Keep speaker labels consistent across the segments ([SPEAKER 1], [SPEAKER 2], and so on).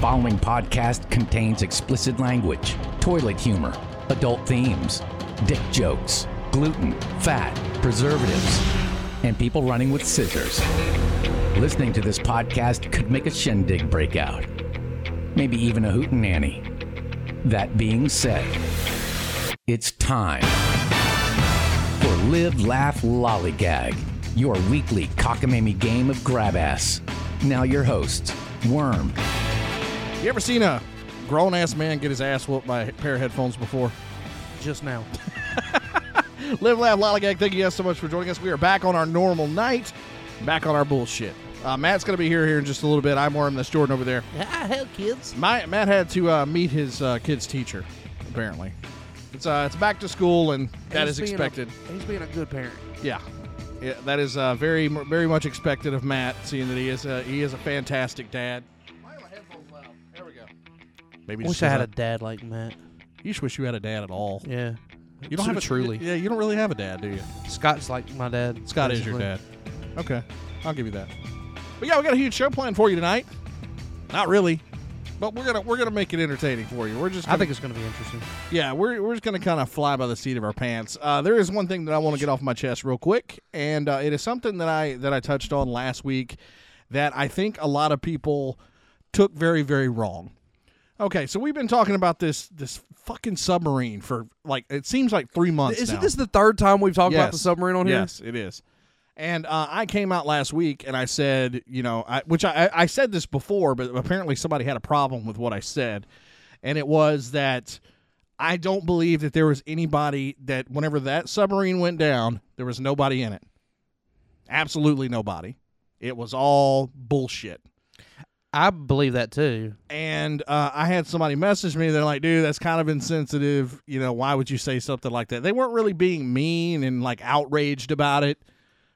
[SPEAKER 1] following podcast contains explicit language, toilet humor, adult themes, dick jokes, gluten, fat, preservatives, and people running with scissors. Listening to this podcast could make a shindig break out, maybe even a hootenanny. That being said, it's time for Live, Laugh, Lollygag, your weekly cockamamie game of grab ass. Now, your hosts, Worm
[SPEAKER 2] You ever seen a grown ass man get his ass whooped by a pair of headphones before?
[SPEAKER 3] just now.
[SPEAKER 2] Live, laugh, lollygag. Thank you guys so much for joining us. We are back on our normal night, back on our bullshit. Uh, Matt's gonna be here here in just a little bit. I'm wearing this Jordan over there.
[SPEAKER 3] ah, hell, kids.
[SPEAKER 2] My, Matt had to uh, meet his uh, kid's teacher, apparently. It's uh, it's back to school, and that is
[SPEAKER 3] He's being
[SPEAKER 2] expected.
[SPEAKER 3] A, he's being a good parent.
[SPEAKER 2] Yeah. yeah, that is uh, very very much expected of Matt, seeing that he is a, he is a fantastic dad. Why are my headphones loud? There we go. Maybe
[SPEAKER 3] Wish
[SPEAKER 2] just
[SPEAKER 3] I
[SPEAKER 2] 'cause
[SPEAKER 3] had a dad like Matt.
[SPEAKER 2] You just wish you had a dad at all.
[SPEAKER 3] Yeah.
[SPEAKER 2] You don't have a
[SPEAKER 3] truly.
[SPEAKER 2] Yeah, you don't really have a dad, do you?
[SPEAKER 3] Scott's like my dad.
[SPEAKER 2] Scott is your
[SPEAKER 3] basically.
[SPEAKER 2] dad. Okay, I'll give you that. But yeah, we got a huge show planned for you tonight. Not really, but we're gonna we're gonna make it entertaining for you. We're just
[SPEAKER 3] I
[SPEAKER 2] gonna,
[SPEAKER 3] think it's going to be interesting.
[SPEAKER 2] yeah, we're we're just gonna kind of fly by the seat of our pants. Uh, there is one thing that I want to get off my chest real quick, and uh, it is something that I that I touched on last week that I think a lot of people took very very wrong. Okay, so we've been talking about this this fucking submarine for like it seems like three months.
[SPEAKER 3] Isn't
[SPEAKER 2] now.
[SPEAKER 3] this the third time we've talked about the
[SPEAKER 2] Yes.
[SPEAKER 3] submarine on
[SPEAKER 2] Yes, it is. And uh, I came out last week and I said, you know, I, which I, I said this before, but apparently somebody had a problem with what I said. And it was that I don't believe that there was anybody that, whenever that submarine went down, there was nobody in it. Absolutely nobody. It was all bullshit.
[SPEAKER 3] here? I believe that too.
[SPEAKER 2] And uh, I had somebody message me. They're like, dude, that's kind of insensitive. You know, why would you say something like that? They weren't really being mean and like outraged about it,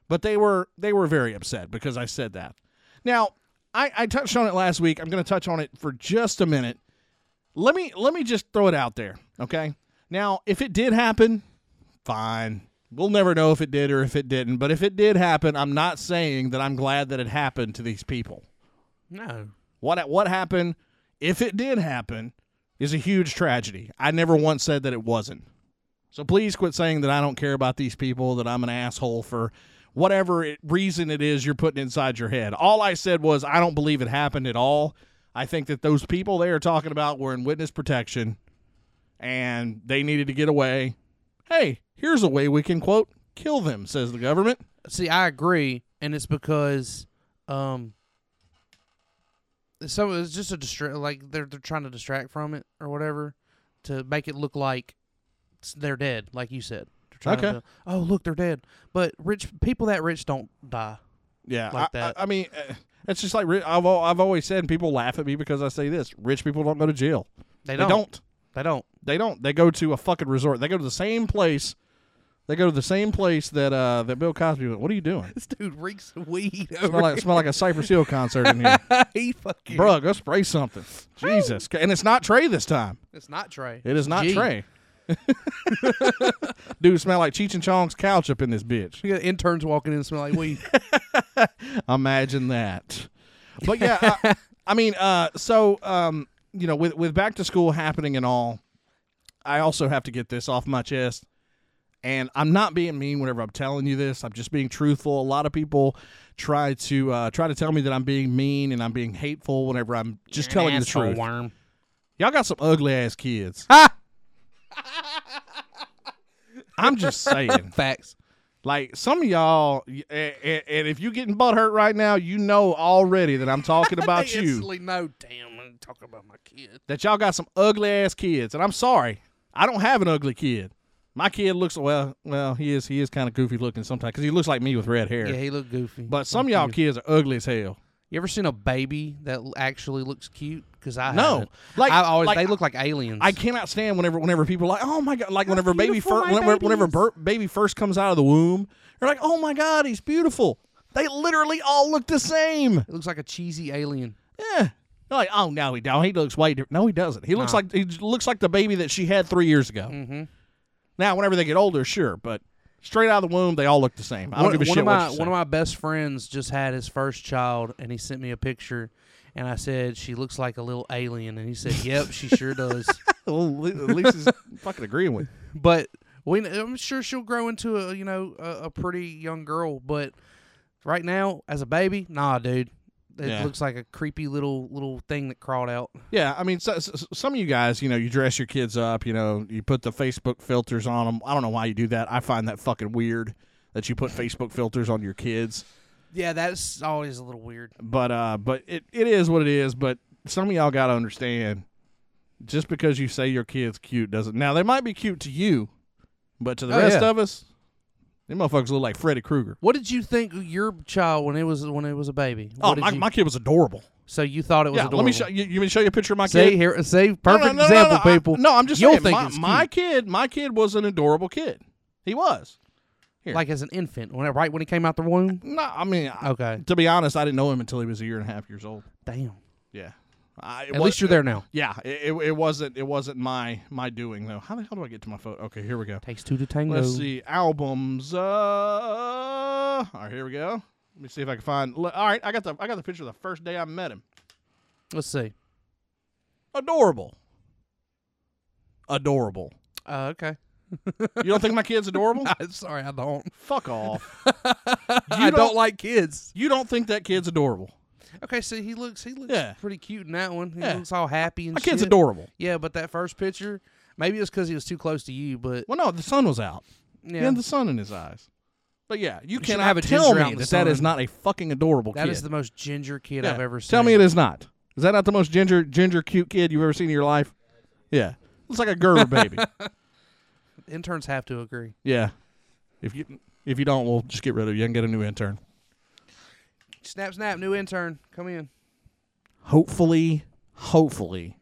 [SPEAKER 2] but they were they were very upset because I said that. Now, I, I touched on it last week. I'm going to touch on it for just a minute. Let me let me just throw it out there, okay? Now, if it did happen, fine. We'll never know if it did or if it didn't. But if it did happen, I'm not saying that I'm glad that it happened to these people.
[SPEAKER 3] No.
[SPEAKER 2] What what happened, if it did happen, is a huge tragedy. I never once said that it wasn't. So please quit saying that I don't care about these people, that I'm an asshole for whatever it, reason it is you're putting inside your head. All I said was I don't believe it happened at all. I think that those people they are talking about were in witness protection and they needed to get away. Hey, here's a way we can quote kill them, says the government.
[SPEAKER 3] See, I agree, and it's because um some it's just a distra- like they're they're trying to distract from it or whatever to make it look like s- they're dead, like you said. They're trying
[SPEAKER 2] Okay.
[SPEAKER 3] to- oh, look, they're dead. But rich people that rich don't die.
[SPEAKER 2] Yeah,
[SPEAKER 3] like
[SPEAKER 2] I,
[SPEAKER 3] that.
[SPEAKER 2] I, I mean, uh, it's just like ri- I've al- I've always said, and people laugh at me because I say this: rich people don't go to jail.
[SPEAKER 3] They
[SPEAKER 2] They
[SPEAKER 3] don't.
[SPEAKER 2] don't. They don't.
[SPEAKER 3] They don't.
[SPEAKER 2] They, go to a fucking resort. They go to the same place. They go to the same place that uh that Bill Cosby went. What are you doing?
[SPEAKER 3] This dude reeks of weed.
[SPEAKER 2] Smell like smell like a Cypress Hill concert in here,
[SPEAKER 3] he fucking.
[SPEAKER 2] bro. Go spray something. Jesus, and it's not Trey this time.
[SPEAKER 3] It's not Trey.
[SPEAKER 2] It is not
[SPEAKER 3] Gee.
[SPEAKER 2] Trey. Dude, smell like Cheech and Chong's couch up in this bitch.
[SPEAKER 3] We got interns walking in and smell like weed.
[SPEAKER 2] Imagine that. But yeah, I, I mean, uh, so um, you know, with with back to school happening and all, I also have to get this off my chest. And I'm not being mean whenever I'm telling you this. I'm just being truthful. A lot of people try to uh, try to tell me that I'm being mean and I'm being hateful whenever I'm just telling you the truth.
[SPEAKER 3] Worm.
[SPEAKER 2] Y'all got some ugly ass kids. I'm just saying.
[SPEAKER 3] Facts.
[SPEAKER 2] Like some of y'all, y- and, and- and if you getting butt hurt right now, you know already that I'm talking about
[SPEAKER 3] They
[SPEAKER 2] you.
[SPEAKER 3] instantly know, damn, I'm talking about my kid.
[SPEAKER 2] That y'all got some ugly ass kids, and I'm sorry, I don't have an ugly kid. My kid looks well, well, he is he is kind of goofy looking sometimes because he looks like me with red hair.
[SPEAKER 3] Yeah, he looked goofy.
[SPEAKER 2] but some of y'all kids are ugly as hell.
[SPEAKER 3] you ever seen a baby that l- actually looks cute? Because I
[SPEAKER 2] No.
[SPEAKER 3] haven't.
[SPEAKER 2] Like-
[SPEAKER 3] I always
[SPEAKER 2] like-
[SPEAKER 3] they look like aliens.
[SPEAKER 2] I cannot stand whenever whenever people are like, oh my god, like whenever baby
[SPEAKER 3] beautiful
[SPEAKER 2] first
[SPEAKER 3] my
[SPEAKER 2] whenever,
[SPEAKER 3] baby
[SPEAKER 2] whenever
[SPEAKER 3] is.
[SPEAKER 2] bur- baby first comes out of the womb, they're like, oh my god, he's beautiful. They literally all look the same.
[SPEAKER 3] it looks like a cheesy alien.
[SPEAKER 2] Yeah. They're like, oh no, he don't. He looks way different. No, he doesn't. He looks
[SPEAKER 3] No.
[SPEAKER 2] like he looks like the baby that she had three years ago.
[SPEAKER 3] Mhm.
[SPEAKER 2] Now, whenever they get older, sure, but Straight out of the womb, they all look the same. I don't
[SPEAKER 3] one,
[SPEAKER 2] give a
[SPEAKER 3] one
[SPEAKER 2] shit
[SPEAKER 3] Of my,
[SPEAKER 2] what you say.
[SPEAKER 3] one of my best friends just had his first child, and he sent me a picture, and I said she looks like a little alien, and he said, "Yep, she sure does."
[SPEAKER 2] Well, at least he's fucking agreeing with. you.
[SPEAKER 3] But we, I'm sure she'll grow into a you know a, a pretty young girl. But right now, as a baby, nah, dude, it
[SPEAKER 2] Yeah.
[SPEAKER 3] looks like a creepy little little thing that crawled out.
[SPEAKER 2] Yeah, I mean, so, so- some of you guys, you know, you dress your kids up, you know, you put the Facebook filters on them. I don't know why you do that. I find that fucking weird that you put Facebook filters on your kids.
[SPEAKER 3] Yeah, that's always a little weird.
[SPEAKER 2] But uh, but it, it is what it is. But some of y'all gotta understand, just because you say your kid's cute doesn't. Now they might be cute to you, but to the
[SPEAKER 3] Oh,
[SPEAKER 2] rest
[SPEAKER 3] yeah.
[SPEAKER 2] of us, them motherfuckers look like Freddy Krueger.
[SPEAKER 3] What did you think of your child when it was when it was a baby?
[SPEAKER 2] Oh,
[SPEAKER 3] What did
[SPEAKER 2] my,
[SPEAKER 3] you-
[SPEAKER 2] my kid was adorable.
[SPEAKER 3] so you thought it was
[SPEAKER 2] Yeah,
[SPEAKER 3] adorable.
[SPEAKER 2] let me show you. You want me to show you a picture of my
[SPEAKER 3] See
[SPEAKER 2] kid?
[SPEAKER 3] here, see
[SPEAKER 2] No,
[SPEAKER 3] perfect
[SPEAKER 2] no, no, no,
[SPEAKER 3] example,
[SPEAKER 2] no, I-
[SPEAKER 3] people.
[SPEAKER 2] no, I'm just
[SPEAKER 3] You'll
[SPEAKER 2] saying.
[SPEAKER 3] think
[SPEAKER 2] my,
[SPEAKER 3] it's
[SPEAKER 2] my
[SPEAKER 3] cute.
[SPEAKER 2] kid, my kid was an adorable kid. He was. here.
[SPEAKER 3] like as an infant, when right when he came out the womb.
[SPEAKER 2] No, I mean, I-
[SPEAKER 3] Okay,
[SPEAKER 2] to be honest, I didn't know him until he was a year and a half years old.
[SPEAKER 3] damn.
[SPEAKER 2] Yeah. I, it
[SPEAKER 3] At
[SPEAKER 2] wa-
[SPEAKER 3] least you're there now.
[SPEAKER 2] Yeah, it, it, it wasn't it wasn't my my doing though. How the hell do I get to my phone? Okay, here we go.
[SPEAKER 3] Takes two to tango.
[SPEAKER 2] Let's see albums. Uh, all right, here we go. Let me see if I can find. All right, I got the I got the picture of the first day I met him.
[SPEAKER 3] Let's see.
[SPEAKER 2] Adorable. Adorable.
[SPEAKER 3] Uh, okay.
[SPEAKER 2] You don't think my kid's adorable?
[SPEAKER 3] I'm sorry, I don't.
[SPEAKER 2] Fuck off.
[SPEAKER 3] I
[SPEAKER 2] don't-
[SPEAKER 3] don't like kids.
[SPEAKER 2] You don't think that kid's adorable?
[SPEAKER 3] Okay, so he looks he looks
[SPEAKER 2] Yeah.
[SPEAKER 3] pretty cute in that one. He
[SPEAKER 2] Yeah.
[SPEAKER 3] looks all happy and
[SPEAKER 2] My kid's
[SPEAKER 3] shit.
[SPEAKER 2] adorable.
[SPEAKER 3] Yeah, but that first picture, maybe it's because he was too close to you. But
[SPEAKER 2] Well, no, the sun was out.
[SPEAKER 3] yeah,
[SPEAKER 2] He had the sun in his eyes. But yeah, you
[SPEAKER 3] shouldn't
[SPEAKER 2] cannot
[SPEAKER 3] have a
[SPEAKER 2] tell
[SPEAKER 3] ginger
[SPEAKER 2] me
[SPEAKER 3] out in the
[SPEAKER 2] that that is
[SPEAKER 3] sun.
[SPEAKER 2] not a fucking adorable
[SPEAKER 3] that
[SPEAKER 2] kid.
[SPEAKER 3] is the most ginger kid
[SPEAKER 2] Yeah.
[SPEAKER 3] I've ever seen.
[SPEAKER 2] Tell me it is not. Is that not the most ginger, ginger, cute kid you've ever seen in your life? Yeah, looks like a Gerber baby.
[SPEAKER 3] Interns have to agree.
[SPEAKER 2] Yeah, if you if you don't, we'll just get rid of you and get a new intern.
[SPEAKER 3] Snap, snap, new intern, come in.
[SPEAKER 2] Hopefully, hopefully,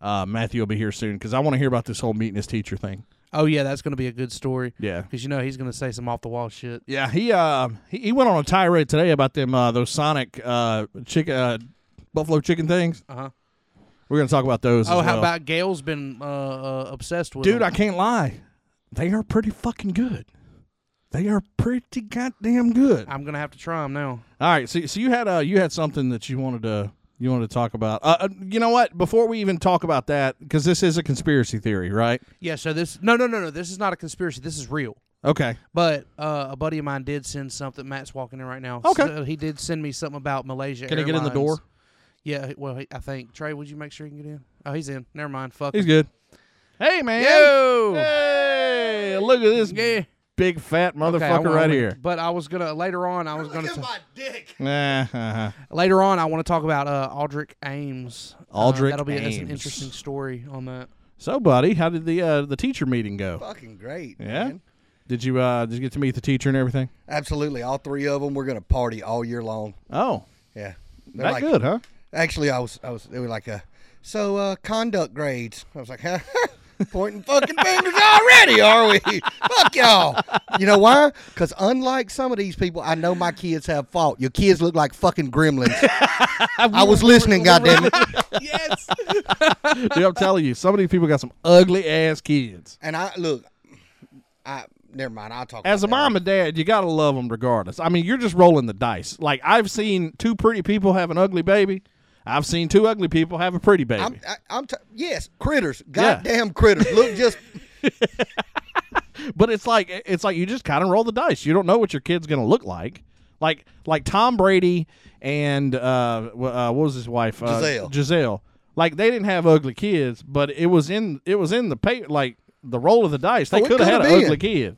[SPEAKER 2] uh, Matthew will be here soon because I want to hear about this whole meeting his teacher thing.
[SPEAKER 3] Oh yeah, that's gonna be a good story.
[SPEAKER 2] Yeah,
[SPEAKER 3] Because you know he's gonna say some off the wall shit.
[SPEAKER 2] Yeah, he uh he, he went on a tirade today about them uh those Sonic uh chicken uh, buffalo chicken things.
[SPEAKER 3] Uh huh.
[SPEAKER 2] We're gonna talk about those.
[SPEAKER 3] Oh,
[SPEAKER 2] as
[SPEAKER 3] how
[SPEAKER 2] well.
[SPEAKER 3] about Gail's been uh, uh, obsessed with
[SPEAKER 2] dude?
[SPEAKER 3] them.
[SPEAKER 2] I can't lie, they are pretty fucking good. They are pretty goddamn good. All
[SPEAKER 3] I'm gonna have to try them now.
[SPEAKER 2] right, so so you had uh you had something that you wanted to you wanted to talk about. Uh, uh you know what? Before we even talk about that, because this is a conspiracy theory, right?
[SPEAKER 3] Yeah. So this no no no no this is not a conspiracy. This is real.
[SPEAKER 2] Okay.
[SPEAKER 3] But uh, a buddy of mine did send something. Matt's walking in right now.
[SPEAKER 2] Okay.
[SPEAKER 3] So he did send me something about Malaysia.
[SPEAKER 2] Can I get in the
[SPEAKER 3] Airlines.
[SPEAKER 2] door?
[SPEAKER 3] Yeah. Well, he, I think Trey, would you make sure he can get in? Oh, he's in. Never mind. Fuck.
[SPEAKER 2] He's
[SPEAKER 3] him.
[SPEAKER 2] good. Hey man.
[SPEAKER 3] Yo.
[SPEAKER 2] Hey, look at this
[SPEAKER 3] Yeah.
[SPEAKER 2] big fat
[SPEAKER 3] Okay, I
[SPEAKER 2] motherfucker
[SPEAKER 3] wanna-
[SPEAKER 2] right here.
[SPEAKER 3] But I was gonna later on. I was gonna t-
[SPEAKER 2] Nah, uh-huh.
[SPEAKER 3] later on. I want to talk about uh, Aldrich Ames. Uh,
[SPEAKER 2] Aldrich
[SPEAKER 3] that'll be that's an
[SPEAKER 2] Ames.
[SPEAKER 3] interesting story on that.
[SPEAKER 2] So, buddy, how did the uh, the teacher meeting go?
[SPEAKER 4] Fucking great.
[SPEAKER 2] Yeah.
[SPEAKER 4] man.
[SPEAKER 2] Did you uh, did you get to meet the teacher and everything?
[SPEAKER 4] Absolutely. All three of them, we're going to party all year long.
[SPEAKER 2] Oh,
[SPEAKER 4] Yeah. They're
[SPEAKER 2] that
[SPEAKER 4] like,
[SPEAKER 2] good, huh?
[SPEAKER 4] Actually, I was, I was, they were like, uh, so uh, conduct grades. I was like, huh? Pointing fucking fingers already, are we? Fuck y'all. You know why? Because unlike some of these people, I know my kids have fault. Your kids look like fucking gremlins. I was listening, goddammit.
[SPEAKER 3] yes.
[SPEAKER 2] Dude, I'm telling you, some of these people got some ugly ass kids.
[SPEAKER 4] And I, look, I, never mind. I'll talk
[SPEAKER 2] As a
[SPEAKER 4] about that.
[SPEAKER 2] mom and dad, you gotta love them regardless. I mean, you're just rolling the dice. Like I've seen two pretty people have an ugly baby. I've seen two ugly people have a pretty baby.
[SPEAKER 4] I'm, I, I'm t- yes, critters. Goddamn critters. Look just.
[SPEAKER 2] but it's like it's like you just kind of roll the dice. You don't know what your kid's gonna look like. Like like Tom Brady and uh, wh- uh what was his wife uh,
[SPEAKER 4] Gisele.
[SPEAKER 2] Giselle. Like they didn't have ugly kids, but it was in it was in the pay, like the roll of the dice. They
[SPEAKER 4] Oh, it
[SPEAKER 2] could have had
[SPEAKER 4] coulda
[SPEAKER 2] an
[SPEAKER 4] been.
[SPEAKER 2] ugly kid.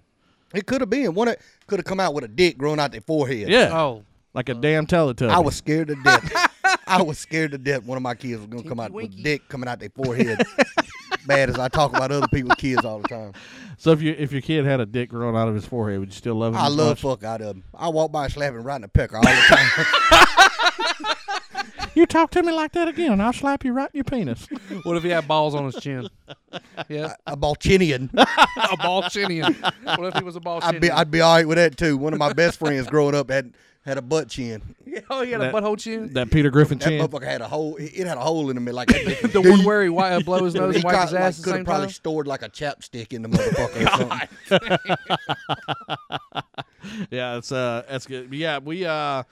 [SPEAKER 4] It could have been one. Could have come out with a dick growing out their forehead.
[SPEAKER 2] Yeah,
[SPEAKER 3] Oh.
[SPEAKER 2] like a damn Teletubby.
[SPEAKER 4] I was scared to death. I was scared to death. One of my kids was gonna come out with
[SPEAKER 3] winky.
[SPEAKER 4] a dick coming out their forehead. Bad as I talk about other people's kids all the time.
[SPEAKER 2] so if you if your kid had a dick growing out of his forehead, would you still love him?
[SPEAKER 4] I
[SPEAKER 2] as
[SPEAKER 4] love
[SPEAKER 2] much?
[SPEAKER 4] fuck out of them. I walk by and slap him right in the pecker all the time.
[SPEAKER 2] you. Talk to me like that again, and I'll slap you right in your penis.
[SPEAKER 3] What if he had balls on his chin? Yeah.
[SPEAKER 4] a Balchinian.
[SPEAKER 3] a ball chinian. What if he was a ball
[SPEAKER 4] I'd be I'd be all right with that too. One of my best friends growing up had had a butt chin.
[SPEAKER 3] oh, he had
[SPEAKER 2] That-
[SPEAKER 3] a butthole chin.
[SPEAKER 2] That Peter Griffin
[SPEAKER 4] That
[SPEAKER 2] chin.
[SPEAKER 4] motherfucker had a hole. It it had a hole in the middle, like that.
[SPEAKER 3] The one where he wi- uh, blow his nose
[SPEAKER 4] he
[SPEAKER 3] and wipe his
[SPEAKER 4] got, like,
[SPEAKER 3] ass
[SPEAKER 4] could
[SPEAKER 3] at the
[SPEAKER 4] have
[SPEAKER 3] same
[SPEAKER 4] probably
[SPEAKER 3] time.
[SPEAKER 4] stored like a chapstick in the motherfucker. or something.
[SPEAKER 2] Yeah, it's uh, that's good. But yeah, we uh,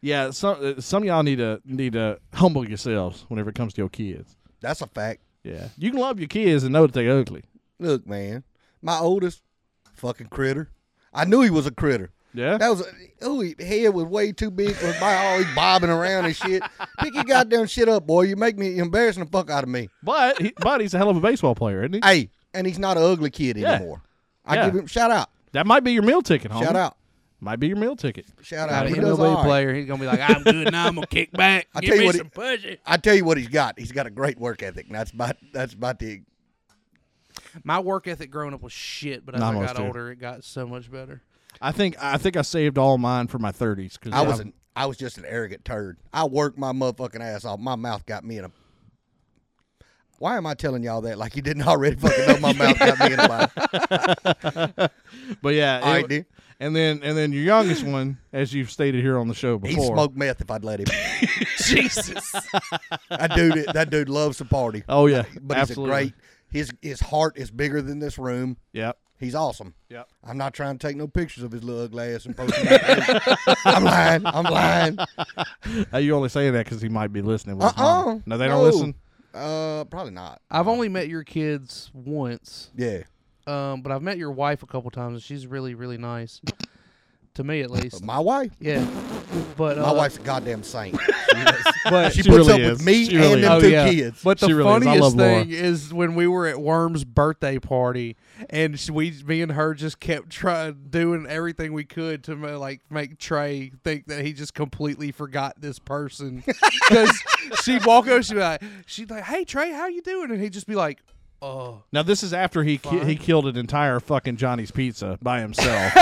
[SPEAKER 2] yeah, some uh, some of y'all need to need to humble yourselves whenever it comes to your kids.
[SPEAKER 4] That's a fact.
[SPEAKER 2] Yeah, you can love your kids and know that they're ugly.
[SPEAKER 4] Look, man, my oldest fucking critter. I knew he was a critter.
[SPEAKER 2] Yeah,
[SPEAKER 4] That was oh, his head was way too big for my always bobbing around and shit. Pick your goddamn shit up, boy. You make me you're embarrassing the fuck out of me.
[SPEAKER 2] but he, but he's a hell of a baseball player, isn't he?
[SPEAKER 4] Hey, and he's not an ugly kid
[SPEAKER 2] Yeah.
[SPEAKER 4] anymore. I
[SPEAKER 2] Yeah.
[SPEAKER 4] give him shout out,
[SPEAKER 2] That might be your meal ticket, homie.
[SPEAKER 4] shout
[SPEAKER 3] Uh-huh.
[SPEAKER 4] out,
[SPEAKER 2] Might be your meal ticket.
[SPEAKER 4] shout
[SPEAKER 3] Nah,
[SPEAKER 4] out.
[SPEAKER 3] he
[SPEAKER 4] He
[SPEAKER 3] gonna
[SPEAKER 4] does
[SPEAKER 3] be a
[SPEAKER 4] all right.
[SPEAKER 3] player. He's gonna be like, I'm good now. I'm gonna kick back.
[SPEAKER 4] I
[SPEAKER 3] Give
[SPEAKER 4] tell you
[SPEAKER 3] me
[SPEAKER 4] what he-
[SPEAKER 3] some pussy.
[SPEAKER 4] I tell you what he's got. He's got a great work ethic. And that's about that's about the
[SPEAKER 3] My work ethic growing up was shit, but as
[SPEAKER 2] Nah,
[SPEAKER 3] I
[SPEAKER 2] mine
[SPEAKER 3] got
[SPEAKER 2] too.
[SPEAKER 3] older, it got so much better.
[SPEAKER 2] I think I think I saved all mine for my thirties because
[SPEAKER 4] I was an, I was just an arrogant turd. I worked my motherfucking ass off. My mouth got me in a. Why am I telling y'all that? Like you didn't already fucking know my mouth got me in a lie.
[SPEAKER 2] but yeah,
[SPEAKER 4] All
[SPEAKER 2] it-
[SPEAKER 4] right, dude.
[SPEAKER 2] and then and then your youngest one, as you've stated here on the show
[SPEAKER 4] He
[SPEAKER 2] before,
[SPEAKER 4] smoked meth if I'd let him.
[SPEAKER 3] Jesus.
[SPEAKER 4] That dude, that dude loves to party.
[SPEAKER 2] Oh yeah,
[SPEAKER 4] but
[SPEAKER 2] absolutely.
[SPEAKER 4] he's a great. His his heart is bigger than this room.
[SPEAKER 2] Yep.
[SPEAKER 4] He's awesome.
[SPEAKER 2] Yep.
[SPEAKER 4] I'm not trying to take no pictures of his little ugly ass and post them. out. I'm lying. I'm lying.
[SPEAKER 2] Uh, you only saying that because he might be listening. With
[SPEAKER 4] Uh
[SPEAKER 2] his
[SPEAKER 4] uh
[SPEAKER 2] mama. Uh-huh. No, they don't listen.
[SPEAKER 4] Uh, probably not.
[SPEAKER 3] I've only met your kids once,
[SPEAKER 4] Yeah.
[SPEAKER 3] um, but I've met your wife a couple times, and she's really, really nice. to me, at least.
[SPEAKER 4] But my wife.
[SPEAKER 3] yeah. But uh,
[SPEAKER 4] My wife's a goddamn saint.
[SPEAKER 2] But
[SPEAKER 4] she, puts
[SPEAKER 2] really
[SPEAKER 4] up
[SPEAKER 2] is.
[SPEAKER 4] with me
[SPEAKER 2] She really
[SPEAKER 4] and them
[SPEAKER 2] is.
[SPEAKER 3] Oh,
[SPEAKER 4] two
[SPEAKER 3] yeah.
[SPEAKER 4] kids.
[SPEAKER 3] But the
[SPEAKER 2] She really is. I
[SPEAKER 3] funniest
[SPEAKER 2] love Laura.
[SPEAKER 3] thing is when we were at Worm's birthday party, and sh- we, me and her, just kept trying doing everything we could to ma- like make Trey think that he just completely forgot this person, because she'd walk over, she'd be like, she'd like, "Hey Trey, how you doing?" And he'd just be like, "Oh,
[SPEAKER 2] Now this is after he ki- he
[SPEAKER 3] Fine.
[SPEAKER 2] killed an entire fucking Johnny's Pizza by himself.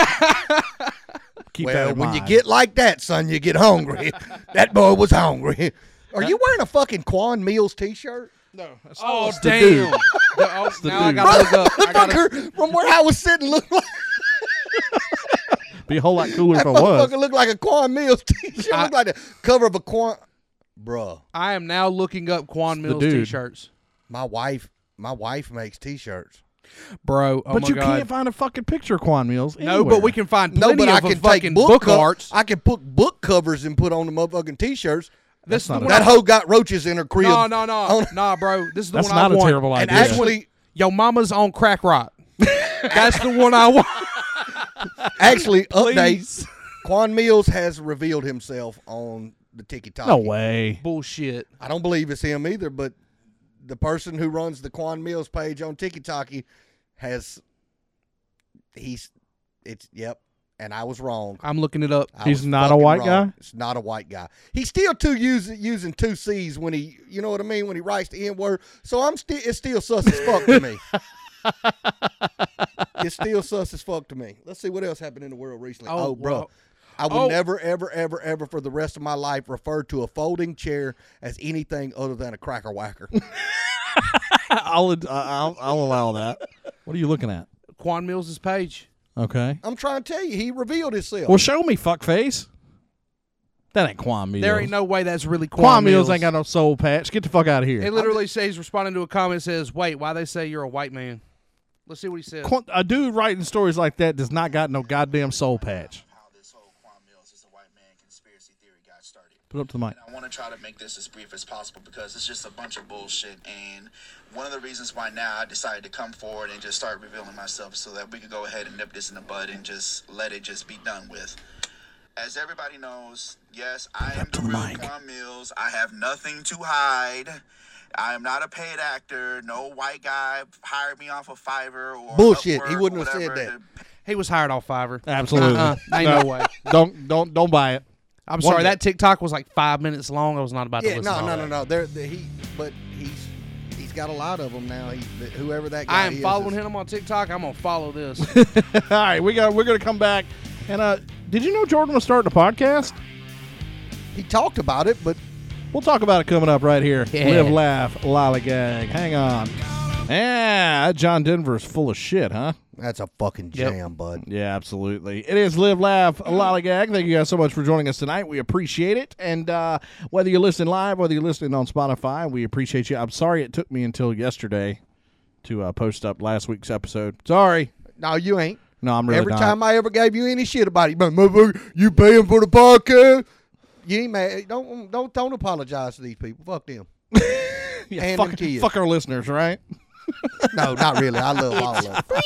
[SPEAKER 2] Keep that
[SPEAKER 4] Well,
[SPEAKER 2] in
[SPEAKER 4] when
[SPEAKER 2] mind.
[SPEAKER 4] you get like that, son, you get hungry. that boy was hungry. Are you wearing a fucking Quan Meals T-shirt?
[SPEAKER 2] no, that's
[SPEAKER 3] oh,
[SPEAKER 2] the
[SPEAKER 3] damn."
[SPEAKER 2] dude.
[SPEAKER 3] The- oh,
[SPEAKER 2] the
[SPEAKER 3] now I
[SPEAKER 2] dude.
[SPEAKER 3] gotta look up. I gotta,
[SPEAKER 4] Fucker, from where I was sitting, looked like
[SPEAKER 2] be a whole lot cooler if
[SPEAKER 4] that
[SPEAKER 2] I
[SPEAKER 4] motherfucker
[SPEAKER 2] was.
[SPEAKER 4] looked like a Quan Mills T-shirt.
[SPEAKER 3] I-
[SPEAKER 4] looked like the cover of a Quan. Bruh,
[SPEAKER 3] I am now looking up Quan Mills
[SPEAKER 2] dude.
[SPEAKER 3] t-shirts,
[SPEAKER 4] my wife, my wife makes T-shirts.
[SPEAKER 3] bro. Oh
[SPEAKER 2] but
[SPEAKER 3] my
[SPEAKER 2] you
[SPEAKER 3] God.
[SPEAKER 2] can't find a fuccking picture of Quan Mills.
[SPEAKER 3] no, but we
[SPEAKER 2] anywhere.
[SPEAKER 3] can find
[SPEAKER 4] No,
[SPEAKER 3] plenty
[SPEAKER 4] but I
[SPEAKER 3] of a
[SPEAKER 4] can
[SPEAKER 3] fucking
[SPEAKER 4] take book,
[SPEAKER 3] book
[SPEAKER 4] co-
[SPEAKER 3] arts.
[SPEAKER 4] I can put book covers and put on the motherfucking T-shirts.
[SPEAKER 3] this is the
[SPEAKER 2] not
[SPEAKER 3] one
[SPEAKER 4] That hoe got roaches in her crib.
[SPEAKER 3] No, no, no,
[SPEAKER 4] On-
[SPEAKER 3] no, bro. This is the
[SPEAKER 2] That's
[SPEAKER 3] one I
[SPEAKER 2] not a
[SPEAKER 3] want.
[SPEAKER 2] terrible
[SPEAKER 4] And
[SPEAKER 2] idea.
[SPEAKER 4] actually,
[SPEAKER 3] Yo, mama's on crack rock. That's the one I want.
[SPEAKER 4] actually, updates. Quan Mills has revealed himself on the Tiki Talk.
[SPEAKER 2] no way.
[SPEAKER 3] Bullshit.
[SPEAKER 4] I don't believe it's him either, but the person who runs the Quan Mills page on TikTok has he's it's yep, and I was wrong.
[SPEAKER 3] I'm looking it up. Oh,
[SPEAKER 4] I
[SPEAKER 2] He's
[SPEAKER 4] was
[SPEAKER 2] not a
[SPEAKER 4] fucking
[SPEAKER 2] white
[SPEAKER 4] wrong.
[SPEAKER 2] guy?
[SPEAKER 4] It's not a white guy. He's still too using using two C's when he you know what I mean when he writes the N word. So I'm still it's still sus as fuck to me. it's still sus as fuck to me. Let's see what else happened in the world recently.
[SPEAKER 3] Oh,
[SPEAKER 4] Oh, bro.
[SPEAKER 3] wow.
[SPEAKER 4] I will
[SPEAKER 3] Oh.
[SPEAKER 4] never, ever, ever, ever for the rest of my life refer to a folding chair as anything other than a cracker whacker.
[SPEAKER 2] I'll, ad- I'll I'll allow that. What are you looking at?
[SPEAKER 3] Quan Mills' page.
[SPEAKER 2] Okay.
[SPEAKER 4] I'm trying to tell you, he revealed himself.
[SPEAKER 2] Well, show me, fuckface. That ain't Quan Mills.
[SPEAKER 3] There ain't no way that's really Quan,
[SPEAKER 2] Quan Mills ain't got no soul patch. Get the fuck out of here.
[SPEAKER 3] It literally says responding to a comment says, "Wait, why they say you're a white man?" Let's see what he says.
[SPEAKER 2] Quan- a dude writing stories like that does not got no goddamn soul patch.
[SPEAKER 5] how this whole Quan Mills is a white man conspiracy theory got started.
[SPEAKER 2] Put it up to the mic.
[SPEAKER 5] And I want to try to make this as brief as possible because it's just a bunch of bullshit. And one of the reasons why now I decided to come forward and just start revealing myself so that we could go ahead and nip this in the bud and just let it just be done with. As everybody knows, yes, I am the real Quan Mills. I have nothing to hide. I am not a paid actor. No white guy hired me off of Fiverr or
[SPEAKER 4] Bullshit.
[SPEAKER 5] Upwork
[SPEAKER 4] He
[SPEAKER 5] or
[SPEAKER 4] wouldn't have said
[SPEAKER 5] whatever
[SPEAKER 4] that.
[SPEAKER 5] to
[SPEAKER 3] He was hired off Fiverr.
[SPEAKER 2] Absolutely.
[SPEAKER 3] Uh-uh. Ain't no way.
[SPEAKER 2] Don't don't don't buy it.
[SPEAKER 3] I'm
[SPEAKER 2] One
[SPEAKER 3] sorry.
[SPEAKER 2] day.
[SPEAKER 3] That TikTok was like five minutes long. I was not about to
[SPEAKER 4] yeah,
[SPEAKER 3] listen.
[SPEAKER 4] no,
[SPEAKER 3] to all
[SPEAKER 4] no,
[SPEAKER 3] that.
[SPEAKER 4] no, no. There, there- he, but he's he's got a lot of them now. He, whoever that guy
[SPEAKER 3] I am
[SPEAKER 4] is,
[SPEAKER 3] following
[SPEAKER 4] is-
[SPEAKER 3] him on TikTok. I'm gonna follow this.
[SPEAKER 2] All right, we got we're gonna come back. And uh, did you know Jordan was starting a podcast?
[SPEAKER 4] He talked about it, but
[SPEAKER 2] We'll talk about it coming up right here.
[SPEAKER 3] Yeah.
[SPEAKER 2] Live, laugh, lollygag. Hang on. Yeah, that John Denver's full of shit, huh?
[SPEAKER 4] That's a fucking
[SPEAKER 3] Yep.
[SPEAKER 4] jam, bud.
[SPEAKER 2] Yeah, absolutely. It is Live Laugh Lollygag. Thank you guys so much for joining us tonight. We appreciate it. And uh, whether you're listening live, whether you're listening on Spotify, we appreciate you. I'm sorry it took me until yesterday to uh, post up last week's episode. Sorry.
[SPEAKER 4] No, you ain't.
[SPEAKER 2] No, I'm really
[SPEAKER 4] Every
[SPEAKER 2] not.
[SPEAKER 4] time I ever gave you any shit about it, you, motherfucker, you paying for the podcast? You ain't mad. Don't don't don't apologize to these people. Fuck them.
[SPEAKER 2] yeah,
[SPEAKER 4] and
[SPEAKER 2] fuck,
[SPEAKER 4] them kids.
[SPEAKER 2] fuck our listeners, right?
[SPEAKER 4] No, not really. I love all of them.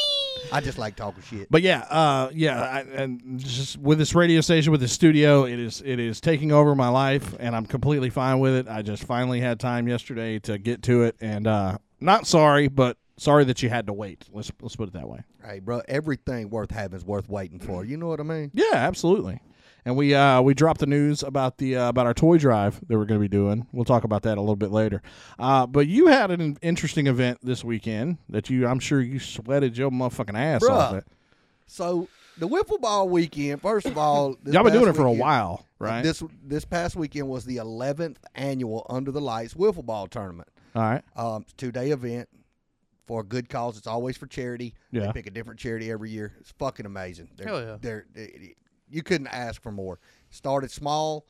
[SPEAKER 4] I just like talking shit.
[SPEAKER 2] But yeah, uh, yeah, I, and just with this radio station, with this studio, it is it is taking over my life, and I'm completely fine with it. I just finally had time yesterday to get to it, and uh, not sorry, but sorry that you had to wait. Let's let's put it that way.
[SPEAKER 4] Hey, bro, everything worth having is worth waiting for. You know what I mean?
[SPEAKER 2] Yeah, absolutely. And we uh, we dropped the news about the uh, about our toy drive that we're going to be doing. We'll talk about that a little bit later. Uh, but you had an interesting event this weekend that you I'm sure you sweated your motherfucking ass off
[SPEAKER 4] Bruh.
[SPEAKER 2] it.
[SPEAKER 4] So the wiffle ball weekend. First of all, this
[SPEAKER 2] Y'all been doing
[SPEAKER 4] past
[SPEAKER 2] it for a
[SPEAKER 4] weekend-
[SPEAKER 2] while, right?
[SPEAKER 4] This this past weekend was the 11th annual Under the Lights wiffle ball tournament.
[SPEAKER 2] All right.
[SPEAKER 4] Um, two day event for a good cause. It's always for charity.
[SPEAKER 2] Yeah.
[SPEAKER 4] They pick a different charity every year. It's fucking amazing. They're,
[SPEAKER 3] Hell yeah.
[SPEAKER 4] They're, they- you couldn't ask for more. Started small.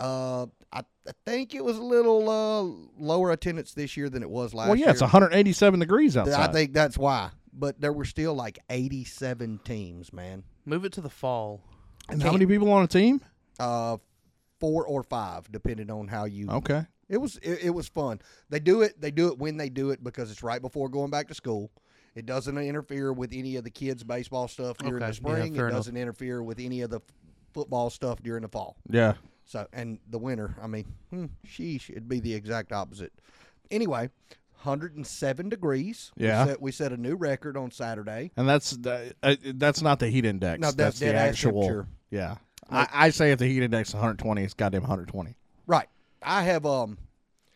[SPEAKER 4] Uh, I, I think it was a little uh, lower attendance this year than it was last
[SPEAKER 2] Well, yeah,
[SPEAKER 4] year.
[SPEAKER 2] it's 187 degrees outside.
[SPEAKER 4] I think that's why. But there were still like 87 teams, man.
[SPEAKER 3] Move it to the fall.
[SPEAKER 2] And how many people on a team?
[SPEAKER 4] Uh, four or five, depending on how you.
[SPEAKER 3] Oh.
[SPEAKER 2] Okay.
[SPEAKER 4] It was it, it was fun. They do it. They do it when they do it because it's right before going back to school. It doesn't interfere with any of the kids' baseball stuff during
[SPEAKER 3] Okay, yeah,
[SPEAKER 4] the spring.
[SPEAKER 3] fair
[SPEAKER 4] it
[SPEAKER 3] enough.
[SPEAKER 4] doesn't interfere with any of the f- football stuff during the fall.
[SPEAKER 2] Yeah.
[SPEAKER 4] So and the winter, I mean, hmm, sheesh, it'd be the exact opposite. Anyway, 107 degrees.
[SPEAKER 2] Yeah.
[SPEAKER 4] we set, we set a new record on Saturday.
[SPEAKER 2] And that's the, uh, that's not the heat index.
[SPEAKER 4] No,
[SPEAKER 2] that's
[SPEAKER 4] that's
[SPEAKER 2] the
[SPEAKER 4] dead-ass
[SPEAKER 2] actual.
[SPEAKER 4] temperature.
[SPEAKER 2] Yeah. I, I say if the heat index is 120, it's goddamn 120.
[SPEAKER 4] Right. I have um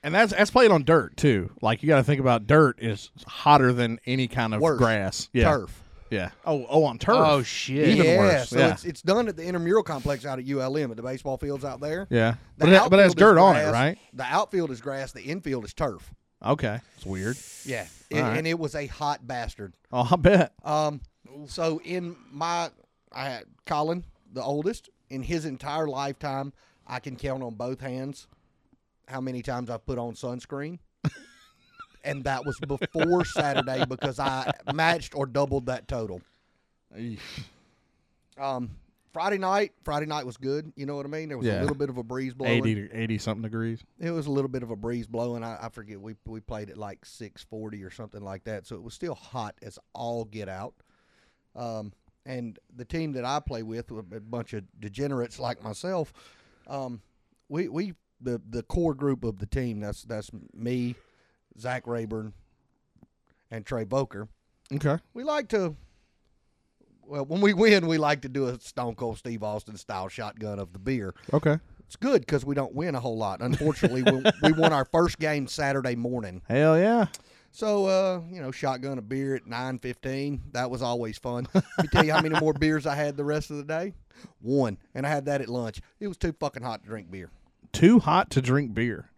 [SPEAKER 2] And that's that's played on dirt too. Like you got to think about dirt is hotter than any kind of
[SPEAKER 4] Worse.
[SPEAKER 2] grass. Yeah.
[SPEAKER 4] turf.
[SPEAKER 2] Yeah. Oh, oh, on turf.
[SPEAKER 3] Oh, shit.
[SPEAKER 2] Even
[SPEAKER 4] yeah,
[SPEAKER 2] worse.
[SPEAKER 4] so
[SPEAKER 2] yeah.
[SPEAKER 4] it's it's done at the intramural complex out at ULM at the baseball fields out there.
[SPEAKER 2] yeah.
[SPEAKER 4] The
[SPEAKER 2] But it, but it has
[SPEAKER 4] outfield
[SPEAKER 2] dirt
[SPEAKER 4] is
[SPEAKER 2] on it,
[SPEAKER 4] grass.
[SPEAKER 2] right?
[SPEAKER 4] The outfield is grass. The infield is turf.
[SPEAKER 2] Okay. It's weird.
[SPEAKER 4] Yeah,
[SPEAKER 2] All right.
[SPEAKER 4] and it was a hot bastard.
[SPEAKER 2] Oh, I bet.
[SPEAKER 4] Um, so in my, I had Colin, the oldest, in his entire lifetime, I can count on both hands how many times I've put on sunscreen. And that was before Saturday because I matched or doubled that total. Um, Friday night, Friday night was good. You know what I mean? There was
[SPEAKER 2] Yeah.
[SPEAKER 4] a little bit of a breeze blowing.
[SPEAKER 2] 80 to 80 something degrees.
[SPEAKER 4] It was a little bit of a breeze blowing. I, I forget we we played at like six forty or something like that, so it was still hot as all get out. Um, and the team that I play with, were a bunch of degenerates like myself, um, we we the the core group of the team. That's that's me, Zach Rayburn, and Trey Boker.
[SPEAKER 2] Okay.
[SPEAKER 4] We like to. Well, when we win, we like to do a Stone Cold Steve Austin style shotgun of the beer.
[SPEAKER 2] Okay.
[SPEAKER 4] It's good because we don't win a whole lot. Unfortunately, we, we won our first game Saturday morning.
[SPEAKER 2] Hell yeah.
[SPEAKER 4] So, uh, you know, shotgun a beer at 9.15. That was always fun. Let me tell you how many more beers I had the rest of the day. One. And I had that at lunch. It was too fucking hot to drink beer.
[SPEAKER 2] Too hot to drink beer.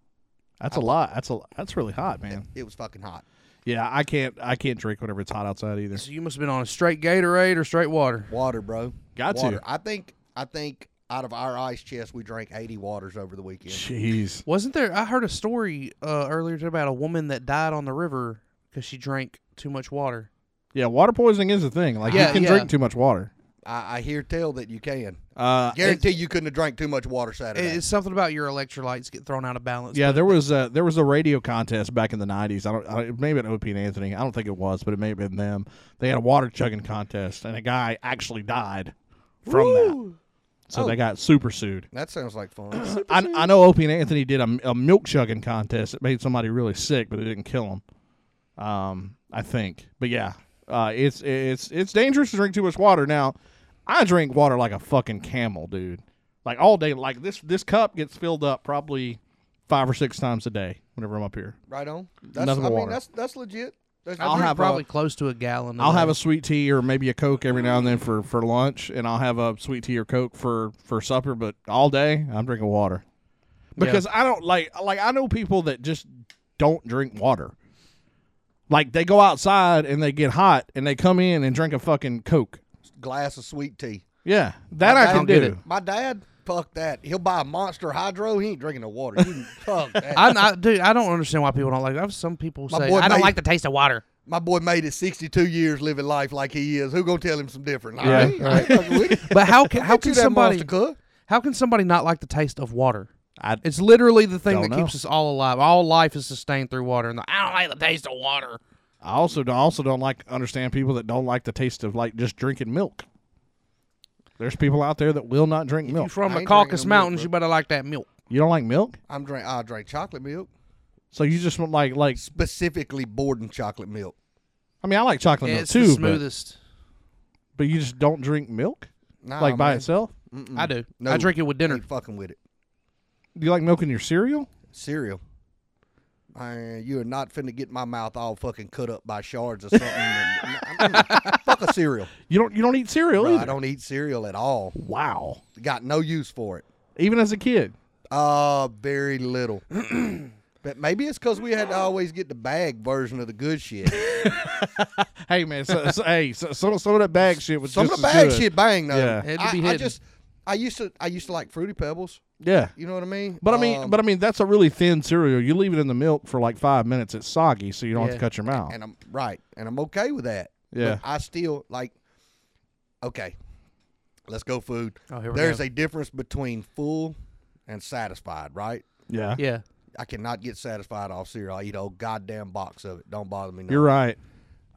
[SPEAKER 2] That's a lot. That's a that's really hot, man.
[SPEAKER 4] It was fucking hot.
[SPEAKER 2] Yeah, I can't I can't drink whenever it's hot outside either.
[SPEAKER 3] So you must have been on a straight Gatorade or straight water.
[SPEAKER 4] Water, bro.
[SPEAKER 2] Got to.
[SPEAKER 4] Water. I think, I think out of our ice chest, we drank 80 waters over the weekend.
[SPEAKER 2] Jeez.
[SPEAKER 3] Wasn't there? I heard a story uh, earlier today about a woman that died on the river because she drank too much water.
[SPEAKER 2] Yeah, water poisoning is a thing. Like
[SPEAKER 3] Yeah,
[SPEAKER 2] you can
[SPEAKER 3] yeah.
[SPEAKER 2] drink too much water.
[SPEAKER 4] I, I hear tell that you can.
[SPEAKER 2] Uh
[SPEAKER 4] Guarantee you couldn't have drank too much water Saturday.
[SPEAKER 3] It- It's something about your electrolytes get thrown out of balance.
[SPEAKER 2] Yeah, there was a there was a radio contest back in the nineties. I don't, I don't maybe at OP and Anthony. I don't think it was, but it may have been them. They had a water chugging contest, and a guy actually died from that.
[SPEAKER 3] Oh.
[SPEAKER 2] So they got super sued.
[SPEAKER 4] that sounds like fun.
[SPEAKER 2] I, I know OP and Anthony did a, a milk chugging contest. It made somebody really sick, but it didn't kill him. Um, I think. But yeah, uh, it's it's it's dangerous to drink too much water. Now, I drink water like a fucking camel, dude. Like all day. Like this this cup gets filled up probably five or six times a day whenever I'm up here.
[SPEAKER 4] Right on. That's,
[SPEAKER 2] Nothing
[SPEAKER 4] I
[SPEAKER 2] but
[SPEAKER 4] mean,
[SPEAKER 2] water.
[SPEAKER 4] that's that's legit. There's
[SPEAKER 3] I
[SPEAKER 4] no-
[SPEAKER 2] I'll
[SPEAKER 3] drink
[SPEAKER 2] have a-
[SPEAKER 3] probably close to a gallon. of
[SPEAKER 2] I'll have
[SPEAKER 3] that.
[SPEAKER 2] a sweet tea or maybe a coke every now and then for for lunch, and I'll have a sweet tea or coke for for supper. But all day, I'm drinking water because I don't like like I know people that just don't drink water. Like they go outside and they get hot and they come in and drink a fucking Coke.
[SPEAKER 4] Glass of sweet tea.
[SPEAKER 2] Yeah, that I can
[SPEAKER 4] I'll get
[SPEAKER 2] do.
[SPEAKER 4] it. My dad, fuck that. He'll buy a monster hydro. He ain't drinking no water. You can- fuck that.
[SPEAKER 3] I, I dude, I don't understand why people don't like. It. Some people
[SPEAKER 4] My
[SPEAKER 3] say
[SPEAKER 4] boy
[SPEAKER 3] I don't
[SPEAKER 4] made-
[SPEAKER 3] like the taste of water.
[SPEAKER 4] My boy made it 62 years living life like he is. Who gonna tell him some different? All
[SPEAKER 2] Yeah.
[SPEAKER 4] right, all right. Fuck, we-
[SPEAKER 3] But how can how
[SPEAKER 4] get
[SPEAKER 3] can
[SPEAKER 4] you that
[SPEAKER 3] somebody
[SPEAKER 4] Monster, cuz.
[SPEAKER 3] how can somebody not like the taste of water?
[SPEAKER 2] I,
[SPEAKER 3] It's literally the thing
[SPEAKER 2] Don't
[SPEAKER 3] that
[SPEAKER 2] know.
[SPEAKER 3] keeps us all alive. All life is sustained through water. And the, I don't like the taste of water.
[SPEAKER 2] I also don't, also don't like understand people that don't like the taste of like just drinking milk. There's people out there that will not drink
[SPEAKER 3] You
[SPEAKER 2] milk.
[SPEAKER 3] from
[SPEAKER 4] I
[SPEAKER 3] the
[SPEAKER 4] ain't drinking
[SPEAKER 3] Caucasus
[SPEAKER 4] no milk,
[SPEAKER 3] Mountains,
[SPEAKER 4] bro.
[SPEAKER 3] you better like that milk.
[SPEAKER 2] You don't like milk,
[SPEAKER 4] I'm drink. I drink chocolate milk,
[SPEAKER 2] so you just want like like.
[SPEAKER 4] specifically Borden chocolate milk.
[SPEAKER 2] I mean, I like chocolate milk
[SPEAKER 3] it's
[SPEAKER 2] too,
[SPEAKER 3] the
[SPEAKER 2] but,
[SPEAKER 3] smoothest.
[SPEAKER 2] but you just don't drink milk
[SPEAKER 4] Nah,
[SPEAKER 2] like by
[SPEAKER 4] man.
[SPEAKER 2] itself.
[SPEAKER 3] I do.
[SPEAKER 4] No.
[SPEAKER 3] I drink it with dinner.
[SPEAKER 4] Ain't fucking with it.
[SPEAKER 2] Do you like milk in your cereal?
[SPEAKER 4] Cereal. Uh, you are not finna get my mouth all fucking cut up by shards or something. and- Mm-mm. fuck a cereal.
[SPEAKER 2] You don't. You don't eat cereal
[SPEAKER 4] Bro,
[SPEAKER 2] either.
[SPEAKER 4] I don't eat cereal at all.
[SPEAKER 2] Wow.
[SPEAKER 4] Got no use for it.
[SPEAKER 2] Even as a kid,
[SPEAKER 4] Uh, very little. but maybe it's because we had to always get the bag version of the good shit.
[SPEAKER 2] hey man, so, so, hey, so, some some of that bag shit was
[SPEAKER 4] Some
[SPEAKER 2] just
[SPEAKER 4] of the
[SPEAKER 2] as
[SPEAKER 4] bag
[SPEAKER 2] good.
[SPEAKER 4] shit bang though.
[SPEAKER 2] Yeah.
[SPEAKER 3] It had to
[SPEAKER 4] I,
[SPEAKER 3] be
[SPEAKER 4] I
[SPEAKER 3] hidden.
[SPEAKER 4] just I used to I used to like fruity pebbles.
[SPEAKER 2] Yeah,
[SPEAKER 4] You know what I mean?
[SPEAKER 2] but I mean,
[SPEAKER 4] Um,
[SPEAKER 2] but I mean, that's a really thin cereal. You leave it in the milk for like five minutes, it's soggy, so you don't have to
[SPEAKER 3] Yeah.
[SPEAKER 2] cut your mouth.
[SPEAKER 4] and I'm right, and I'm okay with that.
[SPEAKER 2] Yeah.
[SPEAKER 4] But I still like okay. Let's go food.
[SPEAKER 3] Oh, here we
[SPEAKER 4] There's
[SPEAKER 3] go.
[SPEAKER 4] a difference between full and satisfied, right?
[SPEAKER 2] yeah.
[SPEAKER 3] yeah.
[SPEAKER 4] I cannot get satisfied off cereal. I eat a whole goddamn box of it. Don't bother me. No.
[SPEAKER 2] You're right.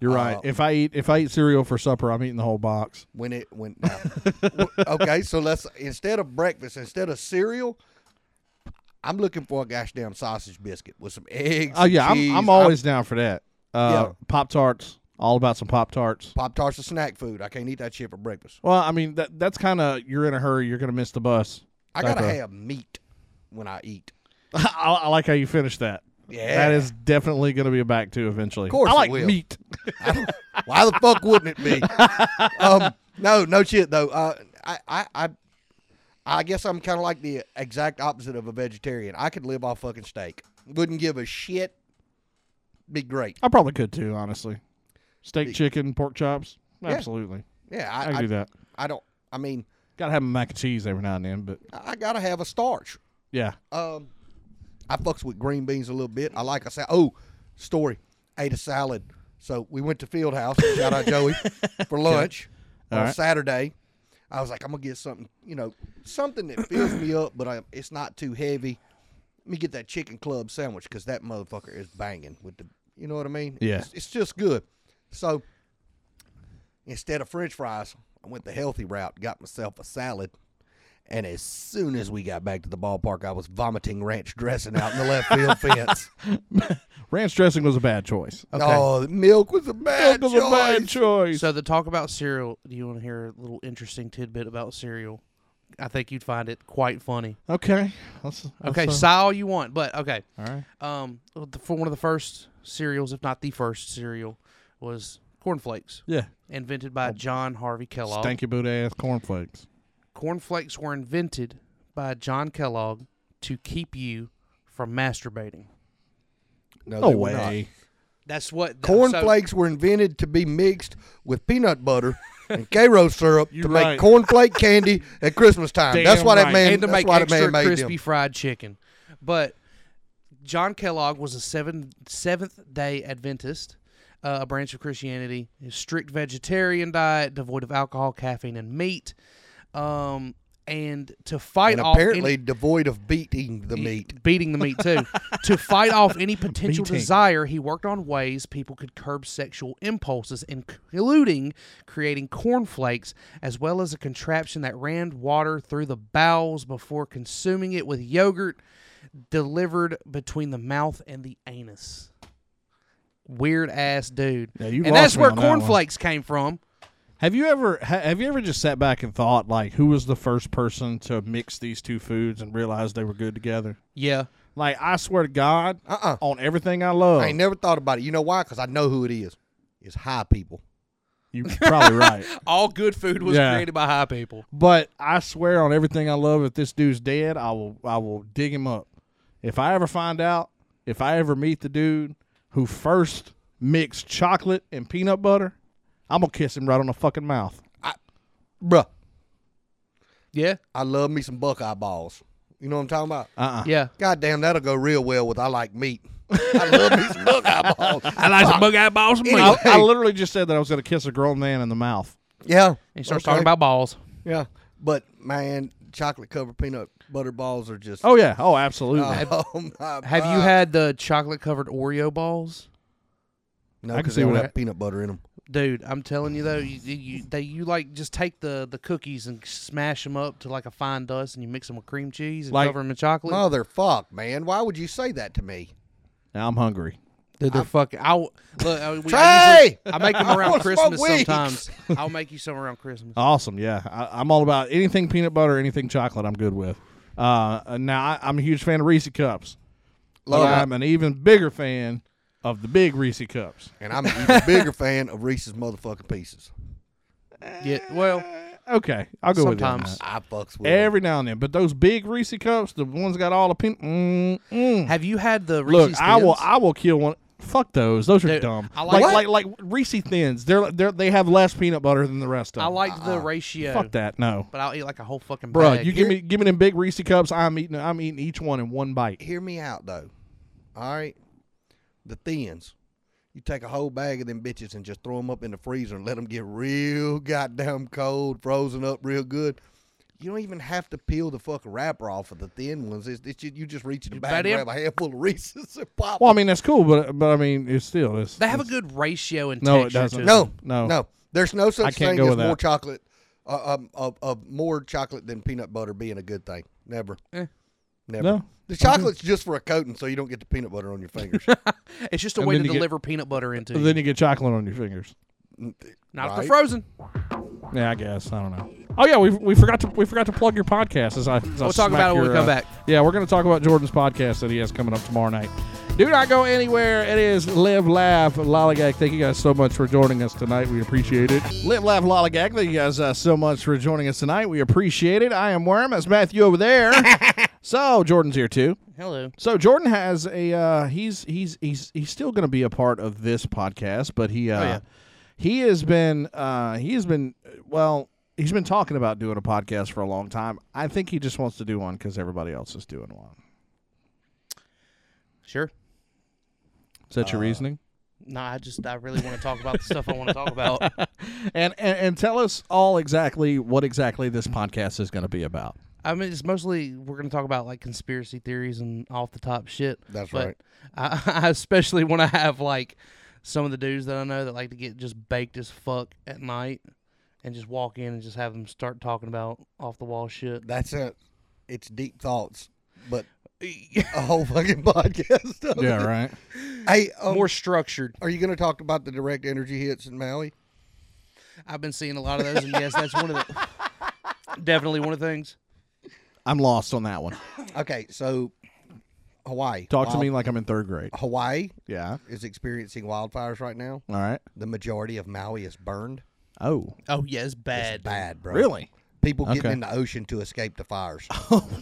[SPEAKER 2] You're right.
[SPEAKER 4] Uh,
[SPEAKER 2] If I eat if I eat cereal for supper, I'm eating the whole box.
[SPEAKER 4] when it when now, w- okay so let's instead of breakfast instead of cereal i'm looking for a gosh damn sausage biscuit with some eggs
[SPEAKER 2] Oh yeah,
[SPEAKER 4] cheese.
[SPEAKER 2] I'm I'm always down for that. Uh,
[SPEAKER 4] Yeah.
[SPEAKER 2] Pop tarts, all about some pop tarts.
[SPEAKER 4] pop tarts are snack food i can't eat that shit for breakfast
[SPEAKER 2] Well, I mean that that's kind of you're in a hurry, you're gonna miss the bus.
[SPEAKER 4] i gotta
[SPEAKER 2] Type of-
[SPEAKER 4] have meat when i eat
[SPEAKER 2] I, I like how you finish that.
[SPEAKER 4] Yeah.
[SPEAKER 2] that is definitely gonna be a back two eventually. Of
[SPEAKER 4] course
[SPEAKER 2] I
[SPEAKER 4] it
[SPEAKER 2] like
[SPEAKER 4] will.
[SPEAKER 2] meat.
[SPEAKER 4] why the fuck wouldn't it be um no no shit though uh i i, I I guess I'm kind of like the exact opposite of a vegetarian. I could live off fucking steak. Wouldn't give a shit. Be great.
[SPEAKER 2] I probably could too, honestly. Steak, chicken, pork chops, absolutely.
[SPEAKER 4] Yeah,
[SPEAKER 2] I
[SPEAKER 4] I,
[SPEAKER 2] can do that.
[SPEAKER 4] I don't. I mean,
[SPEAKER 2] Gotta have mac and cheese every now and then, but
[SPEAKER 4] I I gotta have a starch.
[SPEAKER 2] yeah.
[SPEAKER 4] Um, I fucks with green beans a little bit. I like a salad. Oh, story. Ate a salad. So we went to Field House. shout out Joey, for lunch on
[SPEAKER 2] right.
[SPEAKER 4] Saturday. I was like, I'm gonna get something, you know, something that fills me up, but I, it's not too heavy. Let me get that chicken club sandwich because that motherfucker is banging with the, you know what I mean?
[SPEAKER 2] Yeah.
[SPEAKER 4] It's, it's just good. So instead of French fries, I went the healthy route. Got myself a salad. And as soon as we got back to the ballpark, I was vomiting ranch dressing out in the left field fence.
[SPEAKER 2] Ranch dressing was a bad choice.
[SPEAKER 4] Oh, the milk was a bad
[SPEAKER 2] It was
[SPEAKER 4] choice.
[SPEAKER 2] a bad choice.
[SPEAKER 3] So the talk about cereal. Do you want to hear a little interesting tidbit about cereal? I think you'd find it quite funny.
[SPEAKER 2] okay. Let's, let's,
[SPEAKER 3] Okay,
[SPEAKER 2] uh,
[SPEAKER 3] sigh all you want, but okay.
[SPEAKER 2] all right.
[SPEAKER 3] Um, the- for one of the first cereals, if not the first cereal, was cornflakes,
[SPEAKER 2] Yeah.
[SPEAKER 3] invented
[SPEAKER 4] Oh.
[SPEAKER 3] by John Harvey Kellogg.
[SPEAKER 2] Stanky boot ass cornflakes.
[SPEAKER 3] Cornflakes were invented by John Kellogg to keep you from masturbating.
[SPEAKER 4] No,
[SPEAKER 2] No
[SPEAKER 4] they were not.
[SPEAKER 2] way.
[SPEAKER 3] That's what
[SPEAKER 4] Cornflakes were invented to be mixed with peanut butter and Cairo syrup
[SPEAKER 2] You're
[SPEAKER 4] to
[SPEAKER 2] right.
[SPEAKER 4] make cornflake candy at Christmas time.
[SPEAKER 2] Damn
[SPEAKER 4] that's why
[SPEAKER 2] right.
[SPEAKER 4] that man.
[SPEAKER 3] and to
[SPEAKER 4] that's
[SPEAKER 3] make
[SPEAKER 4] why that
[SPEAKER 3] extra
[SPEAKER 4] man made
[SPEAKER 3] crispy
[SPEAKER 4] them.
[SPEAKER 3] fried chicken. But John Kellogg was a seven, seventh day Adventist, uh, a branch of Christianity, a strict vegetarian diet, devoid of alcohol, caffeine, and meat. Um, and to fight
[SPEAKER 4] And
[SPEAKER 3] off any-
[SPEAKER 4] apparently devoid of beating the meat.
[SPEAKER 3] beating the meat too. to fight off any potential
[SPEAKER 2] Beating.
[SPEAKER 3] desire, he worked on ways people could curb sexual impulses, including creating cornflakes, as well as a contraption that ran water through the bowels before consuming it with yogurt delivered between the mouth and the anus. Weird ass dude.
[SPEAKER 2] Yeah, you
[SPEAKER 3] and
[SPEAKER 2] lost
[SPEAKER 3] that's
[SPEAKER 2] me
[SPEAKER 3] where
[SPEAKER 2] on that one.
[SPEAKER 3] cornflakes came from.
[SPEAKER 2] Have you ever ha- have you ever just sat back and thought like who was the first person to mix these two foods and realize they were good together?
[SPEAKER 3] Yeah.
[SPEAKER 2] Like I swear to God,
[SPEAKER 4] Uh-uh.
[SPEAKER 2] on everything I love,
[SPEAKER 4] I ain't never thought about it. You know why? Because I know who it is. It's high people.
[SPEAKER 2] you're probably right.
[SPEAKER 3] All good food was
[SPEAKER 2] Yeah.
[SPEAKER 3] created by high people.
[SPEAKER 2] But I swear on everything I love, if this dude's dead, I will I will dig him up. If I ever find out, if I ever meet the dude who first mixed chocolate and peanut butter, I'm gonna kiss him right on the fucking mouth.
[SPEAKER 4] Bruh,
[SPEAKER 3] Yeah.
[SPEAKER 4] I love me some Buckeye balls. You know what I'm talking about?
[SPEAKER 3] Yeah.
[SPEAKER 4] God damn, that'll go real well with I like meat. I love me some Buckeye balls.
[SPEAKER 3] I like some bug eyed balls.
[SPEAKER 4] Anyway,
[SPEAKER 2] I, I literally just said that I was gonna kiss a grown man in the mouth.
[SPEAKER 4] yeah.
[SPEAKER 3] He starts
[SPEAKER 4] Okay.
[SPEAKER 3] talking about balls.
[SPEAKER 4] Yeah. But man, chocolate covered peanut butter balls are just.
[SPEAKER 2] Oh yeah, oh absolutely.
[SPEAKER 4] Oh, my
[SPEAKER 3] Have you
[SPEAKER 2] Uh,
[SPEAKER 4] God.
[SPEAKER 3] had the chocolate covered Oreo balls?
[SPEAKER 4] No,
[SPEAKER 2] I can
[SPEAKER 4] because
[SPEAKER 2] see
[SPEAKER 4] they don't
[SPEAKER 2] where
[SPEAKER 4] have peanut butter in them.
[SPEAKER 3] Dude, I'm telling you though, you, you you- they you like just take the the cookies and smash them up to like a fine dust, and you mix them with cream cheese and
[SPEAKER 2] Like-
[SPEAKER 3] cover them in chocolate.
[SPEAKER 4] Motherfuck, man. Why would you say that to me?
[SPEAKER 2] now I'm hungry.
[SPEAKER 3] Dude, they're fucking. I'll look. I, we, I,
[SPEAKER 4] Trey!
[SPEAKER 3] usually- I make them
[SPEAKER 4] I
[SPEAKER 3] around
[SPEAKER 4] wanna smoke
[SPEAKER 3] Christmas
[SPEAKER 4] weed.
[SPEAKER 3] sometimes. I'll make you some around Christmas.
[SPEAKER 2] Awesome, yeah. I, I'm all about anything peanut butter, anything chocolate. I'm good with. Uh, now I, I'm a huge fan of Reese cups, but
[SPEAKER 4] Love it.
[SPEAKER 2] I'm an even bigger fan of the big Reese cups.
[SPEAKER 4] And I'm an even bigger fan of Reese's motherfucking pieces.
[SPEAKER 3] Yeah. Well,
[SPEAKER 2] Okay, I'll go with
[SPEAKER 3] Sometimes.
[SPEAKER 2] that.
[SPEAKER 4] I fucks with 'em.
[SPEAKER 2] Every now and then, but those big Reese cups, the ones got all the pin. Mm, mm.
[SPEAKER 3] have you had the Reese's
[SPEAKER 2] Look, I will,
[SPEAKER 3] Thins?
[SPEAKER 2] I will kill one. Fuck those. Those are
[SPEAKER 3] Dude,
[SPEAKER 2] dumb.
[SPEAKER 3] I
[SPEAKER 2] like, like,
[SPEAKER 3] like-
[SPEAKER 2] like, Reese thins. They're, they're, they have less peanut butter than the rest of them.
[SPEAKER 3] I liked the ratio,
[SPEAKER 2] Uh, Fuck that. No,
[SPEAKER 3] but I'll eat like a whole fucking
[SPEAKER 2] bro.
[SPEAKER 3] bag.
[SPEAKER 2] You give me, give me them big Reese cups. I'm eating, I'm eating each one in one bite.
[SPEAKER 4] Hear me out, though. All right? The thins. You take a whole bag of them bitches and just throw them up in the freezer and let them get real goddamn cold, frozen up real good. You don't even have to peel the fucking wrapper off of the thin ones. It's, it's, you, you just reach in the bag
[SPEAKER 3] bite
[SPEAKER 4] and
[SPEAKER 3] in.
[SPEAKER 4] grab a handful of Reese's and pop
[SPEAKER 2] Well, I mean that's cool, but, but I mean it's still, it's,
[SPEAKER 3] They have a good ratio and
[SPEAKER 2] No, it
[SPEAKER 3] texture
[SPEAKER 2] doesn't.
[SPEAKER 3] to
[SPEAKER 4] No,
[SPEAKER 2] No.
[SPEAKER 4] no, no. There's no such
[SPEAKER 2] can't
[SPEAKER 4] thing
[SPEAKER 2] go
[SPEAKER 4] as
[SPEAKER 2] with that.
[SPEAKER 4] more chocolate, uh, um, of, of more chocolate than peanut butter being a good thing. Never.
[SPEAKER 3] Eh.
[SPEAKER 4] Never.
[SPEAKER 2] No.
[SPEAKER 4] The chocolate's just for a coating, so you don't get the peanut butter on your fingers.
[SPEAKER 3] it. It's just a
[SPEAKER 2] And
[SPEAKER 3] way
[SPEAKER 2] then
[SPEAKER 3] to
[SPEAKER 2] you get-
[SPEAKER 3] deliver peanut butter into
[SPEAKER 2] then
[SPEAKER 3] you.
[SPEAKER 2] you get chocolate on your fingers.
[SPEAKER 3] Not if they're
[SPEAKER 4] Right.
[SPEAKER 3] frozen.
[SPEAKER 2] Yeah, I guess I don't know. Oh yeah, we, we forgot to we forgot to plug your podcast. As I as I
[SPEAKER 3] We'll
[SPEAKER 2] smack
[SPEAKER 3] talk about it when we
[SPEAKER 2] your,
[SPEAKER 3] come
[SPEAKER 2] uh,
[SPEAKER 3] back.
[SPEAKER 2] Yeah, we're gonna talk about Jordan's podcast that he has coming up tomorrow night. Do not go anywhere. It is Live Laugh Lollygag. Thank you guys so much for joining us tonight. We appreciate it. Live Laugh Lollygag. Thank you guys uh, so much for joining us tonight. We appreciate it. I am Worm. That's Matthew over there. so Jordan's here too.
[SPEAKER 3] Hello.
[SPEAKER 2] So Jordan has a uh, he's he's he's he's still going to be a part of this podcast, but he uh,
[SPEAKER 3] yeah.
[SPEAKER 2] he has been uh, he has been well he's been talking about doing a podcast for a long time. I think he just wants to do one because everybody else is doing one.
[SPEAKER 3] Sure.
[SPEAKER 2] Is that your reasoning?
[SPEAKER 3] No, I just I really want to talk about the stuff I want to talk about.
[SPEAKER 2] And, and and tell us all exactly what exactly this podcast is going to be about.
[SPEAKER 3] I mean, it's mostly we're going to talk about like conspiracy theories and off the top shit.
[SPEAKER 4] That's
[SPEAKER 3] but
[SPEAKER 4] right.
[SPEAKER 3] I, I especially want to have like some of the dudes that I know that like to get just baked as fuck at night and just walk in and just have them start talking about off the wall shit.
[SPEAKER 4] That's it. It's deep thoughts, but a whole fucking podcast. of it.
[SPEAKER 2] right.
[SPEAKER 4] Hey, um,
[SPEAKER 3] More structured.
[SPEAKER 4] are you going to talk about the direct energy hits in Maui?
[SPEAKER 3] I've been seeing a lot of those, and yes, that's one of the definitely one of the things.
[SPEAKER 2] I'm lost on that one.
[SPEAKER 4] Okay, so Hawaii.
[SPEAKER 2] Talk to
[SPEAKER 4] Wild-
[SPEAKER 2] me like I'm in third grade.
[SPEAKER 4] Hawaii
[SPEAKER 2] Yeah.
[SPEAKER 4] is experiencing wildfires right now.
[SPEAKER 2] All right.
[SPEAKER 4] The majority of Maui is burned.
[SPEAKER 2] Oh,
[SPEAKER 3] Oh yeah, it's bad.
[SPEAKER 4] It's bad, bro.
[SPEAKER 2] really?
[SPEAKER 4] people getting
[SPEAKER 2] Okay.
[SPEAKER 4] in the ocean to escape the fires.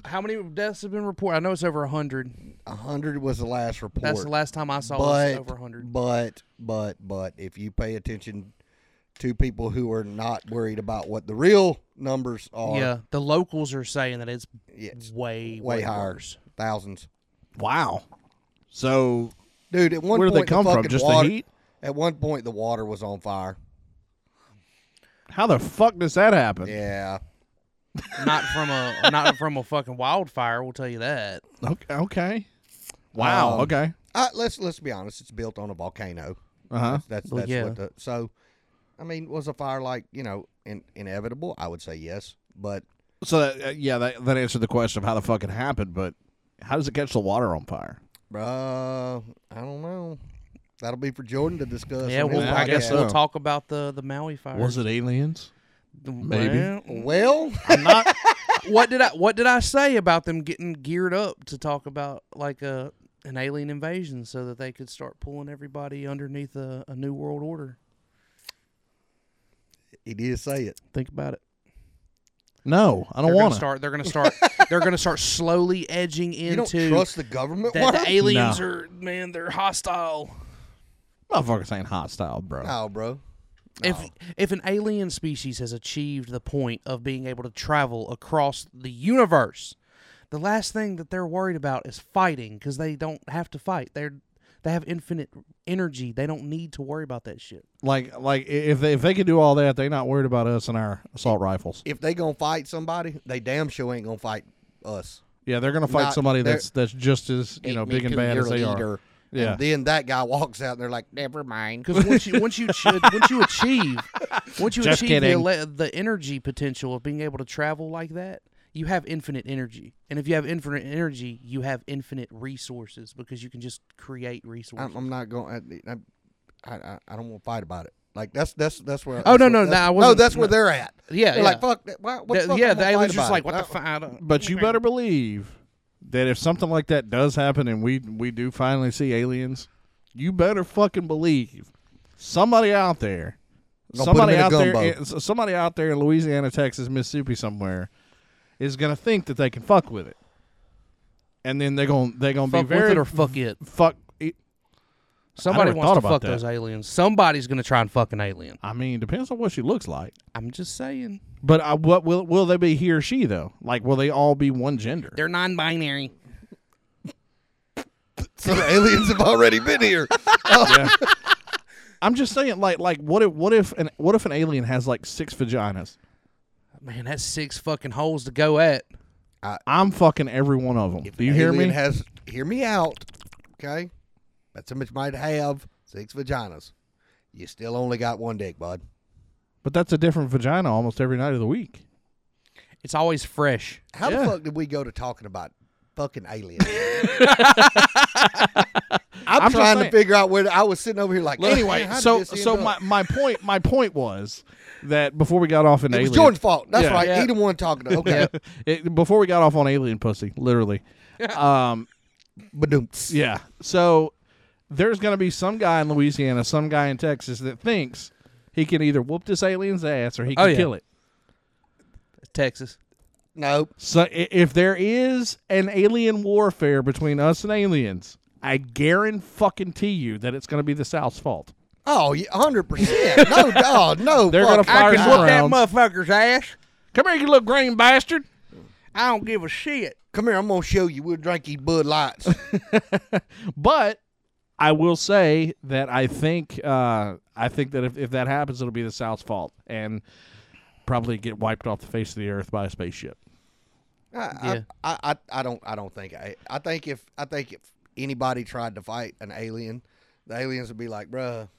[SPEAKER 3] How many deaths have been reported? I know it's over hundred.
[SPEAKER 4] A hundred was the last report.
[SPEAKER 3] That's the last time I saw
[SPEAKER 4] but,
[SPEAKER 3] it was over hundred.
[SPEAKER 4] But but but if you pay attention to people who are not worried about what the real numbers are,
[SPEAKER 3] Yeah, the locals are saying that it's
[SPEAKER 4] it's
[SPEAKER 3] way
[SPEAKER 4] way, higher,
[SPEAKER 3] worse.
[SPEAKER 4] thousands.
[SPEAKER 2] Wow. So
[SPEAKER 4] Dude, at one
[SPEAKER 2] Where do
[SPEAKER 4] point
[SPEAKER 2] they come
[SPEAKER 4] the
[SPEAKER 2] from?
[SPEAKER 4] fucking
[SPEAKER 2] Just the
[SPEAKER 4] water,
[SPEAKER 2] heat?
[SPEAKER 4] At one point, the water was on fire.
[SPEAKER 2] how the fuck does that happen?
[SPEAKER 4] Yeah,
[SPEAKER 3] not from a not from a fucking wildfire. We'll tell you that.
[SPEAKER 2] Okay. okay. Wow.
[SPEAKER 4] Um,
[SPEAKER 2] okay.
[SPEAKER 4] uh, let's let's be honest. It's built on a volcano.
[SPEAKER 2] Uh huh.
[SPEAKER 4] That's
[SPEAKER 3] Well,
[SPEAKER 4] that's
[SPEAKER 3] yeah.
[SPEAKER 4] what the so. I mean, was a fire like you know in, inevitable? I would say yes, but
[SPEAKER 2] So that, uh, yeah, that, that answered the question of how the fuck it happened, but how does it catch the water on fire?
[SPEAKER 4] Uh, I don't know. That'll be for Jordan to discuss.
[SPEAKER 3] yeah,
[SPEAKER 4] on
[SPEAKER 3] well,
[SPEAKER 4] his
[SPEAKER 3] I guess
[SPEAKER 4] podcast.
[SPEAKER 2] so.
[SPEAKER 3] we'll talk about the the Maui fire.
[SPEAKER 2] it aliens? maybe.
[SPEAKER 4] Well,
[SPEAKER 2] Not.
[SPEAKER 3] what did I what did I say about them getting geared up to talk about like a an alien invasion so that they could start pulling everybody underneath a, a new world order?
[SPEAKER 4] he did say it.
[SPEAKER 3] Think about it.
[SPEAKER 2] no, I don't
[SPEAKER 3] They're
[SPEAKER 2] want
[SPEAKER 3] gonna
[SPEAKER 2] to.
[SPEAKER 3] start. They're gonna start. they're gonna start slowly edging
[SPEAKER 4] You don't
[SPEAKER 3] into
[SPEAKER 4] trust the government?
[SPEAKER 3] that
[SPEAKER 4] Warren?
[SPEAKER 3] the aliens are man. They're hostile.
[SPEAKER 2] Motherfuckers ain't hostile, bro.
[SPEAKER 4] Oh, bro.
[SPEAKER 3] If if an alien species has achieved the point of being able to travel across the universe, the last thing that they're worried about is fighting because they don't have to fight. They're they have infinite energy. They don't need to worry about that shit.
[SPEAKER 2] Like, like i- if they if they could do all that, they not worried about us and our assault rifles.
[SPEAKER 4] If they gonna fight somebody, they damn sure ain't gonna fight us.
[SPEAKER 2] Yeah, they're gonna fight
[SPEAKER 4] Not-
[SPEAKER 2] somebody
[SPEAKER 4] they're-
[SPEAKER 2] that's that's just as you know
[SPEAKER 4] Ain't
[SPEAKER 2] big
[SPEAKER 4] me
[SPEAKER 2] and
[SPEAKER 4] too,
[SPEAKER 2] bad
[SPEAKER 4] you're
[SPEAKER 2] as they
[SPEAKER 4] leader.
[SPEAKER 2] are. Yeah.
[SPEAKER 4] And then that guy walks out and they're like, never mind.
[SPEAKER 3] Because once you once you ch- once you achieve once you
[SPEAKER 2] Just
[SPEAKER 3] achieve the,
[SPEAKER 2] kidding.
[SPEAKER 3] ele- the energy potential of being able to travel like that, you have infinite energy. And if you have infinite energy, you have infinite resources because you can just create resources.
[SPEAKER 4] I'm, I'm not going. I, I, I, I don't want to fight about it. Like that's that's that's where.
[SPEAKER 3] Oh,
[SPEAKER 4] that's
[SPEAKER 3] no,
[SPEAKER 4] where-
[SPEAKER 3] no,
[SPEAKER 4] that's-
[SPEAKER 3] no, I
[SPEAKER 4] no.
[SPEAKER 3] wasn't-
[SPEAKER 4] That's where
[SPEAKER 3] no.
[SPEAKER 4] they're at.
[SPEAKER 3] yeah,
[SPEAKER 4] They're
[SPEAKER 3] yeah.
[SPEAKER 4] like fuck. that- Why, what
[SPEAKER 3] The-
[SPEAKER 4] the, fuck
[SPEAKER 3] yeah,
[SPEAKER 4] I'm
[SPEAKER 3] the
[SPEAKER 4] gonna
[SPEAKER 3] aliens
[SPEAKER 4] fight
[SPEAKER 3] just
[SPEAKER 4] about
[SPEAKER 3] like
[SPEAKER 4] it?
[SPEAKER 3] what the
[SPEAKER 4] No.
[SPEAKER 3] fuck. I don't-
[SPEAKER 2] But you better believe that if something like that does happen and we we do finally see aliens, you better fucking believe somebody out there,
[SPEAKER 4] Gonna put 'em
[SPEAKER 2] somebody
[SPEAKER 4] in a
[SPEAKER 2] out there,
[SPEAKER 4] gumbo.
[SPEAKER 2] in- s- somebody out there in Louisiana, Texas, Mississippi, somewhere, is gonna think that they can fuck with it, and then they're gonna they're gonna
[SPEAKER 3] Fuck
[SPEAKER 2] be very
[SPEAKER 3] with it or fuck it.
[SPEAKER 2] fuck. e, It.
[SPEAKER 3] Somebody
[SPEAKER 2] never
[SPEAKER 3] wants to
[SPEAKER 2] thought about
[SPEAKER 3] fuck
[SPEAKER 2] that.
[SPEAKER 3] those aliens. Somebody's gonna try and fuck an alien.
[SPEAKER 2] I mean, depends on what she looks like.
[SPEAKER 3] I'm just saying.
[SPEAKER 2] But I, what will will they be he or she though? Like, will they all be one gender?
[SPEAKER 3] They're non-binary.
[SPEAKER 4] So the aliens have already been here.
[SPEAKER 2] I'm just saying, like, like what if what if an what if an alien has like six vaginas?
[SPEAKER 3] Man, that's six fucking holes to go at.
[SPEAKER 2] I'm fucking every one of them. Do you hear me?
[SPEAKER 4] Alien Has hear me out. Okay, that somebody might have six vaginas. You still only got one dick, bud.
[SPEAKER 2] but that's a different vagina almost every night of the week.
[SPEAKER 3] It's always fresh.
[SPEAKER 4] How
[SPEAKER 2] Yeah.
[SPEAKER 4] the fuck did we go to talking about fucking aliens? I'm,
[SPEAKER 2] I'm just
[SPEAKER 4] trying to
[SPEAKER 2] saying.
[SPEAKER 4] figure out where I was sitting over here like
[SPEAKER 2] Anyway,
[SPEAKER 4] "Man, how did
[SPEAKER 2] so
[SPEAKER 4] this end
[SPEAKER 2] so
[SPEAKER 4] up?"
[SPEAKER 2] my, my point my point was that before we got off an
[SPEAKER 4] It was
[SPEAKER 2] alien,
[SPEAKER 4] Jordan's fault. That's
[SPEAKER 2] Yeah.
[SPEAKER 4] right.
[SPEAKER 3] Yeah.
[SPEAKER 4] He the one talking to. Okay.
[SPEAKER 2] it, before we got off on alien pussy, literally, um,
[SPEAKER 4] Badoomts.
[SPEAKER 2] Yeah. So there's going to be some guy in Louisiana, some guy in Texas that thinks he can either whoop this alien's ass or he can
[SPEAKER 3] Oh, yeah.
[SPEAKER 2] kill it.
[SPEAKER 3] Texas.
[SPEAKER 4] Nope.
[SPEAKER 2] So i- if there is an alien warfare between us and aliens, I guarantee fucking you that it's going to be the South's fault.
[SPEAKER 4] Oh, hundred percent. No, dog, no.
[SPEAKER 2] They're
[SPEAKER 4] fuck.
[SPEAKER 2] gonna fire
[SPEAKER 4] I
[SPEAKER 2] some
[SPEAKER 4] can-
[SPEAKER 2] rounds.
[SPEAKER 3] motherfucker's ass.
[SPEAKER 2] Come here, you little green bastard.
[SPEAKER 3] I don't give a shit.
[SPEAKER 4] Come here. I'm gonna show you. We'll drink these Bud Lights.
[SPEAKER 2] But I will say that I think uh, I think that if, if that happens, it'll be the South's fault and probably get wiped off the face of the earth by a spaceship.
[SPEAKER 4] I, I-
[SPEAKER 3] Yeah.
[SPEAKER 4] I, I, I don't, I don't think. I, I think if, I think if anybody tried to fight an alien, the aliens would be like, "Bruh,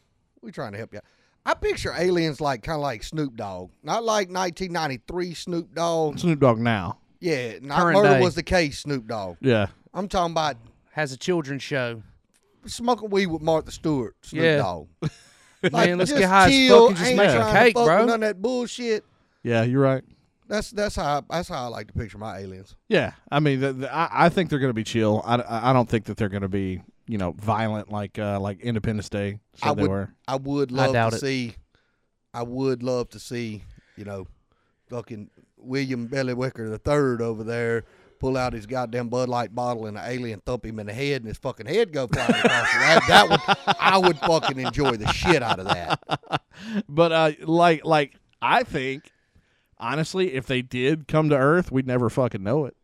[SPEAKER 4] we trying to help you." out." I picture aliens like kind of like Snoop Dogg, not like 1993 Snoop Dogg.
[SPEAKER 2] Snoop Dogg now.
[SPEAKER 4] Yeah, not
[SPEAKER 3] Current
[SPEAKER 4] murder
[SPEAKER 3] day.
[SPEAKER 4] was the case. Snoop Dogg.
[SPEAKER 2] Yeah.
[SPEAKER 4] I'm talking about
[SPEAKER 3] Has a children's show.
[SPEAKER 4] smoking weed with Martha Stewart. Snoop
[SPEAKER 3] Yeah.
[SPEAKER 4] Dogg.
[SPEAKER 3] Man, let's
[SPEAKER 4] just
[SPEAKER 3] get high as
[SPEAKER 4] chill,
[SPEAKER 3] fuck and just
[SPEAKER 4] ain't
[SPEAKER 3] make a
[SPEAKER 4] trying to
[SPEAKER 3] cake,
[SPEAKER 4] fuck with
[SPEAKER 3] bro.
[SPEAKER 4] None of that bullshit.
[SPEAKER 2] Yeah, you're right.
[SPEAKER 4] That's that's how that's how I like to picture my aliens.
[SPEAKER 2] Yeah, I mean, the, the, I, I think they're going to be chill. I, I I don't think that they're going to be you know violent like uh, like Independence Day said
[SPEAKER 4] I
[SPEAKER 2] they
[SPEAKER 4] would
[SPEAKER 2] were.
[SPEAKER 4] I would
[SPEAKER 3] I
[SPEAKER 4] love
[SPEAKER 3] doubt
[SPEAKER 4] to
[SPEAKER 3] it.
[SPEAKER 4] see. I would love to see you know, fucking William Bellywicker the third over there pull out his goddamn Bud Light bottle and an alien thump him in the head and his fucking head go flying across. the That, that would I would fucking enjoy the shit out of that.
[SPEAKER 2] But uh, like like I think honestly, if they did come to Earth, we'd never fucking know it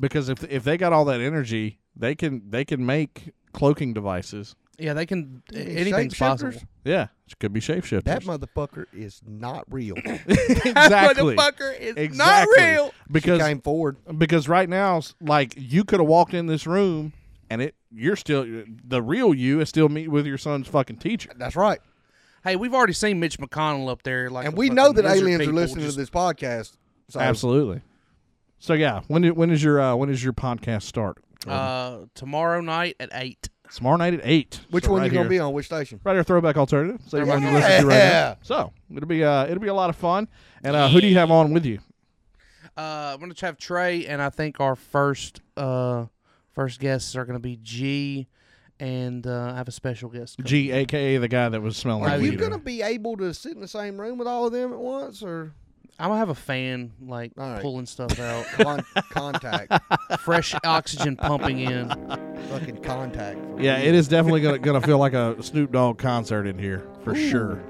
[SPEAKER 2] because if if they got all that energy, they can they can make cloaking devices.
[SPEAKER 3] Yeah, they can.
[SPEAKER 4] mean
[SPEAKER 3] Anything's possible.
[SPEAKER 4] shapeshifters?
[SPEAKER 2] Yeah, it could be shapeshifters.
[SPEAKER 4] That motherfucker is not real.
[SPEAKER 2] exactly.
[SPEAKER 3] is
[SPEAKER 2] exactly. Because
[SPEAKER 4] Came forward.
[SPEAKER 2] because right now s- like you could have walked in this room and it you're still the real you is still meet with your son's fucking teacher
[SPEAKER 4] That's right.
[SPEAKER 3] Hey, we've already seen Mitch McConnell up there. Like,
[SPEAKER 4] And
[SPEAKER 3] a
[SPEAKER 4] we know
[SPEAKER 3] fucking
[SPEAKER 4] that
[SPEAKER 3] lizard
[SPEAKER 4] aliens are
[SPEAKER 3] people,
[SPEAKER 4] listening
[SPEAKER 3] just-
[SPEAKER 4] to this podcast. So
[SPEAKER 2] absolutely so yeah when do, when is your uh, when is your podcast start Jordan?
[SPEAKER 3] Uh, tomorrow night at eight.
[SPEAKER 2] tomorrow night at 8
[SPEAKER 4] Which
[SPEAKER 2] So
[SPEAKER 4] one
[SPEAKER 2] right
[SPEAKER 4] you gonna
[SPEAKER 2] here.
[SPEAKER 4] be on? Which station?
[SPEAKER 2] right here throwback alternative so you're
[SPEAKER 4] Throwback
[SPEAKER 2] you listen to right
[SPEAKER 4] Yeah.
[SPEAKER 2] now. so it'll be uh it'll be a lot of fun and uh who do you have on with you
[SPEAKER 3] Uh, I'm gonna have Trey, and I think our first uh first guests are gonna be G, and uh, I have a special guest. coming.
[SPEAKER 2] g aka the guy that was smelling
[SPEAKER 4] Are
[SPEAKER 2] like
[SPEAKER 4] you
[SPEAKER 2] weed.
[SPEAKER 4] gonna be able to sit in the same room with all of them at once, or
[SPEAKER 3] I'm gonna have a fan like
[SPEAKER 4] All right.
[SPEAKER 3] pulling stuff out,
[SPEAKER 4] Oh, Con- contact,
[SPEAKER 3] fresh oxygen pumping in.
[SPEAKER 4] fucking contact.
[SPEAKER 2] Yeah, it is definitely gonna gonna feel like a Snoop Dogg concert in here for sure.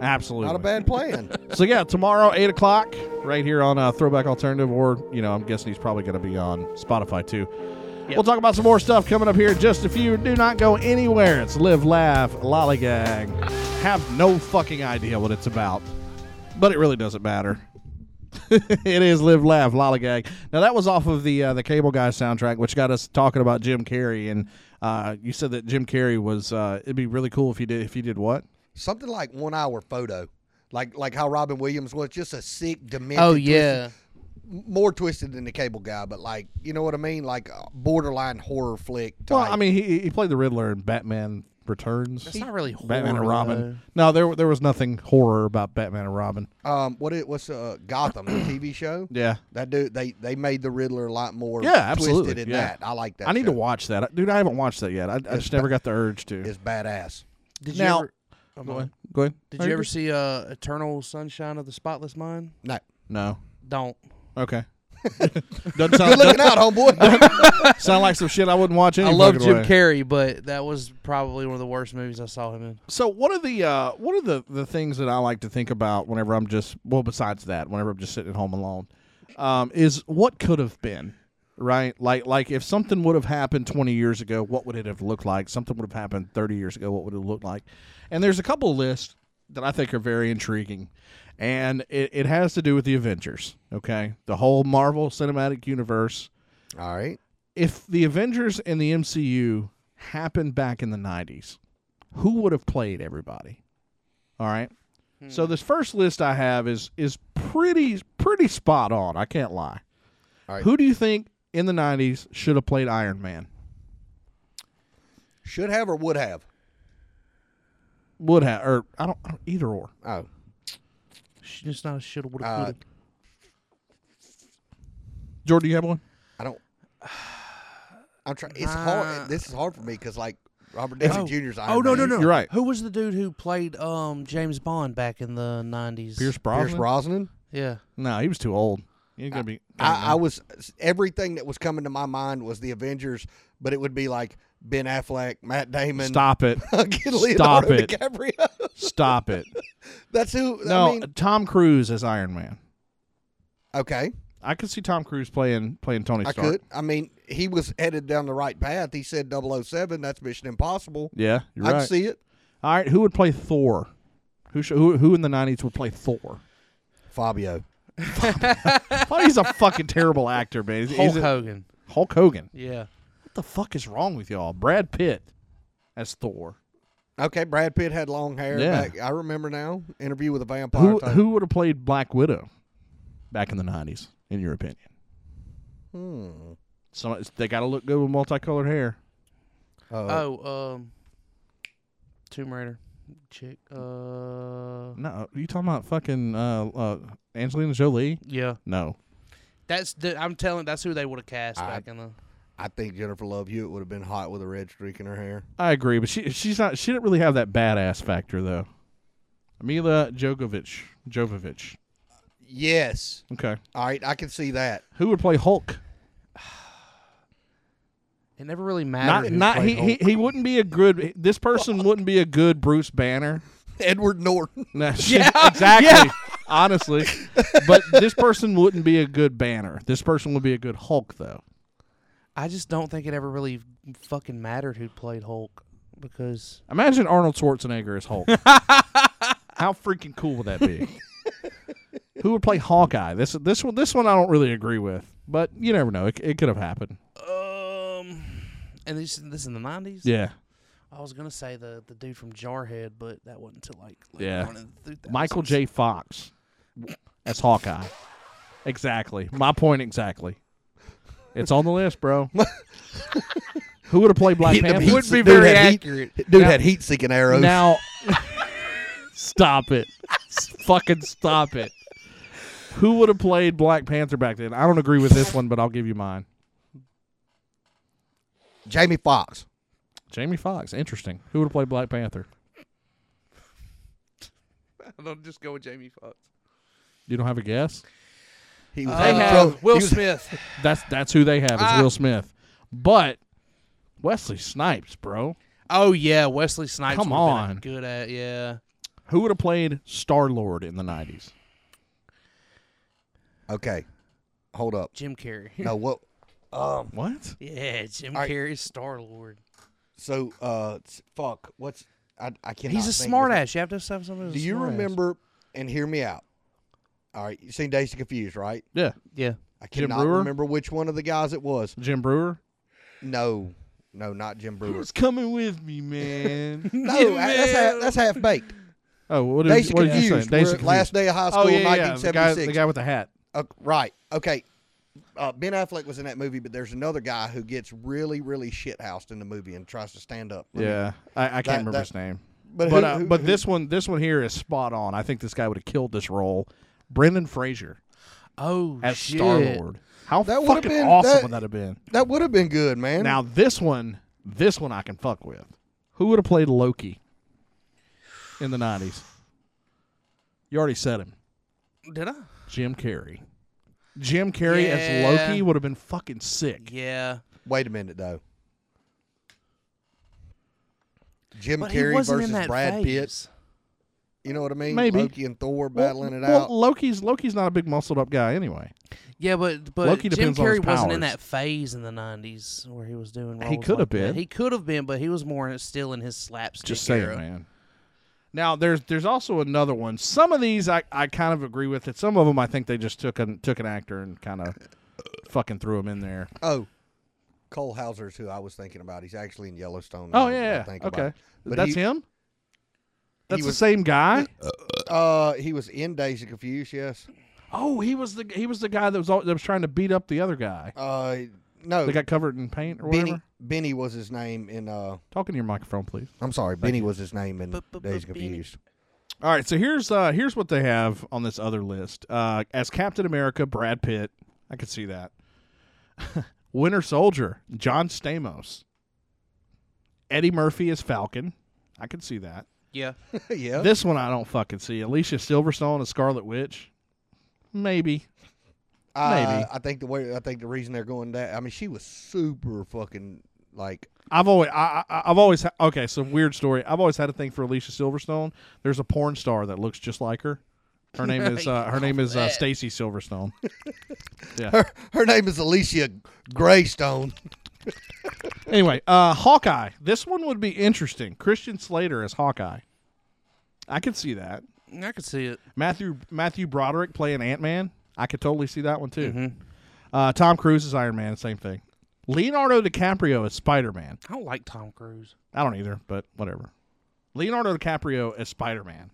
[SPEAKER 2] Absolutely.
[SPEAKER 4] Not a bad plan.
[SPEAKER 2] So yeah, tomorrow eight o'clock, right here on uh, Throwback Alternative, or you know, I'm guessing he's probably going to be on Spotify too. We'll talk about some more stuff coming up here. in Just a few. Do not go anywhere. It's live, laugh, lollygag. Have no fucking idea what it's about, but it really doesn't matter. it is live, laugh, lollygag. Now that was off of the uh, the Cable Guy soundtrack, which got us talking about Jim Carrey. And uh, you said that Jim Carrey was. Uh, it'd be really cool if he did. If he did what?
[SPEAKER 4] Something like one hour photo, like like how Robin Williams was, just a sick, demented.
[SPEAKER 3] Oh
[SPEAKER 4] twisted-
[SPEAKER 3] yeah,
[SPEAKER 4] more twisted than the Cable Guy, but like you know what I mean, like uh, borderline horror flick. Type.
[SPEAKER 2] Well, I mean, he he played the Riddler in Batman Returns.
[SPEAKER 3] it's not really horror.
[SPEAKER 2] Batman and Robin.
[SPEAKER 3] though.
[SPEAKER 2] No, there there was nothing horror about Batman and Robin.
[SPEAKER 4] um, what it, what's uh, Gotham the TV show?
[SPEAKER 2] Yeah.
[SPEAKER 4] That dude, they they made the Riddler a lot more.
[SPEAKER 2] Yeah, absolutely.
[SPEAKER 4] Twisted in
[SPEAKER 2] Yeah.
[SPEAKER 4] that, I like that.
[SPEAKER 2] I need
[SPEAKER 4] show.
[SPEAKER 2] to watch that, dude. I haven't watched that yet. I, I just never got the urge to.
[SPEAKER 4] It's badass.
[SPEAKER 3] Did
[SPEAKER 2] Now-
[SPEAKER 3] you ever, oh, go ahead.
[SPEAKER 2] Go ahead.
[SPEAKER 3] Did you ever see uh, Eternal Sunshine of the Spotless Mind?
[SPEAKER 4] No,
[SPEAKER 2] No.
[SPEAKER 3] Don't.
[SPEAKER 2] Okay. Doesn't sound,
[SPEAKER 4] good looking out, homeboy.
[SPEAKER 2] doesn't sound like some shit I wouldn't watch. Any
[SPEAKER 3] I love
[SPEAKER 2] fucking
[SPEAKER 3] Jim
[SPEAKER 2] way.
[SPEAKER 3] Carrey, but that was probably one of the worst movies I saw him in.
[SPEAKER 2] So one of the uh, one of the the things that I like to think about whenever I'm just well, besides that, whenever I'm just sitting at home alone, um, is what could have been, right? Like like if something would have happened 20 years ago, what would it have looked like? Something would have happened 30 years ago, what would it look like? And there's a couple of lists that I think are very intriguing, and it, it has to do with the Avengers. Okay, the whole Marvel Cinematic Universe
[SPEAKER 4] All right,
[SPEAKER 2] if the Avengers and the MCU happened back in the 90s, who would have played everybody? All right.
[SPEAKER 4] Hmm.
[SPEAKER 2] So this first list I have is is pretty pretty spot on. I can't lie.
[SPEAKER 4] All right.
[SPEAKER 2] Who do you think in the 90s should have played Iron Man?
[SPEAKER 4] should have or would have.
[SPEAKER 2] Would have or I don't, I don't either or.
[SPEAKER 4] Oh,
[SPEAKER 3] Sh- It's not a shoulda, woulda,
[SPEAKER 4] Uh,
[SPEAKER 3] coulda.
[SPEAKER 2] Jordan, do you have one?
[SPEAKER 4] I don't. I'm trying. It's hard. This is hard for me because like Robert Downey Jr.'s. Iron
[SPEAKER 3] oh no, no,
[SPEAKER 4] Man.
[SPEAKER 3] no!
[SPEAKER 2] You're right.
[SPEAKER 3] Who was the dude who played um, James Bond back in the nineties?
[SPEAKER 2] Pierce Brosnan.
[SPEAKER 4] Pierce Brosnan.
[SPEAKER 3] Yeah.
[SPEAKER 2] No, he was too old. He's gonna be.
[SPEAKER 4] I, I was everything that was coming to my mind was the Avengers, but it would be like Ben Affleck, Matt Damon,
[SPEAKER 2] Stop it!
[SPEAKER 4] fucking
[SPEAKER 2] Stop
[SPEAKER 4] Leonardo
[SPEAKER 2] it.
[SPEAKER 4] DiCaprio.
[SPEAKER 2] Stop it!
[SPEAKER 4] That's who.
[SPEAKER 2] No,
[SPEAKER 4] I mean,
[SPEAKER 2] Tom Cruise as Iron Man.
[SPEAKER 4] okay,
[SPEAKER 2] I could see Tom Cruise playing playing Tony
[SPEAKER 4] I
[SPEAKER 2] Stark.
[SPEAKER 4] could. I mean, he was headed down the right path. He said 007, That's Mission Impossible.
[SPEAKER 2] Yeah, you're
[SPEAKER 4] I
[SPEAKER 2] right.
[SPEAKER 4] can see it.
[SPEAKER 2] All right, who would play Thor? Who sh- who, who in the nineties would play Thor?
[SPEAKER 4] Fabio.
[SPEAKER 2] Oh, he's a fucking terrible actor, man. He's,
[SPEAKER 3] Hulk
[SPEAKER 2] he's a-
[SPEAKER 3] Hogan.
[SPEAKER 2] Hulk Hogan.
[SPEAKER 3] Yeah.
[SPEAKER 2] What the fuck is wrong with y'all? Brad Pitt as Thor.
[SPEAKER 4] Okay, Brad Pitt had long hair.
[SPEAKER 2] Yeah.
[SPEAKER 4] Back, I remember now. Interview with a vampire.
[SPEAKER 2] Who
[SPEAKER 4] type.
[SPEAKER 2] who would have played Black Widow back in the nineties? In your opinion? Hmm. So it's- they got to look good with multicolored hair.
[SPEAKER 4] Uh,
[SPEAKER 3] Oh, um, Tomb Raider chick. Uh,
[SPEAKER 2] No, you talking about fucking uh, uh, Angelina Jolie?
[SPEAKER 3] yeah.
[SPEAKER 2] No,
[SPEAKER 3] That's the. I'm telling. That's who they would have cast back in the.
[SPEAKER 4] I think Jennifer Love Hewitt would have been hot with a red streak in her hair.
[SPEAKER 2] I agree, but she she's not. She didn't really have that badass factor though. Mila Jovovich. Jovovich.
[SPEAKER 4] Yes.
[SPEAKER 2] Okay.
[SPEAKER 4] All right, I can see that.
[SPEAKER 2] Who would play Hulk?
[SPEAKER 3] It never really
[SPEAKER 2] Not
[SPEAKER 3] mattered. who
[SPEAKER 2] not
[SPEAKER 3] played
[SPEAKER 2] he,
[SPEAKER 3] Hulk.
[SPEAKER 2] he he wouldn't be a good this person wouldn't be a good Bruce Banner.
[SPEAKER 4] Edward Norton.
[SPEAKER 2] No, she- exactly. Honestly, but this person wouldn't be a good Banner. This person would be a good Hulk though.
[SPEAKER 3] I just don't think it ever really fucking mattered who played Hulk because
[SPEAKER 2] Imagine Arnold Schwarzenegger as Hulk. How freaking cool would that be? Who would play Hawkeye? This this one this one I don't really agree with, but you never know. It, it could have happened.
[SPEAKER 3] um, and this this is in the nineties.
[SPEAKER 2] Yeah.
[SPEAKER 3] I was gonna say the the dude from Jarhead, but that wasn't until like later
[SPEAKER 2] Yeah.
[SPEAKER 3] on in the 2000s.
[SPEAKER 2] Michael J. Fox as Hawkeye. Exactly. My point exactly. It's on the list, bro. Who would have played Black
[SPEAKER 4] Heat-
[SPEAKER 2] Panther?
[SPEAKER 3] would be
[SPEAKER 4] dude
[SPEAKER 3] very
[SPEAKER 4] had heat-
[SPEAKER 3] accurate.
[SPEAKER 4] dude had heat seeking arrows.
[SPEAKER 2] Now, stop it. S- Fucking stop it. Who would have played Black Panther back then? I don't agree with this one, but I'll give you mine.
[SPEAKER 4] Jamie Foxx.
[SPEAKER 2] Jamie Foxx. Interesting. Who would have played Black Panther?
[SPEAKER 3] I'll just go with Jamie Foxx.
[SPEAKER 2] You don't have a guess?
[SPEAKER 4] He was
[SPEAKER 3] They
[SPEAKER 4] having
[SPEAKER 3] have
[SPEAKER 4] trouble-
[SPEAKER 3] uh, Will
[SPEAKER 4] he was-
[SPEAKER 3] Smith.
[SPEAKER 2] That's that's who they have is
[SPEAKER 3] Ah.
[SPEAKER 2] Will Smith. But Wesley Snipes, bro.
[SPEAKER 3] Oh yeah, Wesley Snipes.
[SPEAKER 2] Come
[SPEAKER 3] would've been
[SPEAKER 2] on.
[SPEAKER 3] good at yeah.
[SPEAKER 2] Who would have played Star Lord in the nineties?
[SPEAKER 4] Okay, hold up.
[SPEAKER 3] Jim Carrey.
[SPEAKER 4] No, what? Um,
[SPEAKER 2] What?
[SPEAKER 3] Yeah, Jim
[SPEAKER 4] All right.
[SPEAKER 3] Carrey, Star Lord.
[SPEAKER 4] so uh, s- fuck. What's I? I can't.
[SPEAKER 3] He's a smart ass. You have to have something.
[SPEAKER 4] Do you remember? And hear me out. All right, you seen Days to Confuse, right?
[SPEAKER 2] Yeah.
[SPEAKER 3] Yeah.
[SPEAKER 4] I
[SPEAKER 2] Jim
[SPEAKER 4] cannot
[SPEAKER 2] Brewer?
[SPEAKER 4] remember which one of the guys it was.
[SPEAKER 2] Jim Brewer?
[SPEAKER 4] No, no, not Jim Brewer.
[SPEAKER 2] coming with me, man?
[SPEAKER 4] No, I- that's half, that's half baked.
[SPEAKER 2] oh, what did,
[SPEAKER 4] Days to
[SPEAKER 2] what did you say?
[SPEAKER 4] Confuse.
[SPEAKER 2] Days
[SPEAKER 4] were
[SPEAKER 2] to
[SPEAKER 4] Last
[SPEAKER 2] Confuse.
[SPEAKER 4] day of high school,
[SPEAKER 2] Oh yeah, yeah. The guy,
[SPEAKER 4] 1976.
[SPEAKER 2] the guy with the hat.
[SPEAKER 4] Uh, right. Okay. Uh, ben Affleck was in that movie, but there's another guy who gets really, really shithoused in the movie and tries to stand up. I mean,
[SPEAKER 2] Yeah, I, I can't remember
[SPEAKER 4] that-
[SPEAKER 2] his name.
[SPEAKER 4] but
[SPEAKER 2] But
[SPEAKER 4] who-
[SPEAKER 2] uh,
[SPEAKER 4] who-
[SPEAKER 2] but
[SPEAKER 4] who-
[SPEAKER 2] this one this one here is spot on. I think this guy would have killed this role. Brendan Fraser
[SPEAKER 3] Oh
[SPEAKER 2] as
[SPEAKER 3] shit.
[SPEAKER 2] Star Lord. How
[SPEAKER 4] That would've
[SPEAKER 2] fucking
[SPEAKER 4] been-
[SPEAKER 2] awesome
[SPEAKER 4] that-
[SPEAKER 2] would that have been?
[SPEAKER 4] that would have been good, man.
[SPEAKER 2] Now this one, this one I can fuck with. Who would have played Loki in the nineties? You already said him,
[SPEAKER 3] Did I?
[SPEAKER 2] Jim Carrey. Jim Carrey as
[SPEAKER 3] Yeah.
[SPEAKER 2] Loki would have been fucking sick.
[SPEAKER 3] Yeah.
[SPEAKER 4] wait a minute though. Jim
[SPEAKER 3] But he
[SPEAKER 4] Carrey
[SPEAKER 3] wasn't in
[SPEAKER 4] versus
[SPEAKER 3] that
[SPEAKER 4] Brad Pitt.
[SPEAKER 3] phase.
[SPEAKER 4] You know what I mean?
[SPEAKER 2] Maybe.
[SPEAKER 4] Loki and
[SPEAKER 2] Well-
[SPEAKER 4] Thor battling it
[SPEAKER 2] well,
[SPEAKER 4] out.
[SPEAKER 2] Loki's Loki's not a big muscled up guy anyway.
[SPEAKER 3] Yeah, but but
[SPEAKER 2] Loki
[SPEAKER 3] Jim
[SPEAKER 2] depends on his
[SPEAKER 3] Carrey wasn't in
[SPEAKER 2] powers.
[SPEAKER 3] that phase in the '90s where he was doing.
[SPEAKER 2] He
[SPEAKER 3] roles
[SPEAKER 2] could have
[SPEAKER 3] like that.
[SPEAKER 2] been.
[SPEAKER 3] He could have been, but he was more in- still in his slapstick
[SPEAKER 2] Just saying,
[SPEAKER 3] era.
[SPEAKER 2] man. Now there's there's also another one. Some of these I, I kind of agree with it. Some of them I think they just took an took an actor and kind of fucking threw him in there.
[SPEAKER 4] oh, Cole Hauser's who I was thinking about. He's actually in Yellowstone. now
[SPEAKER 2] Oh
[SPEAKER 4] that I
[SPEAKER 2] yeah, yeah.
[SPEAKER 4] think about
[SPEAKER 2] okay.
[SPEAKER 4] it. But
[SPEAKER 2] That's
[SPEAKER 4] he-
[SPEAKER 2] him. That's the
[SPEAKER 4] was-
[SPEAKER 2] same guy.
[SPEAKER 4] Uh, he was in Days of Confused. Yes.
[SPEAKER 2] Oh, he was the he was the guy that was all, that was trying to beat up the other guy.
[SPEAKER 4] Uh, no.
[SPEAKER 2] They got covered in paint or whatever.
[SPEAKER 4] Benny. Benny was his name in. Uh,
[SPEAKER 2] Talking to your microphone, please.
[SPEAKER 4] I'm sorry, Benny was his name in
[SPEAKER 3] Bu- bu- bu-
[SPEAKER 4] Days of
[SPEAKER 3] Benny.
[SPEAKER 4] Confused.
[SPEAKER 2] All right, so here's uh here's what they have on this other list. Uh, as Captain America, Brad Pitt. I could see that. Winter Soldier, John Stamos. Eddie Murphy as Falcon. I could see that.
[SPEAKER 3] Yeah,
[SPEAKER 4] yeah.
[SPEAKER 2] This one I don't fucking see. Alicia Silverstone as Scarlet Witch. Maybe.
[SPEAKER 4] Uh,
[SPEAKER 2] maybe.
[SPEAKER 4] I think the way I think the reason they're going that I mean she was super fucking like
[SPEAKER 2] I've always, I, I, I've always, ha- okay. So weird story. I've always had a thing for Alicia Silverstone. There's a porn star that looks just like her. Her name is, uh, her name is uh, Stacy Silverstone.
[SPEAKER 4] her, her name is Alicia Greystone.
[SPEAKER 2] Anyway, uh, Hawkeye. This one would be interesting. Christian Slater as Hawkeye. I could see that.
[SPEAKER 3] I could see it.
[SPEAKER 2] Matthew Matthew Broderick playing Ant Man. I could totally see that one too.
[SPEAKER 4] Mm-hmm.
[SPEAKER 2] Uh, Tom Cruise as Iron Man. Same thing. Leonardo DiCaprio as Spider Man.
[SPEAKER 3] I don't like Tom Cruise.
[SPEAKER 2] I don't either, but whatever. Leonardo DiCaprio as Spider Man.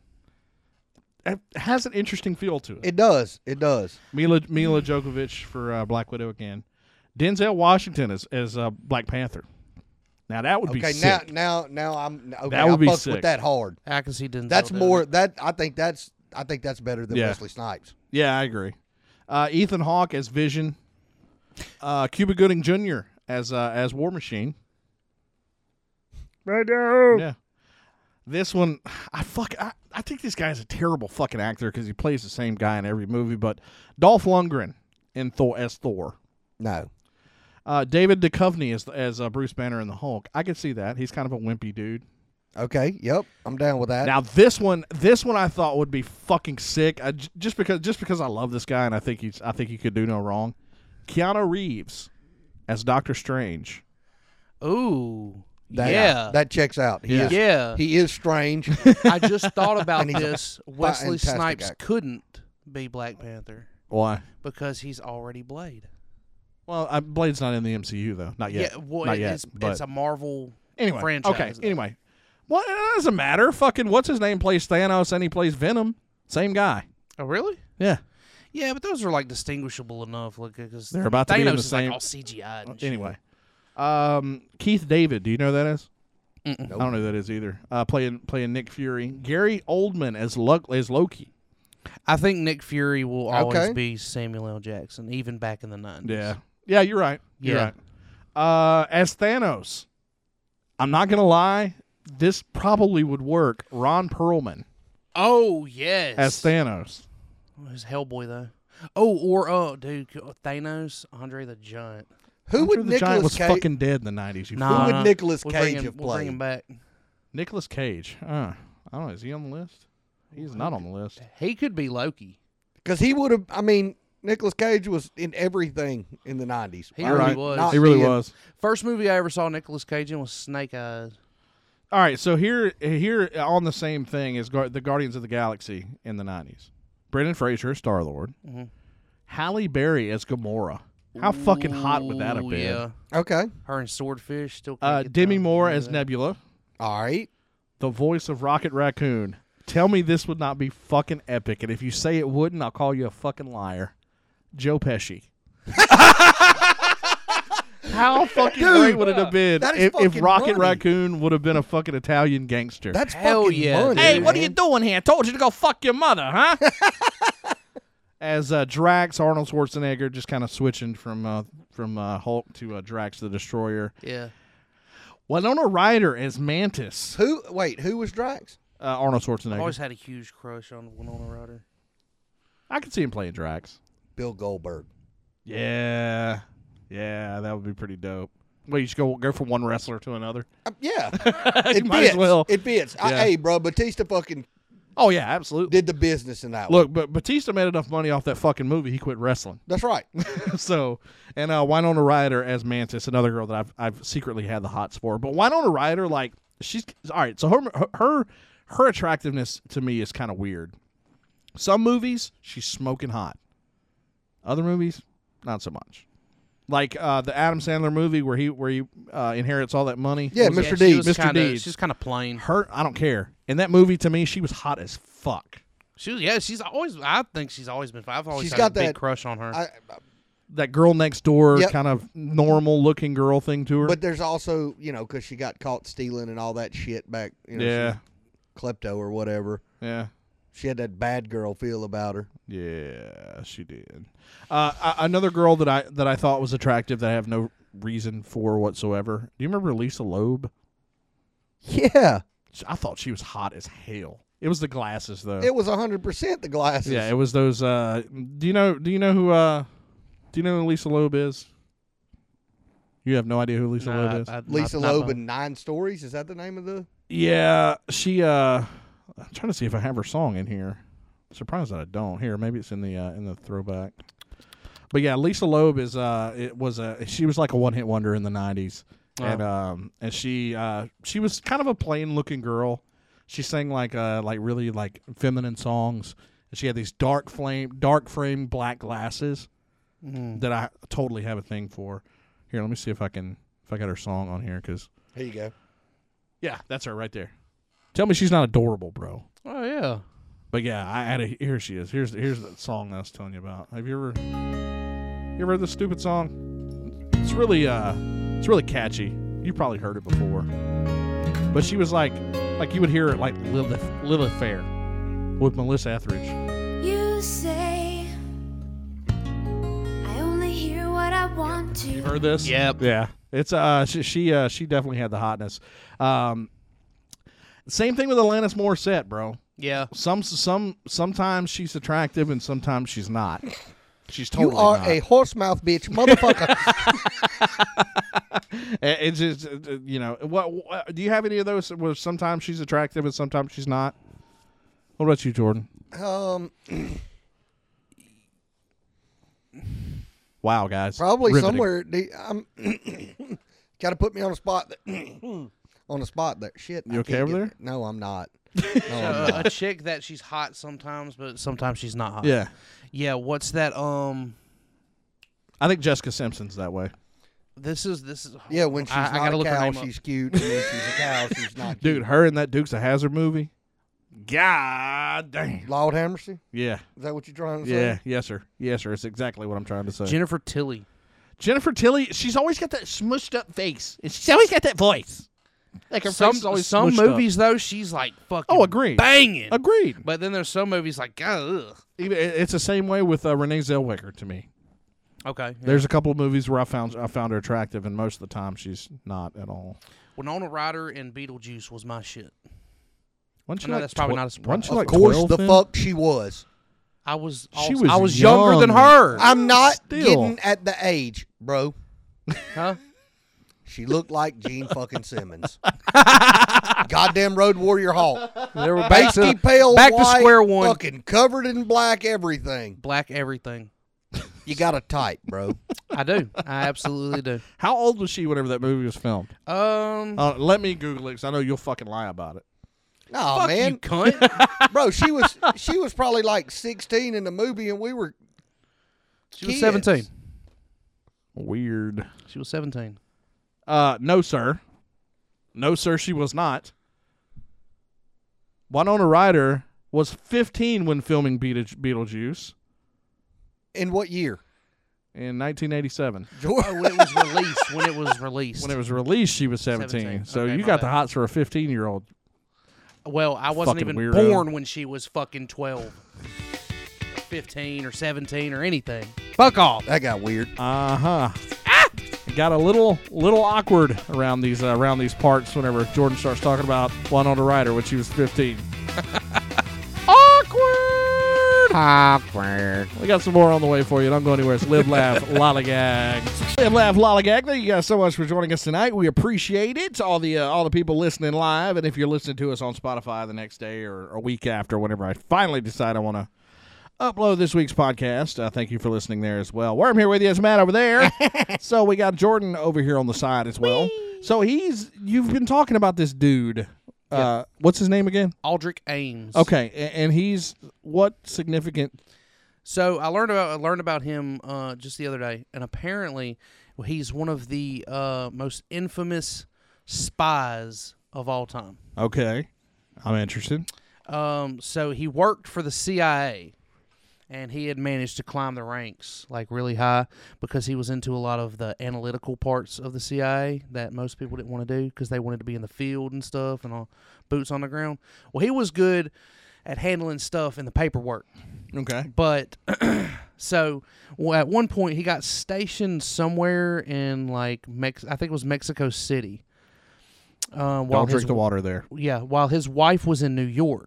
[SPEAKER 2] It has an interesting feel to it.
[SPEAKER 4] It does. It does.
[SPEAKER 2] Mila Mila Djokovic for uh, Black Widow again. Denzel Washington as as uh, Black Panther. Now that would be
[SPEAKER 4] Okay, now
[SPEAKER 2] sick.
[SPEAKER 4] now now I'm okay,
[SPEAKER 2] That would
[SPEAKER 4] I
[SPEAKER 2] be
[SPEAKER 4] fucked
[SPEAKER 2] sick.
[SPEAKER 4] with that hard.
[SPEAKER 3] I can see Denzel.
[SPEAKER 4] That's
[SPEAKER 3] doing
[SPEAKER 4] more
[SPEAKER 3] it.
[SPEAKER 4] that I think that's I think that's better than
[SPEAKER 2] Yeah.
[SPEAKER 4] Wesley Snipes.
[SPEAKER 2] yeah, I agree. Uh, Ethan Hawke as Vision. Uh, Cuba Gooding Jr. as uh, as War Machine. Right Yeah. This one, I fuck. I, I think this guy's a terrible fucking actor because he plays the same guy in every movie. But Dolph Lundgren in Thor as Thor.
[SPEAKER 4] No.
[SPEAKER 2] Uh, David Duchovny as as uh, Bruce Banner in the Hulk. I could see that. He's kind of a wimpy dude.
[SPEAKER 4] Okay. Yep. I'm down with that.
[SPEAKER 2] Now this one, this one I thought would be fucking sick. I, j- just because, just because I love this guy and I think he's, I think he could do no wrong. Keanu Reeves as Doctor Strange.
[SPEAKER 3] Ooh.
[SPEAKER 4] that,
[SPEAKER 3] yeah.
[SPEAKER 4] That checks out. He
[SPEAKER 2] Yeah.
[SPEAKER 4] is
[SPEAKER 3] yeah.
[SPEAKER 4] he is strange.
[SPEAKER 3] I just thought about
[SPEAKER 4] And he's a
[SPEAKER 3] this. Wesley
[SPEAKER 4] fantastic
[SPEAKER 3] Snipes
[SPEAKER 4] actor.
[SPEAKER 3] couldn't be Black Panther
[SPEAKER 2] Why?
[SPEAKER 3] because he's already Blade.
[SPEAKER 2] Well, I, Blade's not in the MCU though. Not yet.
[SPEAKER 3] Yeah. Well,
[SPEAKER 2] not
[SPEAKER 3] it-
[SPEAKER 2] yet.
[SPEAKER 3] it's,
[SPEAKER 2] but
[SPEAKER 3] it's a Marvel
[SPEAKER 2] anyway.
[SPEAKER 3] franchise.
[SPEAKER 2] Okay.
[SPEAKER 3] though.
[SPEAKER 2] Anyway, well, it doesn't matter. Fucking what's his name plays Thanos and he plays Venom. Same guy.
[SPEAKER 3] Oh, really?
[SPEAKER 2] Yeah.
[SPEAKER 3] Yeah, but those are like distinguishable enough, like because
[SPEAKER 2] They're about to be in the
[SPEAKER 3] is
[SPEAKER 2] same-
[SPEAKER 3] like all CGI. And shit.
[SPEAKER 2] Anyway, um, Keith David. Do you know who that is? I don't know who that is either. Uh, playing playing Nick Fury. Gary Oldman as Luck as Loki.
[SPEAKER 3] I think Nick Fury will always
[SPEAKER 4] Okay.
[SPEAKER 3] be Samuel L. Jackson, even back in the nineties.
[SPEAKER 2] Yeah. Yeah, you're right. You're
[SPEAKER 3] Yeah.
[SPEAKER 2] right. Uh, as Thanos, I'm not gonna lie, this probably would work. Ron Perlman
[SPEAKER 3] Oh yes.
[SPEAKER 2] as Thanos.
[SPEAKER 3] Who's Hellboy though? Oh, or oh, dude, Thanos, Andre the Giant.
[SPEAKER 4] Who
[SPEAKER 2] Andre
[SPEAKER 4] would
[SPEAKER 2] the Giant was
[SPEAKER 4] Nicholas Cage?
[SPEAKER 2] fucking dead in the nineties. You
[SPEAKER 3] Nah.
[SPEAKER 4] who
[SPEAKER 2] fool.
[SPEAKER 4] would
[SPEAKER 3] Uh,
[SPEAKER 4] Nicolas
[SPEAKER 3] We'll
[SPEAKER 4] Cage
[SPEAKER 3] bring him,
[SPEAKER 4] have played?
[SPEAKER 3] we'll bring him back.
[SPEAKER 2] Nicolas Cage. Uh, I don't know. Is he on the list? He's not on the list.
[SPEAKER 3] He could be Loki.
[SPEAKER 4] Because he would have. I mean, Nicolas Cage was in everything in the nineties.
[SPEAKER 3] He really
[SPEAKER 2] right.
[SPEAKER 3] was.
[SPEAKER 4] Not-
[SPEAKER 2] He really
[SPEAKER 4] being-
[SPEAKER 2] was.
[SPEAKER 3] First movie I ever saw Nicolas Cage in was Snake Eyes.
[SPEAKER 2] All right, so here here on the same thing is Gar- the Guardians of the Galaxy in the nineties. Brendan Fraser, Star Lord. Halle Berry as Gamora. How fucking hot would that have
[SPEAKER 3] Ooh,
[SPEAKER 2] been?
[SPEAKER 3] Yeah.
[SPEAKER 4] Okay.
[SPEAKER 3] Her and Swordfish still. can't
[SPEAKER 2] Oh, Uh,
[SPEAKER 3] get
[SPEAKER 2] Demi
[SPEAKER 3] down.
[SPEAKER 2] Moore as Nebula,
[SPEAKER 4] All right.
[SPEAKER 2] the voice of Rocket Raccoon. Tell me this would not be fucking epic, and if you say it wouldn't, I'll call you a fucking liar. Joe Pesci. How fucking great would it have been
[SPEAKER 4] that is
[SPEAKER 2] if, if
[SPEAKER 4] fucking
[SPEAKER 2] Rocket
[SPEAKER 4] money.
[SPEAKER 2] Raccoon would have been a fucking Italian gangster?
[SPEAKER 4] That's
[SPEAKER 3] Hell
[SPEAKER 4] fucking
[SPEAKER 3] yeah,
[SPEAKER 4] money.
[SPEAKER 2] Hey,
[SPEAKER 3] Dude,
[SPEAKER 2] what are you doing here? I told you to go fuck your mother, huh? As uh, Drax, Arnold Schwarzenegger just kind of switching from uh, from uh, Hulk to uh, Drax the Destroyer.
[SPEAKER 3] Yeah.
[SPEAKER 2] Winona Ryder as Mantis. Uh,
[SPEAKER 4] Who? Wait, who was Drax?
[SPEAKER 2] Arnold
[SPEAKER 3] I
[SPEAKER 2] Schwarzenegger.
[SPEAKER 3] always had a huge crush on Winona Ryder.
[SPEAKER 2] I could see him playing Drax.
[SPEAKER 4] Bill Goldberg.
[SPEAKER 2] Yeah, yeah, that would be pretty dope. Well, you should go go from one wrestler to another.
[SPEAKER 4] Uh, yeah,
[SPEAKER 2] you
[SPEAKER 4] it
[SPEAKER 2] might
[SPEAKER 4] fits.
[SPEAKER 2] as well.
[SPEAKER 4] It fits. I-
[SPEAKER 2] Yeah.
[SPEAKER 4] hey, bro, Batista fucking
[SPEAKER 2] Oh yeah, absolutely.
[SPEAKER 4] did the business in that. one.
[SPEAKER 2] Look, but Batista made enough money off that fucking movie, he quit wrestling.
[SPEAKER 4] that's right.
[SPEAKER 2] so, and uh, Winona Ryder as Mantis, another girl that I've I've secretly had the hots for. But Winona Ryder, like she's all right. So her her her attractiveness to me is kind of weird. Some movies she's smoking hot. Other movies, not so much. Like uh, the Adam Sandler movie where he where he uh, inherits all that money.
[SPEAKER 4] Yeah,
[SPEAKER 2] What was
[SPEAKER 4] Mr.
[SPEAKER 2] it?
[SPEAKER 4] Deeds,
[SPEAKER 3] was
[SPEAKER 2] Mr.
[SPEAKER 3] Kinda,
[SPEAKER 2] Deeds.
[SPEAKER 3] She's kind of plain.
[SPEAKER 2] Her, I don't care. In that movie, to me, she was hot as fuck.
[SPEAKER 3] She was, yeah, she's always. I think she's always been. I've always
[SPEAKER 4] She's
[SPEAKER 3] had
[SPEAKER 4] got
[SPEAKER 3] a big
[SPEAKER 4] that-
[SPEAKER 3] crush on her.
[SPEAKER 4] I,
[SPEAKER 2] That girl next door,
[SPEAKER 4] Yep.
[SPEAKER 2] kind of normal looking girl thing to her.
[SPEAKER 4] but there's also you know because she got caught stealing and all that shit back. You know, she
[SPEAKER 2] yeah,
[SPEAKER 4] was klepto or whatever.
[SPEAKER 2] yeah.
[SPEAKER 4] She had that bad girl feel about her.
[SPEAKER 2] Yeah, she did. Uh, a- another girl that I that I thought was attractive that I have no reason for whatsoever. Do you remember Lisa Loeb?
[SPEAKER 4] Yeah,
[SPEAKER 2] Sh- I thought she was hot as hell. It was the glasses though.
[SPEAKER 4] it was hundred percent the glasses.
[SPEAKER 2] yeah, it was those. Uh, do you know? Do you know who? Uh, do you know who Lisa Loeb is? You have no idea who Lisa
[SPEAKER 3] Nah,
[SPEAKER 2] Loeb is.
[SPEAKER 3] I- I-
[SPEAKER 4] Lisa
[SPEAKER 3] not- not
[SPEAKER 4] Loeb
[SPEAKER 3] my-
[SPEAKER 4] and Nine Stories. Is that the name of the?
[SPEAKER 2] yeah, she. Uh, I'm trying to see if I have her song in here. Surprised that I don't. Here, maybe it's in the uh, in the throwback. But yeah, Lisa Loeb is uh, it was a she was like a one hit wonder in the '90s, and um, and she uh, she was kind of a plain looking girl. She sang like uh, like really like feminine songs. And she had these dark flame, dark frame black glasses that I totally have a thing for. Here, let me see if I can if I got her song on here because
[SPEAKER 4] Here you go.
[SPEAKER 2] yeah, that's her right there. Tell me she's not adorable, bro.
[SPEAKER 3] Oh yeah.
[SPEAKER 2] But yeah, I had a here she is. Here's here's the song I was telling you about. Have you ever you ever heard this stupid song? It's really uh it's really catchy. You probably heard it before. But she was like like you would hear it like Lilith Lilith Fair with Melissa Etheridge.
[SPEAKER 6] You say I only hear what I want to.
[SPEAKER 2] Heard this?
[SPEAKER 3] Yep.
[SPEAKER 2] Yeah. It's uh she she uh she definitely had the hotness. Um same thing with Alanis Morissette, bro.
[SPEAKER 3] Yeah.
[SPEAKER 2] Some some sometimes she's attractive and sometimes she's not. She's
[SPEAKER 4] You
[SPEAKER 2] totally
[SPEAKER 4] are
[SPEAKER 2] not.
[SPEAKER 4] a horse mouth bitch, motherfucker.
[SPEAKER 2] It- It's just uh, uh, you know what, what- Do you have any of those where sometimes she's attractive and sometimes she's not? What about you, Jordan?
[SPEAKER 4] um,
[SPEAKER 2] Wow, guys,
[SPEAKER 4] probably
[SPEAKER 2] Riveting.
[SPEAKER 4] somewhere. the- I'm got to put me on a spot. That, on a spot there. Shit.
[SPEAKER 2] You
[SPEAKER 4] I
[SPEAKER 2] okay
[SPEAKER 4] can't
[SPEAKER 2] over
[SPEAKER 4] get
[SPEAKER 2] there?
[SPEAKER 4] it. No, I'm not.
[SPEAKER 3] Uh, a chick that she's hot sometimes, but sometimes she's not hot.
[SPEAKER 2] Yeah,
[SPEAKER 3] Yeah. What's that? Um.
[SPEAKER 2] I think Jessica Simpson's that way,
[SPEAKER 3] This is this is.
[SPEAKER 4] Yeah, when she's
[SPEAKER 3] I, I
[SPEAKER 4] not
[SPEAKER 3] gotta
[SPEAKER 4] a
[SPEAKER 3] look her
[SPEAKER 4] cow,
[SPEAKER 3] name up.
[SPEAKER 4] she's cute. And when she's a cow, she's not. Cute.
[SPEAKER 2] dude. Her in that Dukes of Hazard movie. God damn.
[SPEAKER 4] Lord Hammersley.
[SPEAKER 2] Yeah,
[SPEAKER 4] Is that what you're trying to
[SPEAKER 2] yeah,
[SPEAKER 4] say?
[SPEAKER 2] yes, sir, yes, sir. It's exactly what I'm trying to say.
[SPEAKER 3] Jennifer Tilly.
[SPEAKER 2] Jennifer Tilly, she's always got that smushed up face, and she's always got that voice. Like her
[SPEAKER 3] Some
[SPEAKER 2] face is always
[SPEAKER 3] some
[SPEAKER 2] smushed up.
[SPEAKER 3] movies though, she's like fucking.
[SPEAKER 2] Oh, agreed.
[SPEAKER 3] Banging.
[SPEAKER 2] Agreed.
[SPEAKER 3] But then there's some movies like God.
[SPEAKER 2] Even- It's the same way with uh, Renee Zellweger to me.
[SPEAKER 3] Ugh. Okay. Yeah.
[SPEAKER 2] There's a couple of movies where I found I found her attractive, and most of the time she's not at all.
[SPEAKER 3] Winona Ryder and Beetlejuice was my shit.
[SPEAKER 2] Wasn't
[SPEAKER 3] I know that's probably not a surprise.
[SPEAKER 2] wasn't she
[SPEAKER 4] Of
[SPEAKER 2] like
[SPEAKER 4] course,
[SPEAKER 2] 12
[SPEAKER 4] the
[SPEAKER 2] then?
[SPEAKER 4] fuck she was.
[SPEAKER 3] I was
[SPEAKER 2] She
[SPEAKER 3] also- I
[SPEAKER 2] was
[SPEAKER 3] was younger
[SPEAKER 2] young.
[SPEAKER 3] than her.
[SPEAKER 4] I'm not
[SPEAKER 2] Still.
[SPEAKER 4] getting at the age, bro.
[SPEAKER 3] huh?
[SPEAKER 4] She looked like Gene fucking Simmons. Goddamn Road Warrior Hawk.
[SPEAKER 3] There were back
[SPEAKER 4] Pasty
[SPEAKER 3] to
[SPEAKER 4] pale
[SPEAKER 3] back to
[SPEAKER 4] white,
[SPEAKER 3] square one.
[SPEAKER 4] Fucking covered in black everything.
[SPEAKER 3] black everything.
[SPEAKER 4] You got a type, bro.
[SPEAKER 3] I do. I absolutely do.
[SPEAKER 2] How old was she whenever that movie was filmed?
[SPEAKER 3] Um,
[SPEAKER 2] Uh, let me Google it because I know you'll fucking lie about it.
[SPEAKER 4] No,
[SPEAKER 3] fuck
[SPEAKER 4] man.
[SPEAKER 3] you, cunt.
[SPEAKER 4] bro, she was she was probably like 16 in the movie and we were
[SPEAKER 3] She was
[SPEAKER 4] Kids.
[SPEAKER 3] seventeen.
[SPEAKER 2] Weird.
[SPEAKER 3] She was seventeen.
[SPEAKER 2] Uh, no, sir. No, sir, she was not. Winona Ryder was 15 when filming Beetle- Beetlejuice
[SPEAKER 4] in what year?
[SPEAKER 2] in 1987.
[SPEAKER 4] George,
[SPEAKER 3] Oh, when it was released. When it was released.
[SPEAKER 2] When it was released, she was 17.
[SPEAKER 3] 17.
[SPEAKER 2] So
[SPEAKER 3] Okay,
[SPEAKER 2] you
[SPEAKER 3] my
[SPEAKER 2] got the
[SPEAKER 3] bad.
[SPEAKER 2] hots for a 15 year old.
[SPEAKER 3] well, I wasn't
[SPEAKER 2] Fucking
[SPEAKER 3] even
[SPEAKER 2] weirdo.
[SPEAKER 3] born when she was fucking twelve, fifteen, or seventeen, or anything. Fuck off.
[SPEAKER 4] that got weird.
[SPEAKER 2] Uh huh. It Got a little little awkward around these uh, around these parts whenever Jordan starts talking about Winona Ryder when she was 15. awkward.
[SPEAKER 3] Awkward.
[SPEAKER 2] We got some more on the way for you. Don't go anywhere. It's Live, Laugh, Lollygag. Live, Laugh, Lollygag. Thank you guys so much for joining us tonight. We appreciate it. All the uh, all the people listening live, and if you're listening to us on Spotify the next day or a week after, whenever I finally decide I want to upload this week's podcast, uh, thank you for listening there as well. Worm here with you. It's Matt over there. so we got Jordan over here on the side as well. So he's you've been talking about this dude. Uh, what's his name again?
[SPEAKER 3] Aldrich Ames.
[SPEAKER 2] Okay, a- and he's what significant?
[SPEAKER 3] So I learned about I learned about him uh, just the other day, and apparently he's one of the uh, most infamous spies of all time.
[SPEAKER 2] Okay, I'm interested.
[SPEAKER 3] Um, so he worked for the CIA, and he had managed to climb the ranks like really high because he was into a lot of the analytical parts of the CIA that most people didn't want to do because they wanted to be in the field and stuff and all boots on the ground. Well, he was good at handling stuff in the paperwork.
[SPEAKER 2] Okay.
[SPEAKER 3] But so well, at one point he got stationed somewhere in like Mex I think it was Mexico City. Um, while
[SPEAKER 2] Don't
[SPEAKER 3] his
[SPEAKER 2] drink the water there.
[SPEAKER 3] yeah, while his wife was in New York.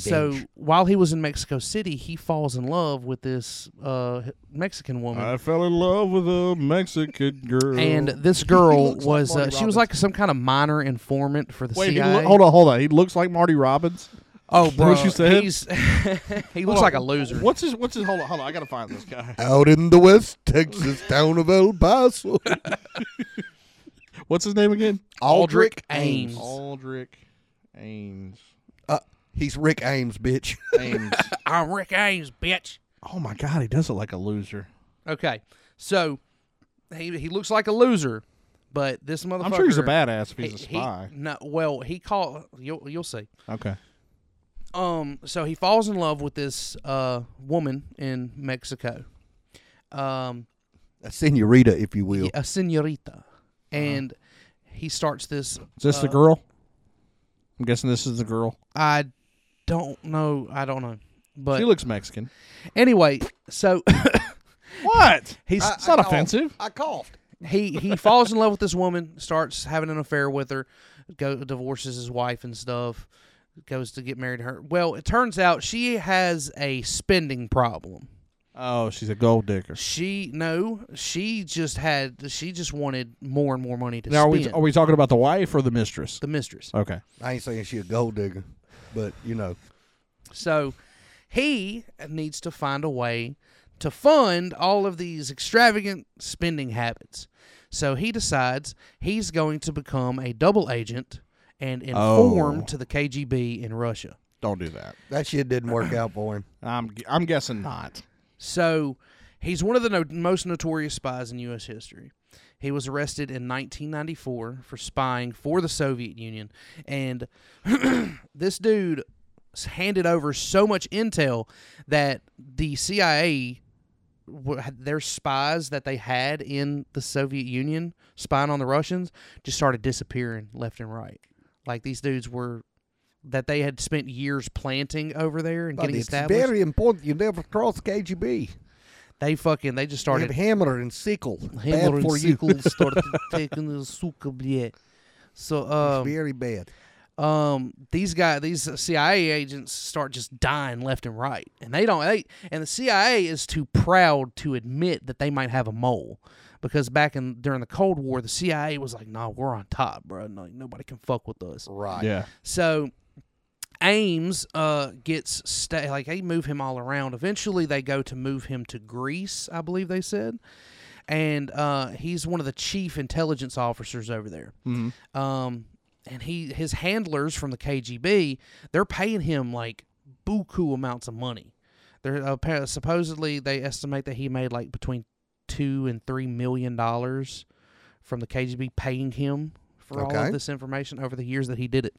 [SPEAKER 3] So while he was in Mexico City, he falls in love with this uh, Mexican woman.
[SPEAKER 2] fell in love with a Mexican girl.
[SPEAKER 3] and this girl
[SPEAKER 4] looks like
[SPEAKER 3] was uh,
[SPEAKER 4] Marty
[SPEAKER 3] she was
[SPEAKER 4] Robbins.
[SPEAKER 3] like some kind of minor informant for the
[SPEAKER 2] wait, he
[SPEAKER 3] CIA.
[SPEAKER 2] loo- hold on, hold on. He looks like Marty Robbins.
[SPEAKER 3] Oh, bro,
[SPEAKER 2] what you said?
[SPEAKER 3] He's, he looks like a loser.
[SPEAKER 2] What's his? What's his? Hold on, hold on. I gotta find this guy.
[SPEAKER 4] Out in the West Texas town of El Paso.
[SPEAKER 2] What's his name again?
[SPEAKER 3] Aldrich Ames.
[SPEAKER 2] Aldrich Ames.
[SPEAKER 4] Uh, he's Rick Ames, bitch.
[SPEAKER 2] Ames.
[SPEAKER 3] I'm Oh, Rick Ames, bitch.
[SPEAKER 2] oh my God, he does look like a loser.
[SPEAKER 3] Okay, so he he looks like a loser, but this motherfucker.
[SPEAKER 2] I'm sure he's a badass if he's
[SPEAKER 3] he-
[SPEAKER 2] a
[SPEAKER 3] he-
[SPEAKER 2] spy.
[SPEAKER 3] no, well, he called. You'll you'll see.
[SPEAKER 2] okay.
[SPEAKER 3] um so he falls in love with this uh woman in Mexico. Um
[SPEAKER 4] A senorita, if you will.
[SPEAKER 2] Uh-huh.
[SPEAKER 3] a senorita. And he starts this
[SPEAKER 2] Is this the girl? I'm guessing this is the girl.
[SPEAKER 3] I don't know, I don't know. But
[SPEAKER 2] She looks Mexican.
[SPEAKER 3] anyway, so
[SPEAKER 2] What?
[SPEAKER 3] he's
[SPEAKER 2] It's not offensive.
[SPEAKER 4] I coughed.
[SPEAKER 3] he he falls in love with this woman, starts having an affair with her, go divorces his wife and stuff, goes to get married to her. Well, it turns out she has a spending problem.
[SPEAKER 2] Oh, she's a gold digger.
[SPEAKER 3] She no, she just had she just wanted more and more money to
[SPEAKER 2] Now, are we,
[SPEAKER 3] spend.
[SPEAKER 2] are we talking about the wife or the mistress?
[SPEAKER 3] the mistress.
[SPEAKER 2] Okay.
[SPEAKER 4] I ain't saying she a gold digger, but you know.
[SPEAKER 3] So he needs to find a way to fund all of these extravagant spending habits. So he decides he's going to become a double agent and inform
[SPEAKER 2] Oh.
[SPEAKER 3] to the KGB in Russia.
[SPEAKER 2] Don't do that.
[SPEAKER 4] That shit didn't work out for him.
[SPEAKER 2] I'm I'm guessing not.
[SPEAKER 3] So he's one of the no- most notorious spies in U.S. history. He was arrested in 1994 for spying for the Soviet Union. And this dude s- handed over so much intel that the CIA, w- had- their spies that they had in the Soviet Union spying on the Russians, just started disappearing left and right. Like these dudes were. That they had spent years planting over there and
[SPEAKER 4] But
[SPEAKER 3] getting
[SPEAKER 4] it's
[SPEAKER 3] established.
[SPEAKER 4] very important you never cross KGB.
[SPEAKER 3] they fucking they just
[SPEAKER 4] You have
[SPEAKER 3] started
[SPEAKER 4] hammer and sickle.
[SPEAKER 3] hammer
[SPEAKER 4] Bad for
[SPEAKER 3] and sickle started taking the suka bleh. So
[SPEAKER 4] you.
[SPEAKER 3] um,
[SPEAKER 4] Very bad.
[SPEAKER 3] um, these guys, these CIA agents start just dying left and right, and they don't. They and the CIA is too proud to admit that they might have a mole, because back in during the Cold War, the CIA was like, "Nah, we're on top, bro. No, nobody can fuck with us."
[SPEAKER 4] Right.
[SPEAKER 2] Yeah.
[SPEAKER 3] So Ames uh, gets sta- like they move him all around. Eventually, they go to move him to Greece, I believe they said, and uh, he's one of the chief intelligence officers over there.
[SPEAKER 2] Mm-hmm.
[SPEAKER 3] Um, and he his handlers from the KGB they're paying him like buku amounts of money. They're uh, appa- supposedly they estimate that he made like between two and three million dollars from the KGB paying him for all
[SPEAKER 4] Okay.
[SPEAKER 3] of this information over the years that he did it.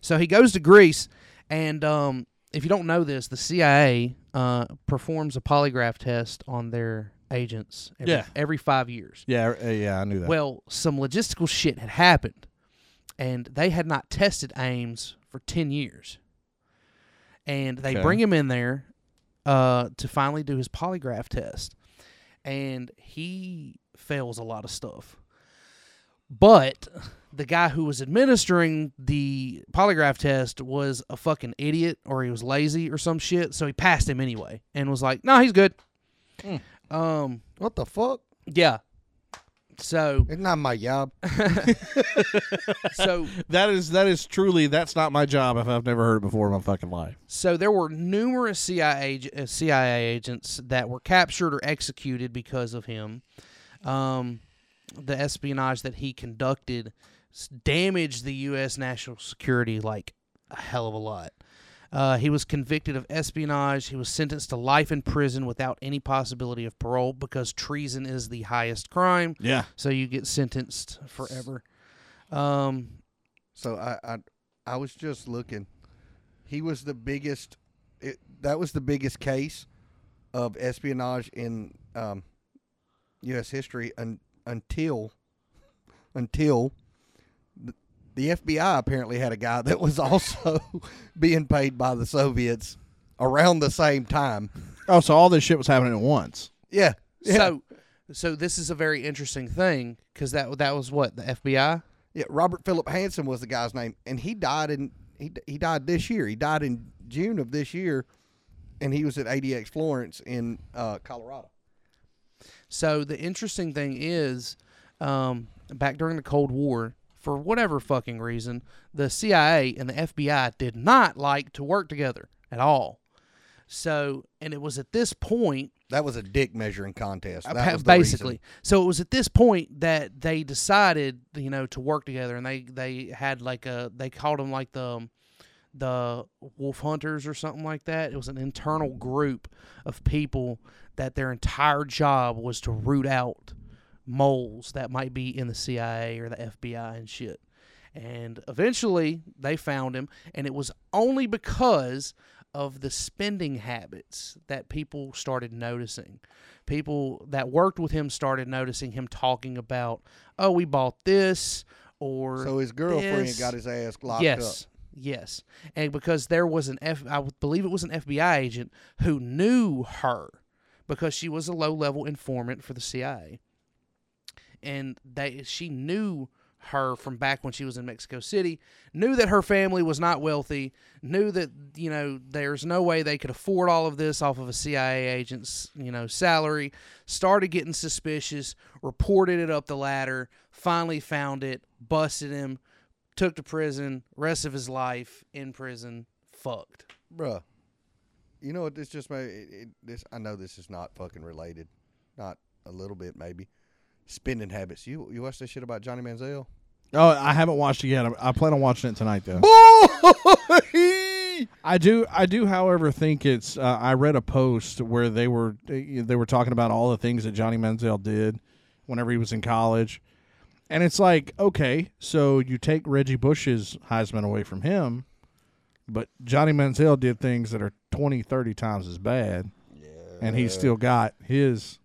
[SPEAKER 3] So he goes to Greece, and um, if you don't know this, the CIA uh, performs a polygraph test on their agents every,
[SPEAKER 2] Yeah.
[SPEAKER 3] every five years.
[SPEAKER 2] Yeah. uh, Yeah. I knew that.
[SPEAKER 3] Well, some logistical shit had happened, and they had not tested Ames for 10 years. And they
[SPEAKER 2] Okay.
[SPEAKER 3] bring him in there uh, to finally do his polygraph test. And he fails a lot of stuff. But the guy who was administering the polygraph test was a fucking idiot or he was lazy or some shit. So he passed him anyway and was like, no, he's good. Um,
[SPEAKER 4] What the fuck?
[SPEAKER 3] yeah. So
[SPEAKER 4] It's not my job.
[SPEAKER 3] so
[SPEAKER 2] that is that is truly that's not my job if I've never heard it before in my fucking life.
[SPEAKER 3] so there were numerous CIA ag- uh, CIA agents that were captured or executed because of him. Um, the espionage that he conducted s- damaged the U.S. national security like a hell of a lot. Uh, he was convicted of espionage. He was sentenced to life in prison without any possibility of parole because treason is the highest crime.
[SPEAKER 2] Yeah.
[SPEAKER 3] So you get sentenced forever. Um,
[SPEAKER 4] So I, I, I was just looking. He was the biggest. It, that was the biggest case of espionage in um, U.S. history un, until until th- the FBI apparently had a guy that was also being paid by the Soviets around the same time.
[SPEAKER 2] Oh, so all this shit was happening at once.
[SPEAKER 4] Yeah. Yeah.
[SPEAKER 3] So, so this is a very interesting thing because that that was what the FBI.
[SPEAKER 4] Yeah, Robert Philip Hansen was the guy's name, and he died in he he died this year. He died in June of this year, and he was at ADX Florence in uh, Colorado.
[SPEAKER 3] So the interesting thing is, um, back during the Cold War, for whatever fucking reason, the CIA and the FBI did not like to work together at all. So, and it was at this point
[SPEAKER 4] That was a dick measuring contest. That
[SPEAKER 3] Uh, Pa-
[SPEAKER 4] was the
[SPEAKER 3] basically. So it was at this point that they decided, you know, to work together, and they they had like a they called them like the um, the wolf hunters or something like that. It was an internal group of people that their entire job was to root out moles that might be in the CIA or the FBI and shit. And eventually they found him, and it was only because of the spending habits that people started noticing. People that worked with him started noticing him talking about, oh, we bought this, or
[SPEAKER 4] reason. So his girlfriend
[SPEAKER 3] this.
[SPEAKER 4] got his ass locked
[SPEAKER 3] yes. Yes. And because there was an F I would believe it was an FBI agent who knew her because she was a low-level informant for the CIA. And they she knew her from back when she was in Mexico City, knew that her family was not wealthy, knew that, you know, there's no way they could afford all of this off of a CIA agent's, you know, salary, started getting suspicious, reported it up the ladder, finally found it, busted him, took to prison, rest of his life in prison, fucked.
[SPEAKER 4] up, bruh. You know what? This just made it, it, this. I know this is not fucking related, not a little bit maybe. Spending habits. You you watch this shit about Johnny Manziel?
[SPEAKER 2] Oh, I haven't watched it yet. I, I plan on watching it tonight though. I do. I do. However, think it's. Uh, I read a post where they were they were talking about all the things that Johnny Manziel did whenever he was in college, and it's like, okay, so you take Reggie Bush's Heisman away from him, but Johnny Manziel did things that are 20, 30 times as bad, and he still got his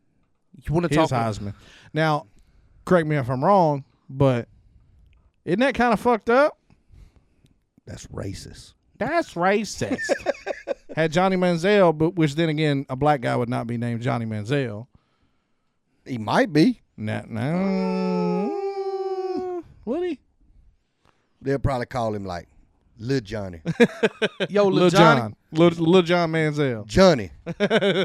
[SPEAKER 3] You want to
[SPEAKER 2] his
[SPEAKER 3] talk?
[SPEAKER 2] Heisman. Now, correct me if I'm wrong, but isn't that kind of fucked up?
[SPEAKER 4] That's racist.
[SPEAKER 2] That's racist. Had Johnny Manziel, but which then again, a black guy would not be named Johnny Manziel.
[SPEAKER 4] He might be.
[SPEAKER 2] Not now. Would he?
[SPEAKER 4] They'll probably call him like Lil Johnny.
[SPEAKER 3] Yo,
[SPEAKER 2] Lil
[SPEAKER 3] Lil
[SPEAKER 2] John, Lil, Lil John Manziel.
[SPEAKER 4] Johnny.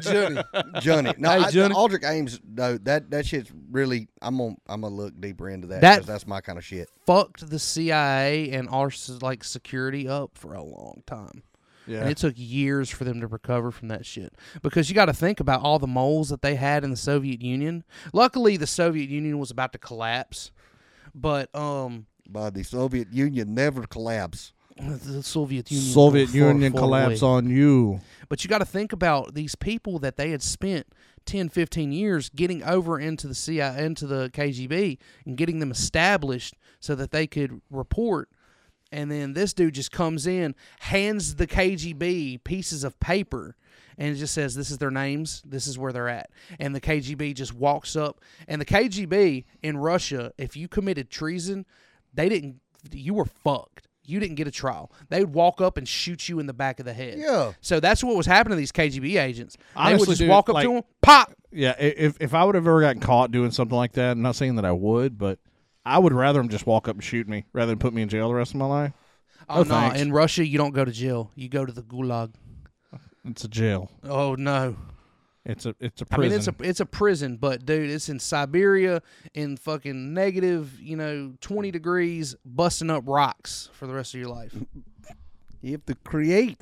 [SPEAKER 3] Johnny.
[SPEAKER 4] Johnny. No,
[SPEAKER 3] Hey,
[SPEAKER 4] I,
[SPEAKER 3] Johnny.
[SPEAKER 4] Aldrich Ames. No, that that shit's really. I'm gonna I'm gonna look deeper into that.
[SPEAKER 3] That-
[SPEAKER 4] 'cause that's my kind of shit.
[SPEAKER 3] fucked the CIA and our s- like security up for a long time.
[SPEAKER 2] Yeah.
[SPEAKER 3] And it took years for them to recover from that shit because you got to think about all the moles that they had in the Soviet Union. Luckily, the Soviet Union was about to collapse, but um,
[SPEAKER 4] But the Soviet Union never collapsed.
[SPEAKER 3] the Soviet Union,
[SPEAKER 2] Soviet
[SPEAKER 3] far,
[SPEAKER 2] Union
[SPEAKER 3] far
[SPEAKER 2] collapse
[SPEAKER 3] away.
[SPEAKER 2] on you.
[SPEAKER 3] But you got to think about these people that they had spent 10, 15 years getting over into the CIA, into the KGB, and getting them established so that they could report. And then this dude just comes in, hands the KGB pieces of paper, and it just says, This is their names, this is where they're at. And the KGB just walks up. And the KGB in Russia, if you committed treason, they didn't, you were fucked. You didn't get a trial. They would walk up and shoot you in the back of the head.
[SPEAKER 4] Yeah.
[SPEAKER 3] So that's what was happening to these KGB agents. They
[SPEAKER 2] Honestly,
[SPEAKER 3] would just
[SPEAKER 2] dude,
[SPEAKER 3] walk up
[SPEAKER 2] like-
[SPEAKER 3] to them, pop.
[SPEAKER 2] Yeah, i- if if I would have ever gotten caught doing something like that, I'm not saying that I would, but I would rather them just walk up and shoot me rather than put me in jail the rest of my life.
[SPEAKER 3] Oh, no,
[SPEAKER 2] thanks.
[SPEAKER 3] in Russia you don't go to jail. You go to the gulag.
[SPEAKER 2] It's a jail.
[SPEAKER 3] Oh no.
[SPEAKER 2] It's a it's a
[SPEAKER 3] I
[SPEAKER 2] prison.
[SPEAKER 3] mean it's a it's a prison, but dude, it's in Siberia in fucking negative, you know, 20 degrees busting up rocks for the rest of your life.
[SPEAKER 4] You have to create.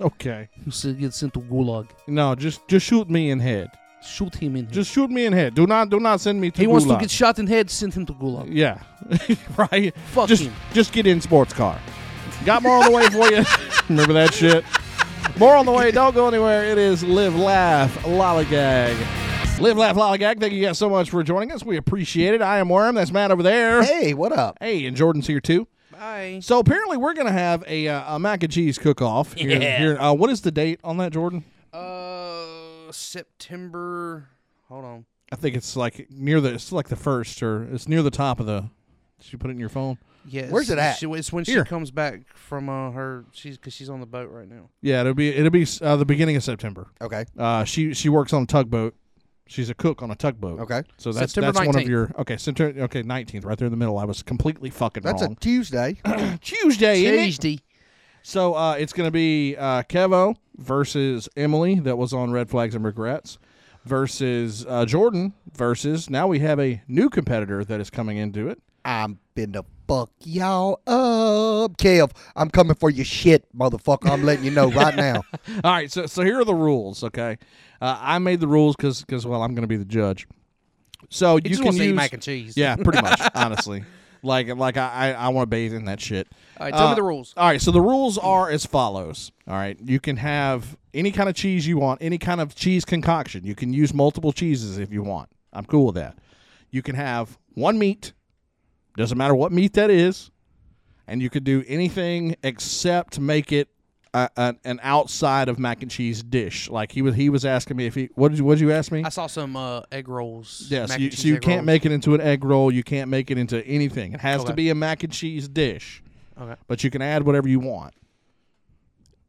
[SPEAKER 2] okay.
[SPEAKER 3] You still get sent to gulag.
[SPEAKER 2] No, just just shoot me in head.
[SPEAKER 3] Shoot him in.
[SPEAKER 2] Just shoot me in head. Do not do not send me to.
[SPEAKER 3] he wants to
[SPEAKER 2] gulag.
[SPEAKER 3] get shot in head, send him to gulag.
[SPEAKER 2] Yeah, right.
[SPEAKER 3] Fuck
[SPEAKER 2] just
[SPEAKER 3] him.
[SPEAKER 2] just get in sports car. Got more on the way for you. Remember that shit. More on the way. Don't go anywhere. It is live, laugh, lollygag. Live, laugh, lollygag. Thank you guys so much for joining us. We appreciate it. I am Worm. That's Matt over there.
[SPEAKER 4] Hey, what up?
[SPEAKER 2] Hey, and Jordan's here too.
[SPEAKER 3] Bye.
[SPEAKER 2] So apparently we're gonna have a, uh, a mac and cheese cook off here. here. Uh, what is the date on that, Jordan?
[SPEAKER 3] Uh September Hold on.
[SPEAKER 2] I think it's like near the it's like the first or it's near the top of the. Did you put it in your phone?
[SPEAKER 3] Yes.
[SPEAKER 4] Where's it at?
[SPEAKER 3] She, it's when
[SPEAKER 2] Here.
[SPEAKER 3] she comes back from uh, her. She's because she's on the boat right now.
[SPEAKER 2] Yeah, it'll be it'll be uh, the beginning of September.
[SPEAKER 4] Okay.
[SPEAKER 2] Uh, she she works on a tugboat. She's a cook on a tugboat.
[SPEAKER 4] Okay.
[SPEAKER 2] So that's
[SPEAKER 3] September
[SPEAKER 2] that's one of
[SPEAKER 3] 19th.
[SPEAKER 2] your okay September okay nineteenth right there in the middle. I was completely fucking
[SPEAKER 4] That's a
[SPEAKER 2] wrong.
[SPEAKER 4] Tuesday.
[SPEAKER 2] Tuesday, isn't it?
[SPEAKER 3] Tuesday.
[SPEAKER 2] So uh, it's gonna be uh, Kevo versus Emily that was on Red Flags and Regrets versus uh, Jordan versus now we have a new competitor that is coming into it.
[SPEAKER 4] I'm finna fuck y'all up, Kev. I'm coming for your shit, motherfucker. I'm letting you know right now.
[SPEAKER 2] All right, so so here are the rules. Okay, uh, I made the rules because well I'm gonna be the judge. So you
[SPEAKER 3] just
[SPEAKER 2] can
[SPEAKER 3] wants to eat
[SPEAKER 2] use-
[SPEAKER 3] mac and cheese.
[SPEAKER 2] Yeah, pretty much. honestly, like like I I, I want to bathe in that shit.
[SPEAKER 3] All right, tell
[SPEAKER 2] Uh,
[SPEAKER 3] me the rules.
[SPEAKER 2] All right, so the rules are as follows. All right, you can have any kind of cheese you want, any kind of cheese concoction. You can use multiple cheeses if you want. I'm cool with that. You can have one meat. Doesn't matter what meat that is, and you could do anything except make it a, a, an outside of mac and cheese dish. Like he was he was asking me if he what did you what did you ask me?
[SPEAKER 3] I saw some uh, egg rolls.
[SPEAKER 2] Yes,
[SPEAKER 3] mac
[SPEAKER 2] you,
[SPEAKER 3] and
[SPEAKER 2] so
[SPEAKER 3] cheese
[SPEAKER 2] you
[SPEAKER 3] egg
[SPEAKER 2] can't
[SPEAKER 3] rolls.
[SPEAKER 2] make it into an egg roll. You can't make it into anything. It has to
[SPEAKER 3] Okay.
[SPEAKER 2] be a mac and cheese dish.
[SPEAKER 3] Okay.
[SPEAKER 2] But you can add whatever you want,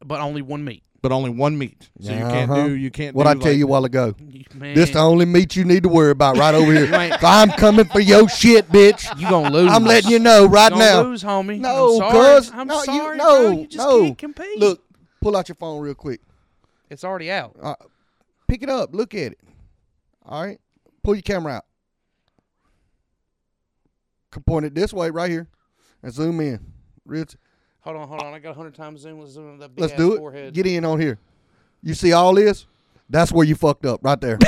[SPEAKER 3] but only one meat.
[SPEAKER 2] but only one meat. So you can't
[SPEAKER 4] Uh-huh.
[SPEAKER 2] do. You can't.
[SPEAKER 4] What
[SPEAKER 2] do
[SPEAKER 4] I tell
[SPEAKER 2] like-
[SPEAKER 4] you a while ago.
[SPEAKER 3] You- Man,
[SPEAKER 4] This the only meat you need to worry about right over here. I'm coming for your shit, bitch.
[SPEAKER 3] you gonna lose.
[SPEAKER 4] I'm letting you know right
[SPEAKER 3] Gonna
[SPEAKER 4] now.
[SPEAKER 3] lose, homie.
[SPEAKER 4] No,
[SPEAKER 3] I'm sorry.
[SPEAKER 4] cuz
[SPEAKER 3] I'm
[SPEAKER 4] no,
[SPEAKER 3] sorry,
[SPEAKER 4] you, no,
[SPEAKER 3] bro. You just
[SPEAKER 4] no.
[SPEAKER 3] can't compete.
[SPEAKER 4] Look, pull out your phone real quick. Uh,
[SPEAKER 3] It's already out.
[SPEAKER 4] Pick it up. Look at it. All right. Pull your camera out. Can point it this way right here, and zoom in. Real t-
[SPEAKER 3] Hold on, hold on. I got hundred times zoom. Let's zoom in that big
[SPEAKER 4] Let's
[SPEAKER 3] ass
[SPEAKER 4] do it.
[SPEAKER 3] Forehead.
[SPEAKER 4] Get in on here. You see all this? That's where you fucked up right there.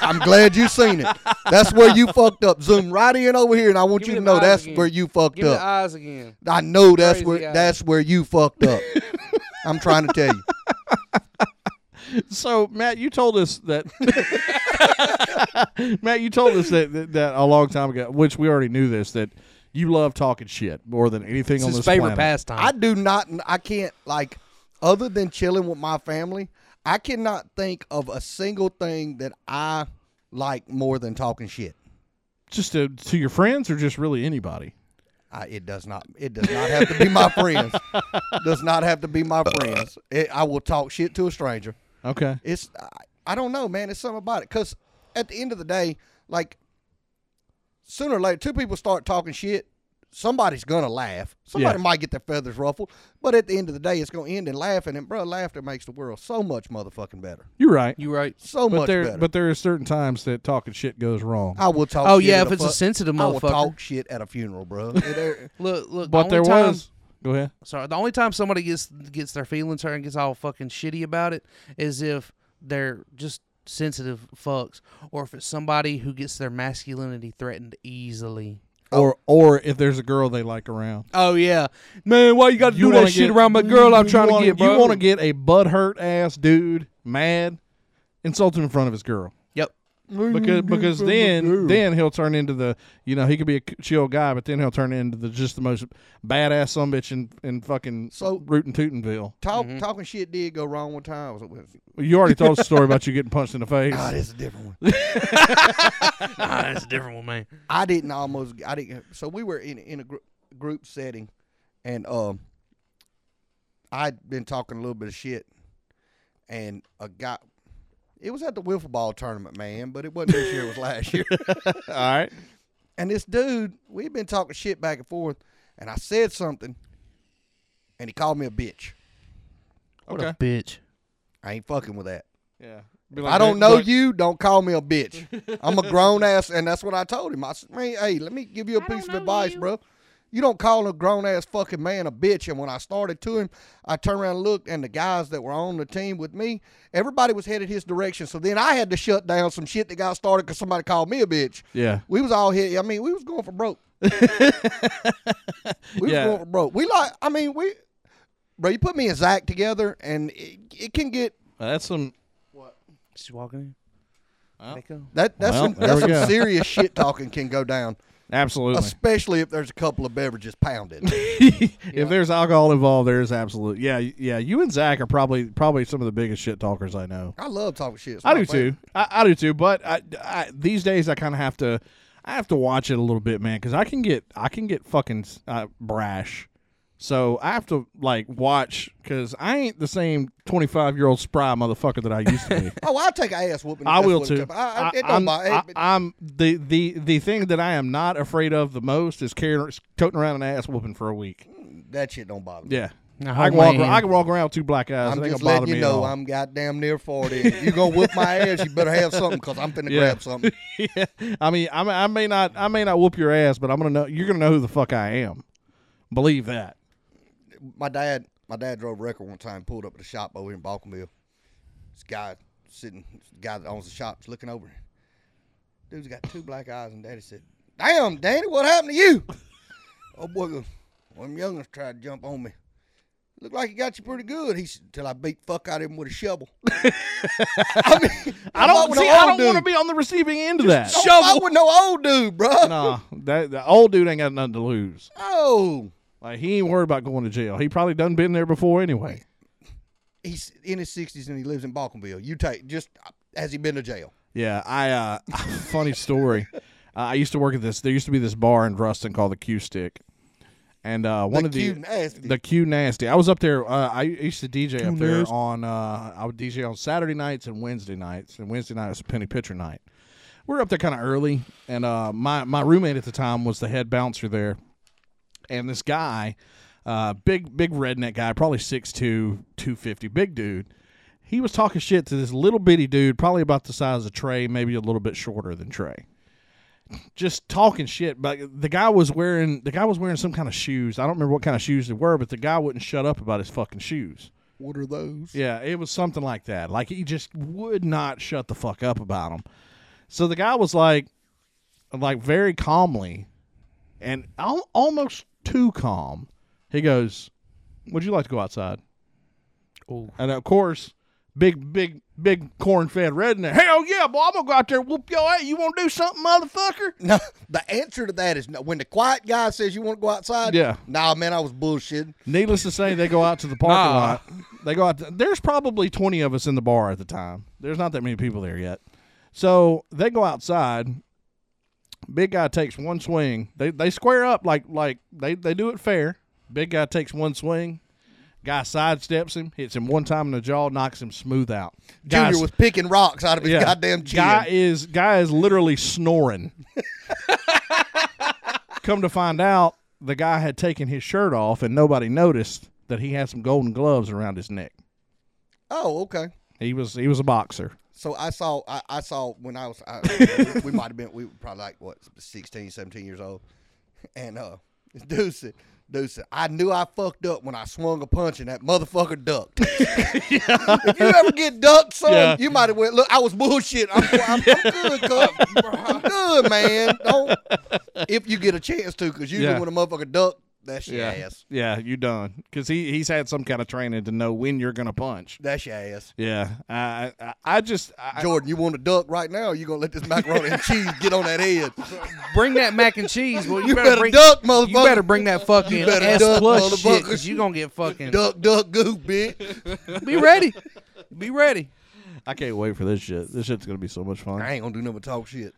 [SPEAKER 4] I'm glad you seen it. That's where you fucked up. Zoom right in over here, and I want
[SPEAKER 3] Give
[SPEAKER 4] you
[SPEAKER 3] me
[SPEAKER 4] to
[SPEAKER 3] them
[SPEAKER 4] know
[SPEAKER 3] eyes
[SPEAKER 4] that's
[SPEAKER 3] again.
[SPEAKER 4] where you fucked
[SPEAKER 3] Give me the
[SPEAKER 4] up.
[SPEAKER 3] eyes again.
[SPEAKER 4] I know that's
[SPEAKER 3] Crazy
[SPEAKER 4] where
[SPEAKER 3] eyes.
[SPEAKER 4] that's where you fucked up. I'm trying to tell you.
[SPEAKER 2] So Matt, you told us that. Matt, you told us that, that that a long time ago, which we already knew this that. You love talking shit more than anything
[SPEAKER 3] It's
[SPEAKER 2] on
[SPEAKER 3] his
[SPEAKER 2] this
[SPEAKER 3] favorite
[SPEAKER 2] planet.
[SPEAKER 3] pastime.
[SPEAKER 4] I do not. I can't like other than chilling with my family. I cannot think of a single thing that I like more than talking shit.
[SPEAKER 2] Just to, to your friends or just really anybody.
[SPEAKER 4] I, it does not. It does not have to be my friends. Does not have to be my friends. It, I will talk shit to a stranger.
[SPEAKER 2] Okay.
[SPEAKER 4] It's. I, I don't know, man. It's something about it. Cause at the end of the day, like sooner or later, two people start talking shit. somebody's gonna laugh. Somebody might get their feathers ruffled, but at the end of the day, it's gonna end in laughing. And bro, laughter makes the world so much motherfucking better.
[SPEAKER 2] You're right.
[SPEAKER 3] You right.
[SPEAKER 4] So
[SPEAKER 2] but
[SPEAKER 4] much
[SPEAKER 2] there,
[SPEAKER 4] better.
[SPEAKER 2] but there are certain times that talking shit goes wrong.
[SPEAKER 4] I will talk.
[SPEAKER 3] Oh,
[SPEAKER 4] shit
[SPEAKER 3] yeah,
[SPEAKER 4] at
[SPEAKER 3] if it's a sensitive
[SPEAKER 4] I will
[SPEAKER 3] motherfucker.
[SPEAKER 4] talk shit at a funeral, bro. It- er,
[SPEAKER 3] Look, look.
[SPEAKER 2] but
[SPEAKER 3] the
[SPEAKER 2] there
[SPEAKER 3] only time-
[SPEAKER 2] was. Go ahead.
[SPEAKER 3] Sorry, the only time somebody gets gets their feelings hurt and gets all fucking shitty about it is if they're just sensitive fucks, or if it's somebody who gets their masculinity threatened easily.
[SPEAKER 2] Or or if there's a girl they like around.
[SPEAKER 3] Oh yeah, man, why you got to do that
[SPEAKER 2] wanna
[SPEAKER 3] shit
[SPEAKER 2] get-
[SPEAKER 3] around my girl? I'm
[SPEAKER 2] you
[SPEAKER 3] trying
[SPEAKER 2] wanna-
[SPEAKER 3] to get, bro.
[SPEAKER 2] You want to get a butt hurt ass dude mad, insult him in front of his girl
[SPEAKER 3] Yep.
[SPEAKER 2] because because then then he'll turn into the you know he could be a c- chill guy, but then he'll turn into the just the most badass some bitch in in fucking
[SPEAKER 4] So-
[SPEAKER 2] rootin' tootinville.
[SPEAKER 4] talk,
[SPEAKER 3] Mm-hmm.
[SPEAKER 4] Talking shit did go wrong one time. I was like, well,
[SPEAKER 2] You already told the story about you getting punched in the face.
[SPEAKER 4] God, it's a different one.
[SPEAKER 3] Ah, that's a different one, man.
[SPEAKER 4] I didn't almost. I didn't. So we were in in a group group setting, and um, I'd been talking a little bit of shit, and a guy. It was at the wiffle ball tournament, man, but it wasn't this year. It was last year.
[SPEAKER 2] All right,
[SPEAKER 4] And this dude, we'd been talking shit back and forth, and I said something, and he called me a bitch.
[SPEAKER 3] What
[SPEAKER 2] okay,
[SPEAKER 3] a bitch.
[SPEAKER 4] I ain't fucking with that.
[SPEAKER 2] yeah.
[SPEAKER 4] I don't know you. Don't call me a bitch. I'm a grown ass, and that's what I told him. I said, man, hey, let me give you a piece of advice, bro. You don't call a grown ass fucking man a bitch. And when I started to him, I turned around and looked, and the guys that were on the team with me, everybody was headed his direction. So then I had to shut down some shit that got started because somebody called me a bitch.
[SPEAKER 2] Yeah.
[SPEAKER 4] We was all hit. I mean, we was going for broke. we
[SPEAKER 2] Yeah.
[SPEAKER 4] was going for broke. We like, I mean, we, bro, you put me and Zach together, and it, it can get
[SPEAKER 2] That's some.
[SPEAKER 3] She's walking in. Let it go.
[SPEAKER 4] That that's
[SPEAKER 2] Well,
[SPEAKER 4] some,
[SPEAKER 2] there
[SPEAKER 4] that's
[SPEAKER 2] we
[SPEAKER 4] some
[SPEAKER 2] go.
[SPEAKER 4] serious shit talking can go down,
[SPEAKER 2] Absolutely.
[SPEAKER 4] especially if there's a couple of beverages pounded.
[SPEAKER 2] If there's alcohol involved, there's absolute. Yeah, yeah. You and Zach are probably probably some of the biggest shit talkers I know.
[SPEAKER 4] I love talking shit. It's
[SPEAKER 2] I
[SPEAKER 4] my
[SPEAKER 2] do
[SPEAKER 4] favorite.
[SPEAKER 2] too. I, I do too. But I, I, these days, I kind of have to. I have to watch it a little bit, man, because I can get I can get fucking uh, brash. So I have to like watch because I ain't the same twenty five year old spry motherfucker that I used to be.
[SPEAKER 4] Oh, I'll take an ass whooping. if
[SPEAKER 2] I
[SPEAKER 4] that's
[SPEAKER 2] will
[SPEAKER 4] what it
[SPEAKER 2] too.
[SPEAKER 4] comes- I, I, it don't
[SPEAKER 2] I'm,
[SPEAKER 4] bother-
[SPEAKER 2] I-
[SPEAKER 4] it-
[SPEAKER 2] I'm- the the the thing that I am not afraid of the most is carrying toting around an ass whooping for a week.
[SPEAKER 4] that shit don't bother me.
[SPEAKER 2] Yeah,
[SPEAKER 3] Now,
[SPEAKER 2] I
[SPEAKER 3] hold
[SPEAKER 2] can walk
[SPEAKER 3] my hand.
[SPEAKER 2] I can walk around with two black eyes.
[SPEAKER 4] I'm
[SPEAKER 2] it ain't
[SPEAKER 4] just
[SPEAKER 2] gonna bother
[SPEAKER 4] letting
[SPEAKER 2] me
[SPEAKER 4] you
[SPEAKER 2] at
[SPEAKER 4] know
[SPEAKER 2] all.
[SPEAKER 4] I'm goddamn near 40. If you going to whoop my ass, you better have something because I'm finna
[SPEAKER 2] Yeah.
[SPEAKER 4] grab something.
[SPEAKER 2] yeah. I mean, I, I may not, I may not whoop your ass, but I'm gonna know. You're gonna know who the fuck I am. Believe that.
[SPEAKER 4] my dad my dad drove a wrecker one time, pulled up at a shop over in Balkanville. This guy sitting this guy that owns the shop's looking over. Dude's got two black eyes and daddy said, Damn, Danny, what happened to you? oh boy goes, Well them youngins tried to jump on me. Looked like he got you pretty good. He said, Till I beat fuck out of him with a shovel. I mean
[SPEAKER 2] I
[SPEAKER 4] fuck
[SPEAKER 2] don't
[SPEAKER 4] with no
[SPEAKER 2] see. I
[SPEAKER 4] old
[SPEAKER 2] don't want to
[SPEAKER 4] dude.
[SPEAKER 2] be on the receiving end of that.
[SPEAKER 4] Don't fuck with no old dude, bro.
[SPEAKER 2] Nah, that the old dude ain't got nothing to lose.
[SPEAKER 4] Oh.
[SPEAKER 2] Like he ain't worried about going to jail. He probably done been there before anyway.
[SPEAKER 4] He's in his sixties and he lives in Balkanville. You take just has he been to jail?
[SPEAKER 2] Yeah, I. uh Funny story. Uh, I used to work at this. There used to be this bar in Ruston called the Q Stick, and uh, one
[SPEAKER 4] The
[SPEAKER 2] of the
[SPEAKER 4] Q Nasty.
[SPEAKER 2] the Q Nasty. I was up there. Uh, I used to DJ up there
[SPEAKER 3] Nasty.
[SPEAKER 2] on. Uh, I would DJ on Saturday nights and Wednesday nights, and Wednesday night was penny pitcher night. We were up there kind of early, and uh, my my roommate at the time was the head bouncer there, and this guy, uh, big big redneck guy, probably 6'2", 250, big dude. He was talking shit to this little bitty dude, probably about the size of Trey, maybe a little bit shorter than Trey. Just talking shit, but the guy was wearing the guy was wearing some kind of shoes. I don't remember what kind of shoes they were, but the guy wouldn't shut up about his fucking shoes.
[SPEAKER 4] What are those?
[SPEAKER 2] Yeah, it was something like that. Like he just would not shut the fuck up about him. So the guy was like, like very calmly, and al- almost too calm. He goes, "Would you like to go outside?"
[SPEAKER 3] Ooh.
[SPEAKER 2] And of course, big, big, big corn-fed redneck. Hell yeah, boy! I'm gonna go out there and whoop your ass. You want to do something, motherfucker?
[SPEAKER 4] No, the answer to that is no. When the quiet guy says you want to go outside,
[SPEAKER 2] Yeah.
[SPEAKER 4] Nah, man, I was bullshitting.
[SPEAKER 2] Needless to say, they go out to the parking lot. They go out. To, there's probably 20 of us in the bar at the time. There's not that many people there yet. So they go outside. Big guy takes one swing. They they square up like like they they do it fair. Big guy takes one swing. Guy sidesteps him, hits him one time in the jaw, knocks him smooth out.
[SPEAKER 4] Junior
[SPEAKER 2] Guy's-
[SPEAKER 4] was picking rocks out of his
[SPEAKER 2] yeah.
[SPEAKER 4] goddamn chin.
[SPEAKER 2] Guy is guy is literally snoring. Come to find out, the guy had taken his shirt off and nobody noticed that he had some golden gloves around his neck.
[SPEAKER 4] Oh, okay.
[SPEAKER 2] He was he was a boxer.
[SPEAKER 4] So I saw I, I saw when I was I, we, we might have been we were probably like what 16, 17 years old, and uh, Deuce said- Deuce said, I knew I fucked up when I swung a punch and that motherfucker ducked. If you ever get ducked, son,
[SPEAKER 2] Yeah.
[SPEAKER 4] you might have went. Look, I was bullshit. I'm, I'm, I'm good, cuz. I'm good, man. Don't if you get a chance to, because usually
[SPEAKER 2] Yeah.
[SPEAKER 4] when a motherfucker duck, that's your
[SPEAKER 2] yeah,
[SPEAKER 4] ass.
[SPEAKER 2] yeah, you done because he he's had some kind of training to know when you're gonna punch.
[SPEAKER 4] That's your ass.
[SPEAKER 2] Yeah, I I, I just I,
[SPEAKER 4] Jordan, you want to duck right now? Or you gonna let this macaroni and cheese get on that head?
[SPEAKER 3] Bring that mac and cheese. Well, you,
[SPEAKER 4] You
[SPEAKER 3] better,
[SPEAKER 4] better
[SPEAKER 3] bring,
[SPEAKER 4] duck,
[SPEAKER 3] You
[SPEAKER 4] motherfucker.
[SPEAKER 3] better bring that fucking
[SPEAKER 4] better
[SPEAKER 3] S
[SPEAKER 4] duck,
[SPEAKER 3] plus shit.
[SPEAKER 4] motherfucker.
[SPEAKER 3] 'cause you gonna get fucking.
[SPEAKER 4] duck, duck, goose, bitch.
[SPEAKER 3] Be ready. Be ready.
[SPEAKER 2] I can't wait for this shit. This shit's gonna be so much fun.
[SPEAKER 4] I ain't gonna do nothing but talk shit.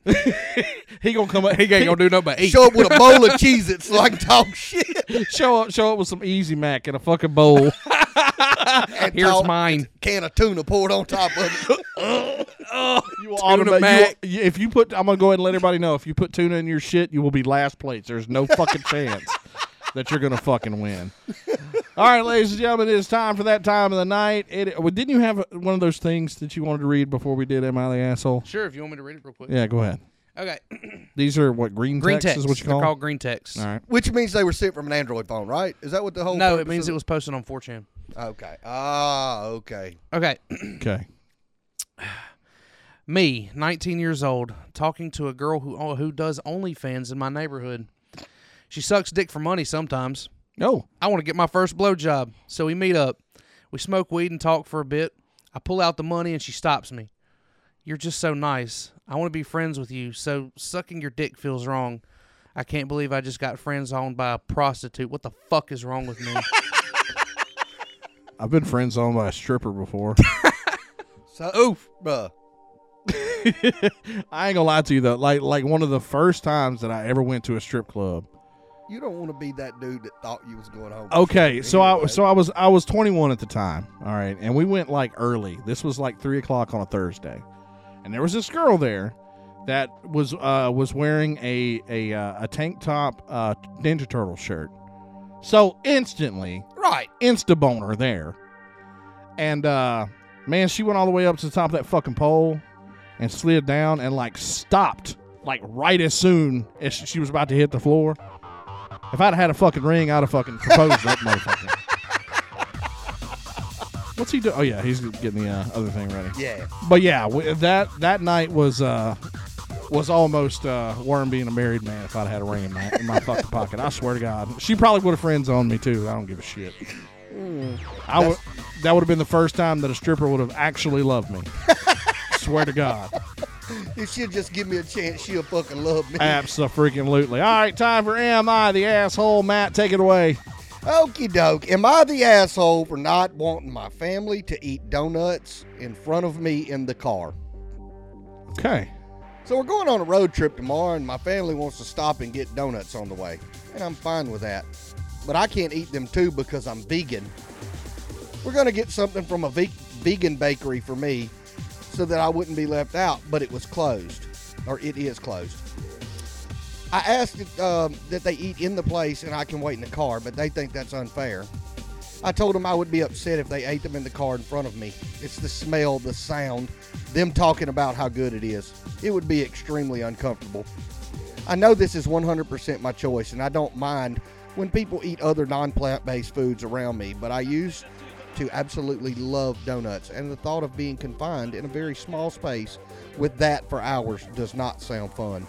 [SPEAKER 2] He gonna come up.
[SPEAKER 3] He ain't gonna do nothing but eat.
[SPEAKER 4] Show up with a bowl of Cheez Its so I can talk shit.
[SPEAKER 2] show up. Show up with some Easy Mac and a fucking bowl.
[SPEAKER 4] And
[SPEAKER 3] Here's
[SPEAKER 4] talk-
[SPEAKER 3] mine.
[SPEAKER 4] Can of tuna poured on top of it.
[SPEAKER 2] You will
[SPEAKER 3] Tuna
[SPEAKER 2] automa-
[SPEAKER 3] Mac.
[SPEAKER 2] you- if you put, I'm gonna go ahead and let everybody know. If you put tuna in your shit, you will be last place. There's no fucking chance that you're gonna fucking win. All right, ladies and gentlemen, it is time for that time of the night. It, well, didn't you have one of those things that you wanted to read before we did? Am I the asshole?
[SPEAKER 3] Sure, if you want me to read it real quick.
[SPEAKER 2] Yeah, go ahead.
[SPEAKER 3] Okay.
[SPEAKER 2] These are what green,
[SPEAKER 3] Green
[SPEAKER 2] text,
[SPEAKER 3] text.
[SPEAKER 2] is what you
[SPEAKER 3] They're
[SPEAKER 2] call.
[SPEAKER 3] called green text.
[SPEAKER 2] All right.
[SPEAKER 4] Which means they were sent from an Android phone, right? Is that what the whole
[SPEAKER 3] No, it
[SPEAKER 4] purpose
[SPEAKER 3] means it
[SPEAKER 4] of-
[SPEAKER 3] was posted on 4chan.
[SPEAKER 4] Okay. Ah, okay.
[SPEAKER 3] Okay.
[SPEAKER 2] Okay.
[SPEAKER 3] Me, 19 years old, talking to a girl who oh, who does OnlyFans in my neighborhood. She sucks dick for money sometimes.
[SPEAKER 2] No.
[SPEAKER 3] I want to get my first blowjob, so we meet up. We smoke weed and talk for a bit. I pull out the money and she stops me. You're just so nice. I want to be friends with you, so sucking your dick feels wrong. I can't believe I just got friend zoned by a prostitute. What the fuck is wrong with me?
[SPEAKER 2] I've been friend zoned by a stripper before.
[SPEAKER 4] So, oof, bruh.
[SPEAKER 2] I ain't gonna lie to you though. Like like one of the first times that I ever went to a strip club.
[SPEAKER 4] You don't want to be that dude that thought you was going home.
[SPEAKER 3] Oh,
[SPEAKER 4] with
[SPEAKER 2] Okay,
[SPEAKER 4] shit
[SPEAKER 2] so I
[SPEAKER 4] anyway.
[SPEAKER 2] so I was I was 21 at the time. All right, and we went like early. This was like three o'clock on a Thursday, and there was this girl there that was uh, was wearing a a uh, a tank top uh, Ninja Turtle shirt. So instantly,
[SPEAKER 3] right.
[SPEAKER 2] insta boner there. And uh man, she went all the way up to the top of that fucking pole and slid down and like stopped like right as soon as sh- she was about to hit the floor. If I'd had a fucking ring, I'd have fucking proposed to that motherfucker. What's he doing? Oh yeah, he's getting the uh, other thing ready.
[SPEAKER 4] Yeah.
[SPEAKER 2] But yeah, w- that that night was uh was almost uh worm being a married man if I'd had a ring in my in my fucking pocket. I swear to God, she probably would have friend zoned me too. I don't give a shit. I would that would have been the first time that a stripper would have actually loved me. swear to God,
[SPEAKER 4] If she'll just give me a chance, she'll fucking love me.
[SPEAKER 2] Uh, absolutely. All right, time for am I the asshole? Matt, take it away.
[SPEAKER 4] Okie doke. Am I the asshole for not wanting my family to eat donuts in front of me in the car?
[SPEAKER 2] Okay.
[SPEAKER 4] So we're going on a road trip tomorrow, and my family wants to stop and get donuts on the way, and I'm fine with that. But I can't eat them too because I'm vegan. We're gonna get something from a ve- vegan bakery for me, so that I wouldn't be left out. But it was closed, or it is closed. I asked it, um, that they eat in the place and I can wait in the car, but they think that's unfair. I told them I would be upset if they ate them in the car in front of me. It's the smell, the sound, them talking about how good it is. It would be extremely uncomfortable. I know this is 100% my choice, and I don't mind when people eat other non plant based foods around me, but I used to absolutely love donuts, and the thought of being confined in a very small space with that for hours does not sound fun.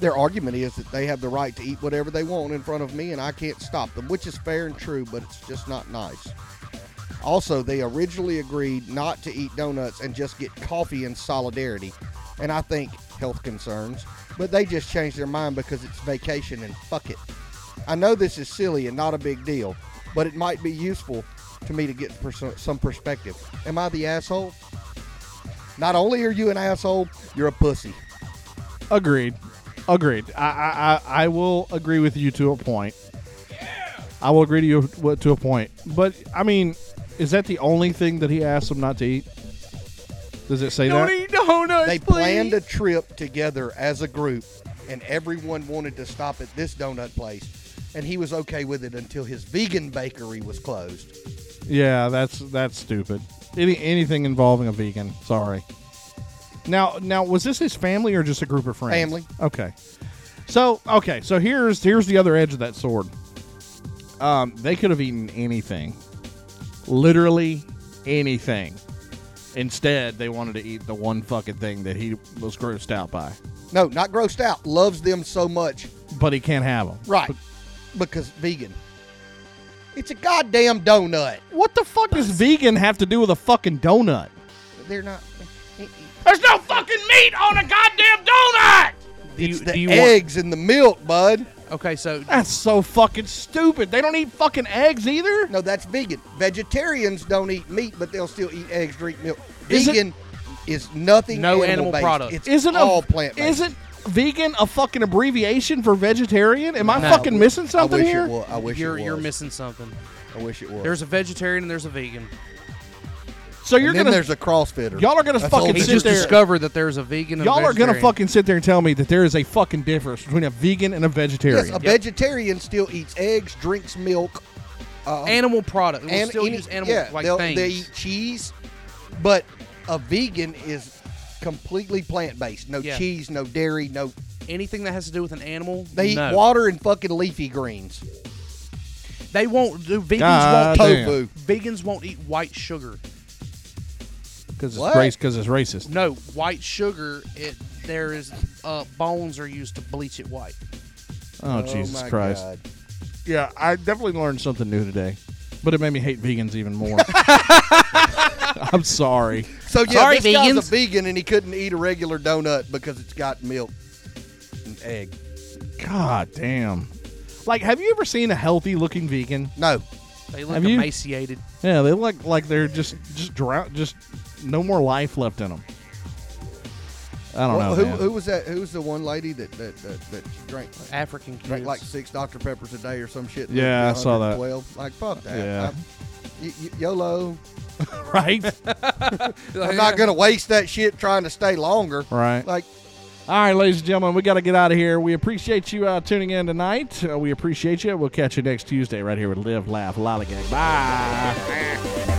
[SPEAKER 4] Their argument is that they have the right to eat whatever they want in front of me and I can't stop them, which is fair and true, but it's just not nice. Also, they originally agreed not to eat donuts and just get coffee in solidarity, and I think health concerns, but they just changed their mind because it's vacation and fuck it. I know this is silly and not a big deal, but it might be useful to me to get pers- some perspective. Am I the asshole? Not only are you an asshole, you're a pussy.
[SPEAKER 2] Agreed. Agreed. I I, I, I will agree with you to a point. I will agree to you w- to a point. But I mean, is that the only thing that he asked him not to eat? Does it say that?
[SPEAKER 3] eat donuts.
[SPEAKER 4] They planned a trip together as a group, and everyone wanted to stop at this donut place. and he was okay with it until his vegan bakery was closed.
[SPEAKER 2] Yeah, that's that's stupid. Any anything involving a vegan. Sorry. Now now was this his family or just a group of friends?
[SPEAKER 4] Family.
[SPEAKER 2] Okay. So okay, so here's here's the other edge of that sword. Um, they could have eaten anything. Literally anything. Instead, they wanted to eat the one fucking thing that he was grossed out by.
[SPEAKER 4] No, not grossed out. Loves them so much.
[SPEAKER 2] But he can't have them.
[SPEAKER 4] Right. Because vegan. It's a goddamn donut.
[SPEAKER 2] What the fuck does vegan have to do with a fucking donut?
[SPEAKER 4] They're not.
[SPEAKER 2] eh, There's no fucking meat on a goddamn donut!
[SPEAKER 3] Do you,
[SPEAKER 4] It's the
[SPEAKER 3] do you want,
[SPEAKER 4] eggs and the milk, bud.
[SPEAKER 3] okay, so
[SPEAKER 2] That's so fucking stupid. They don't eat fucking eggs either.
[SPEAKER 4] No, that's vegan. Vegetarians don't eat meat, but they'll still eat eggs, drink milk.
[SPEAKER 2] Is it-
[SPEAKER 4] Vegan is nothing
[SPEAKER 3] No animal
[SPEAKER 4] animal-based.
[SPEAKER 3] product.
[SPEAKER 4] It's
[SPEAKER 2] Isn't
[SPEAKER 4] all
[SPEAKER 2] a,
[SPEAKER 4] plant based.
[SPEAKER 2] Isn't vegan a fucking abbreviation for vegetarian? Am I fucking missing something
[SPEAKER 4] I wish
[SPEAKER 2] here?
[SPEAKER 4] It was. I wish
[SPEAKER 3] you're
[SPEAKER 4] it was.
[SPEAKER 3] you're missing something.
[SPEAKER 4] I wish it was.
[SPEAKER 3] There's a vegetarian and there's a vegan.
[SPEAKER 2] So
[SPEAKER 4] and
[SPEAKER 2] you're
[SPEAKER 4] then
[SPEAKER 2] gonna
[SPEAKER 4] there's a CrossFitter.
[SPEAKER 2] y'all are gonna
[SPEAKER 4] That's
[SPEAKER 2] fucking
[SPEAKER 4] all
[SPEAKER 3] He
[SPEAKER 4] it
[SPEAKER 2] sit
[SPEAKER 4] is.
[SPEAKER 3] just
[SPEAKER 2] there.
[SPEAKER 3] discovered that there's a vegan. And a
[SPEAKER 2] y'all are gonna
[SPEAKER 3] vegetarian.
[SPEAKER 2] fucking sit there and tell me that there is a fucking difference between a vegan and a vegetarian.
[SPEAKER 4] Yes, a vegetarian still eats eggs, drinks milk,
[SPEAKER 3] animal product. We'll
[SPEAKER 4] and
[SPEAKER 3] still
[SPEAKER 4] any-
[SPEAKER 3] use animal
[SPEAKER 4] yeah,
[SPEAKER 3] like
[SPEAKER 4] they'll-
[SPEAKER 3] things.
[SPEAKER 4] they eat cheese, but a vegan is completely plant based. No
[SPEAKER 3] Yeah.
[SPEAKER 4] cheese, no dairy, no.
[SPEAKER 3] Anything that has to do with an animal,
[SPEAKER 4] They
[SPEAKER 3] no.
[SPEAKER 4] eat water and fucking leafy greens,
[SPEAKER 3] They won't do. Vegans
[SPEAKER 2] God
[SPEAKER 3] won't.
[SPEAKER 2] damn.
[SPEAKER 4] tofu.
[SPEAKER 3] Vegans won't eat white sugar.
[SPEAKER 2] because
[SPEAKER 4] What?
[SPEAKER 2] it's race because it's racist.
[SPEAKER 3] No, white sugar. It there is uh, bones are used to bleach it white.
[SPEAKER 2] Oh, Jesus
[SPEAKER 4] my
[SPEAKER 2] Christ!
[SPEAKER 4] God.
[SPEAKER 2] Yeah, I definitely learned something new today, but it made me hate vegans even more. I'm sorry.
[SPEAKER 4] So yeah,
[SPEAKER 3] Sorry,
[SPEAKER 4] this guy's a
[SPEAKER 3] vegans.
[SPEAKER 4] vegan and he couldn't eat a regular donut because it's got milk and egg.
[SPEAKER 2] God damn. Like, have you ever seen a healthy looking vegan?
[SPEAKER 4] No,
[SPEAKER 3] They look
[SPEAKER 2] Have you-
[SPEAKER 3] emaciated.
[SPEAKER 2] Yeah, they look like they're just just drought, just no more life left in them. I don't
[SPEAKER 4] Well,
[SPEAKER 2] know.
[SPEAKER 4] who,
[SPEAKER 2] man.
[SPEAKER 4] who was that? Who was the one lady that that that, that drank
[SPEAKER 3] African kids.
[SPEAKER 4] drank like six Dr Peppers a day or some shit? and
[SPEAKER 2] Yeah,
[SPEAKER 4] lived to
[SPEAKER 2] I saw that.
[SPEAKER 4] 112? like fuck that.
[SPEAKER 2] Yeah.
[SPEAKER 4] I- y- y- YOLO.
[SPEAKER 2] right?
[SPEAKER 4] I'm not gonna waste that shit trying to stay longer.
[SPEAKER 2] right.
[SPEAKER 4] Like
[SPEAKER 2] All right, ladies and gentlemen, we got to get out of here. We appreciate you uh, tuning in tonight. Uh, we appreciate you. We'll catch you next Tuesday right here with Live, Laugh, Lollygag. Bye.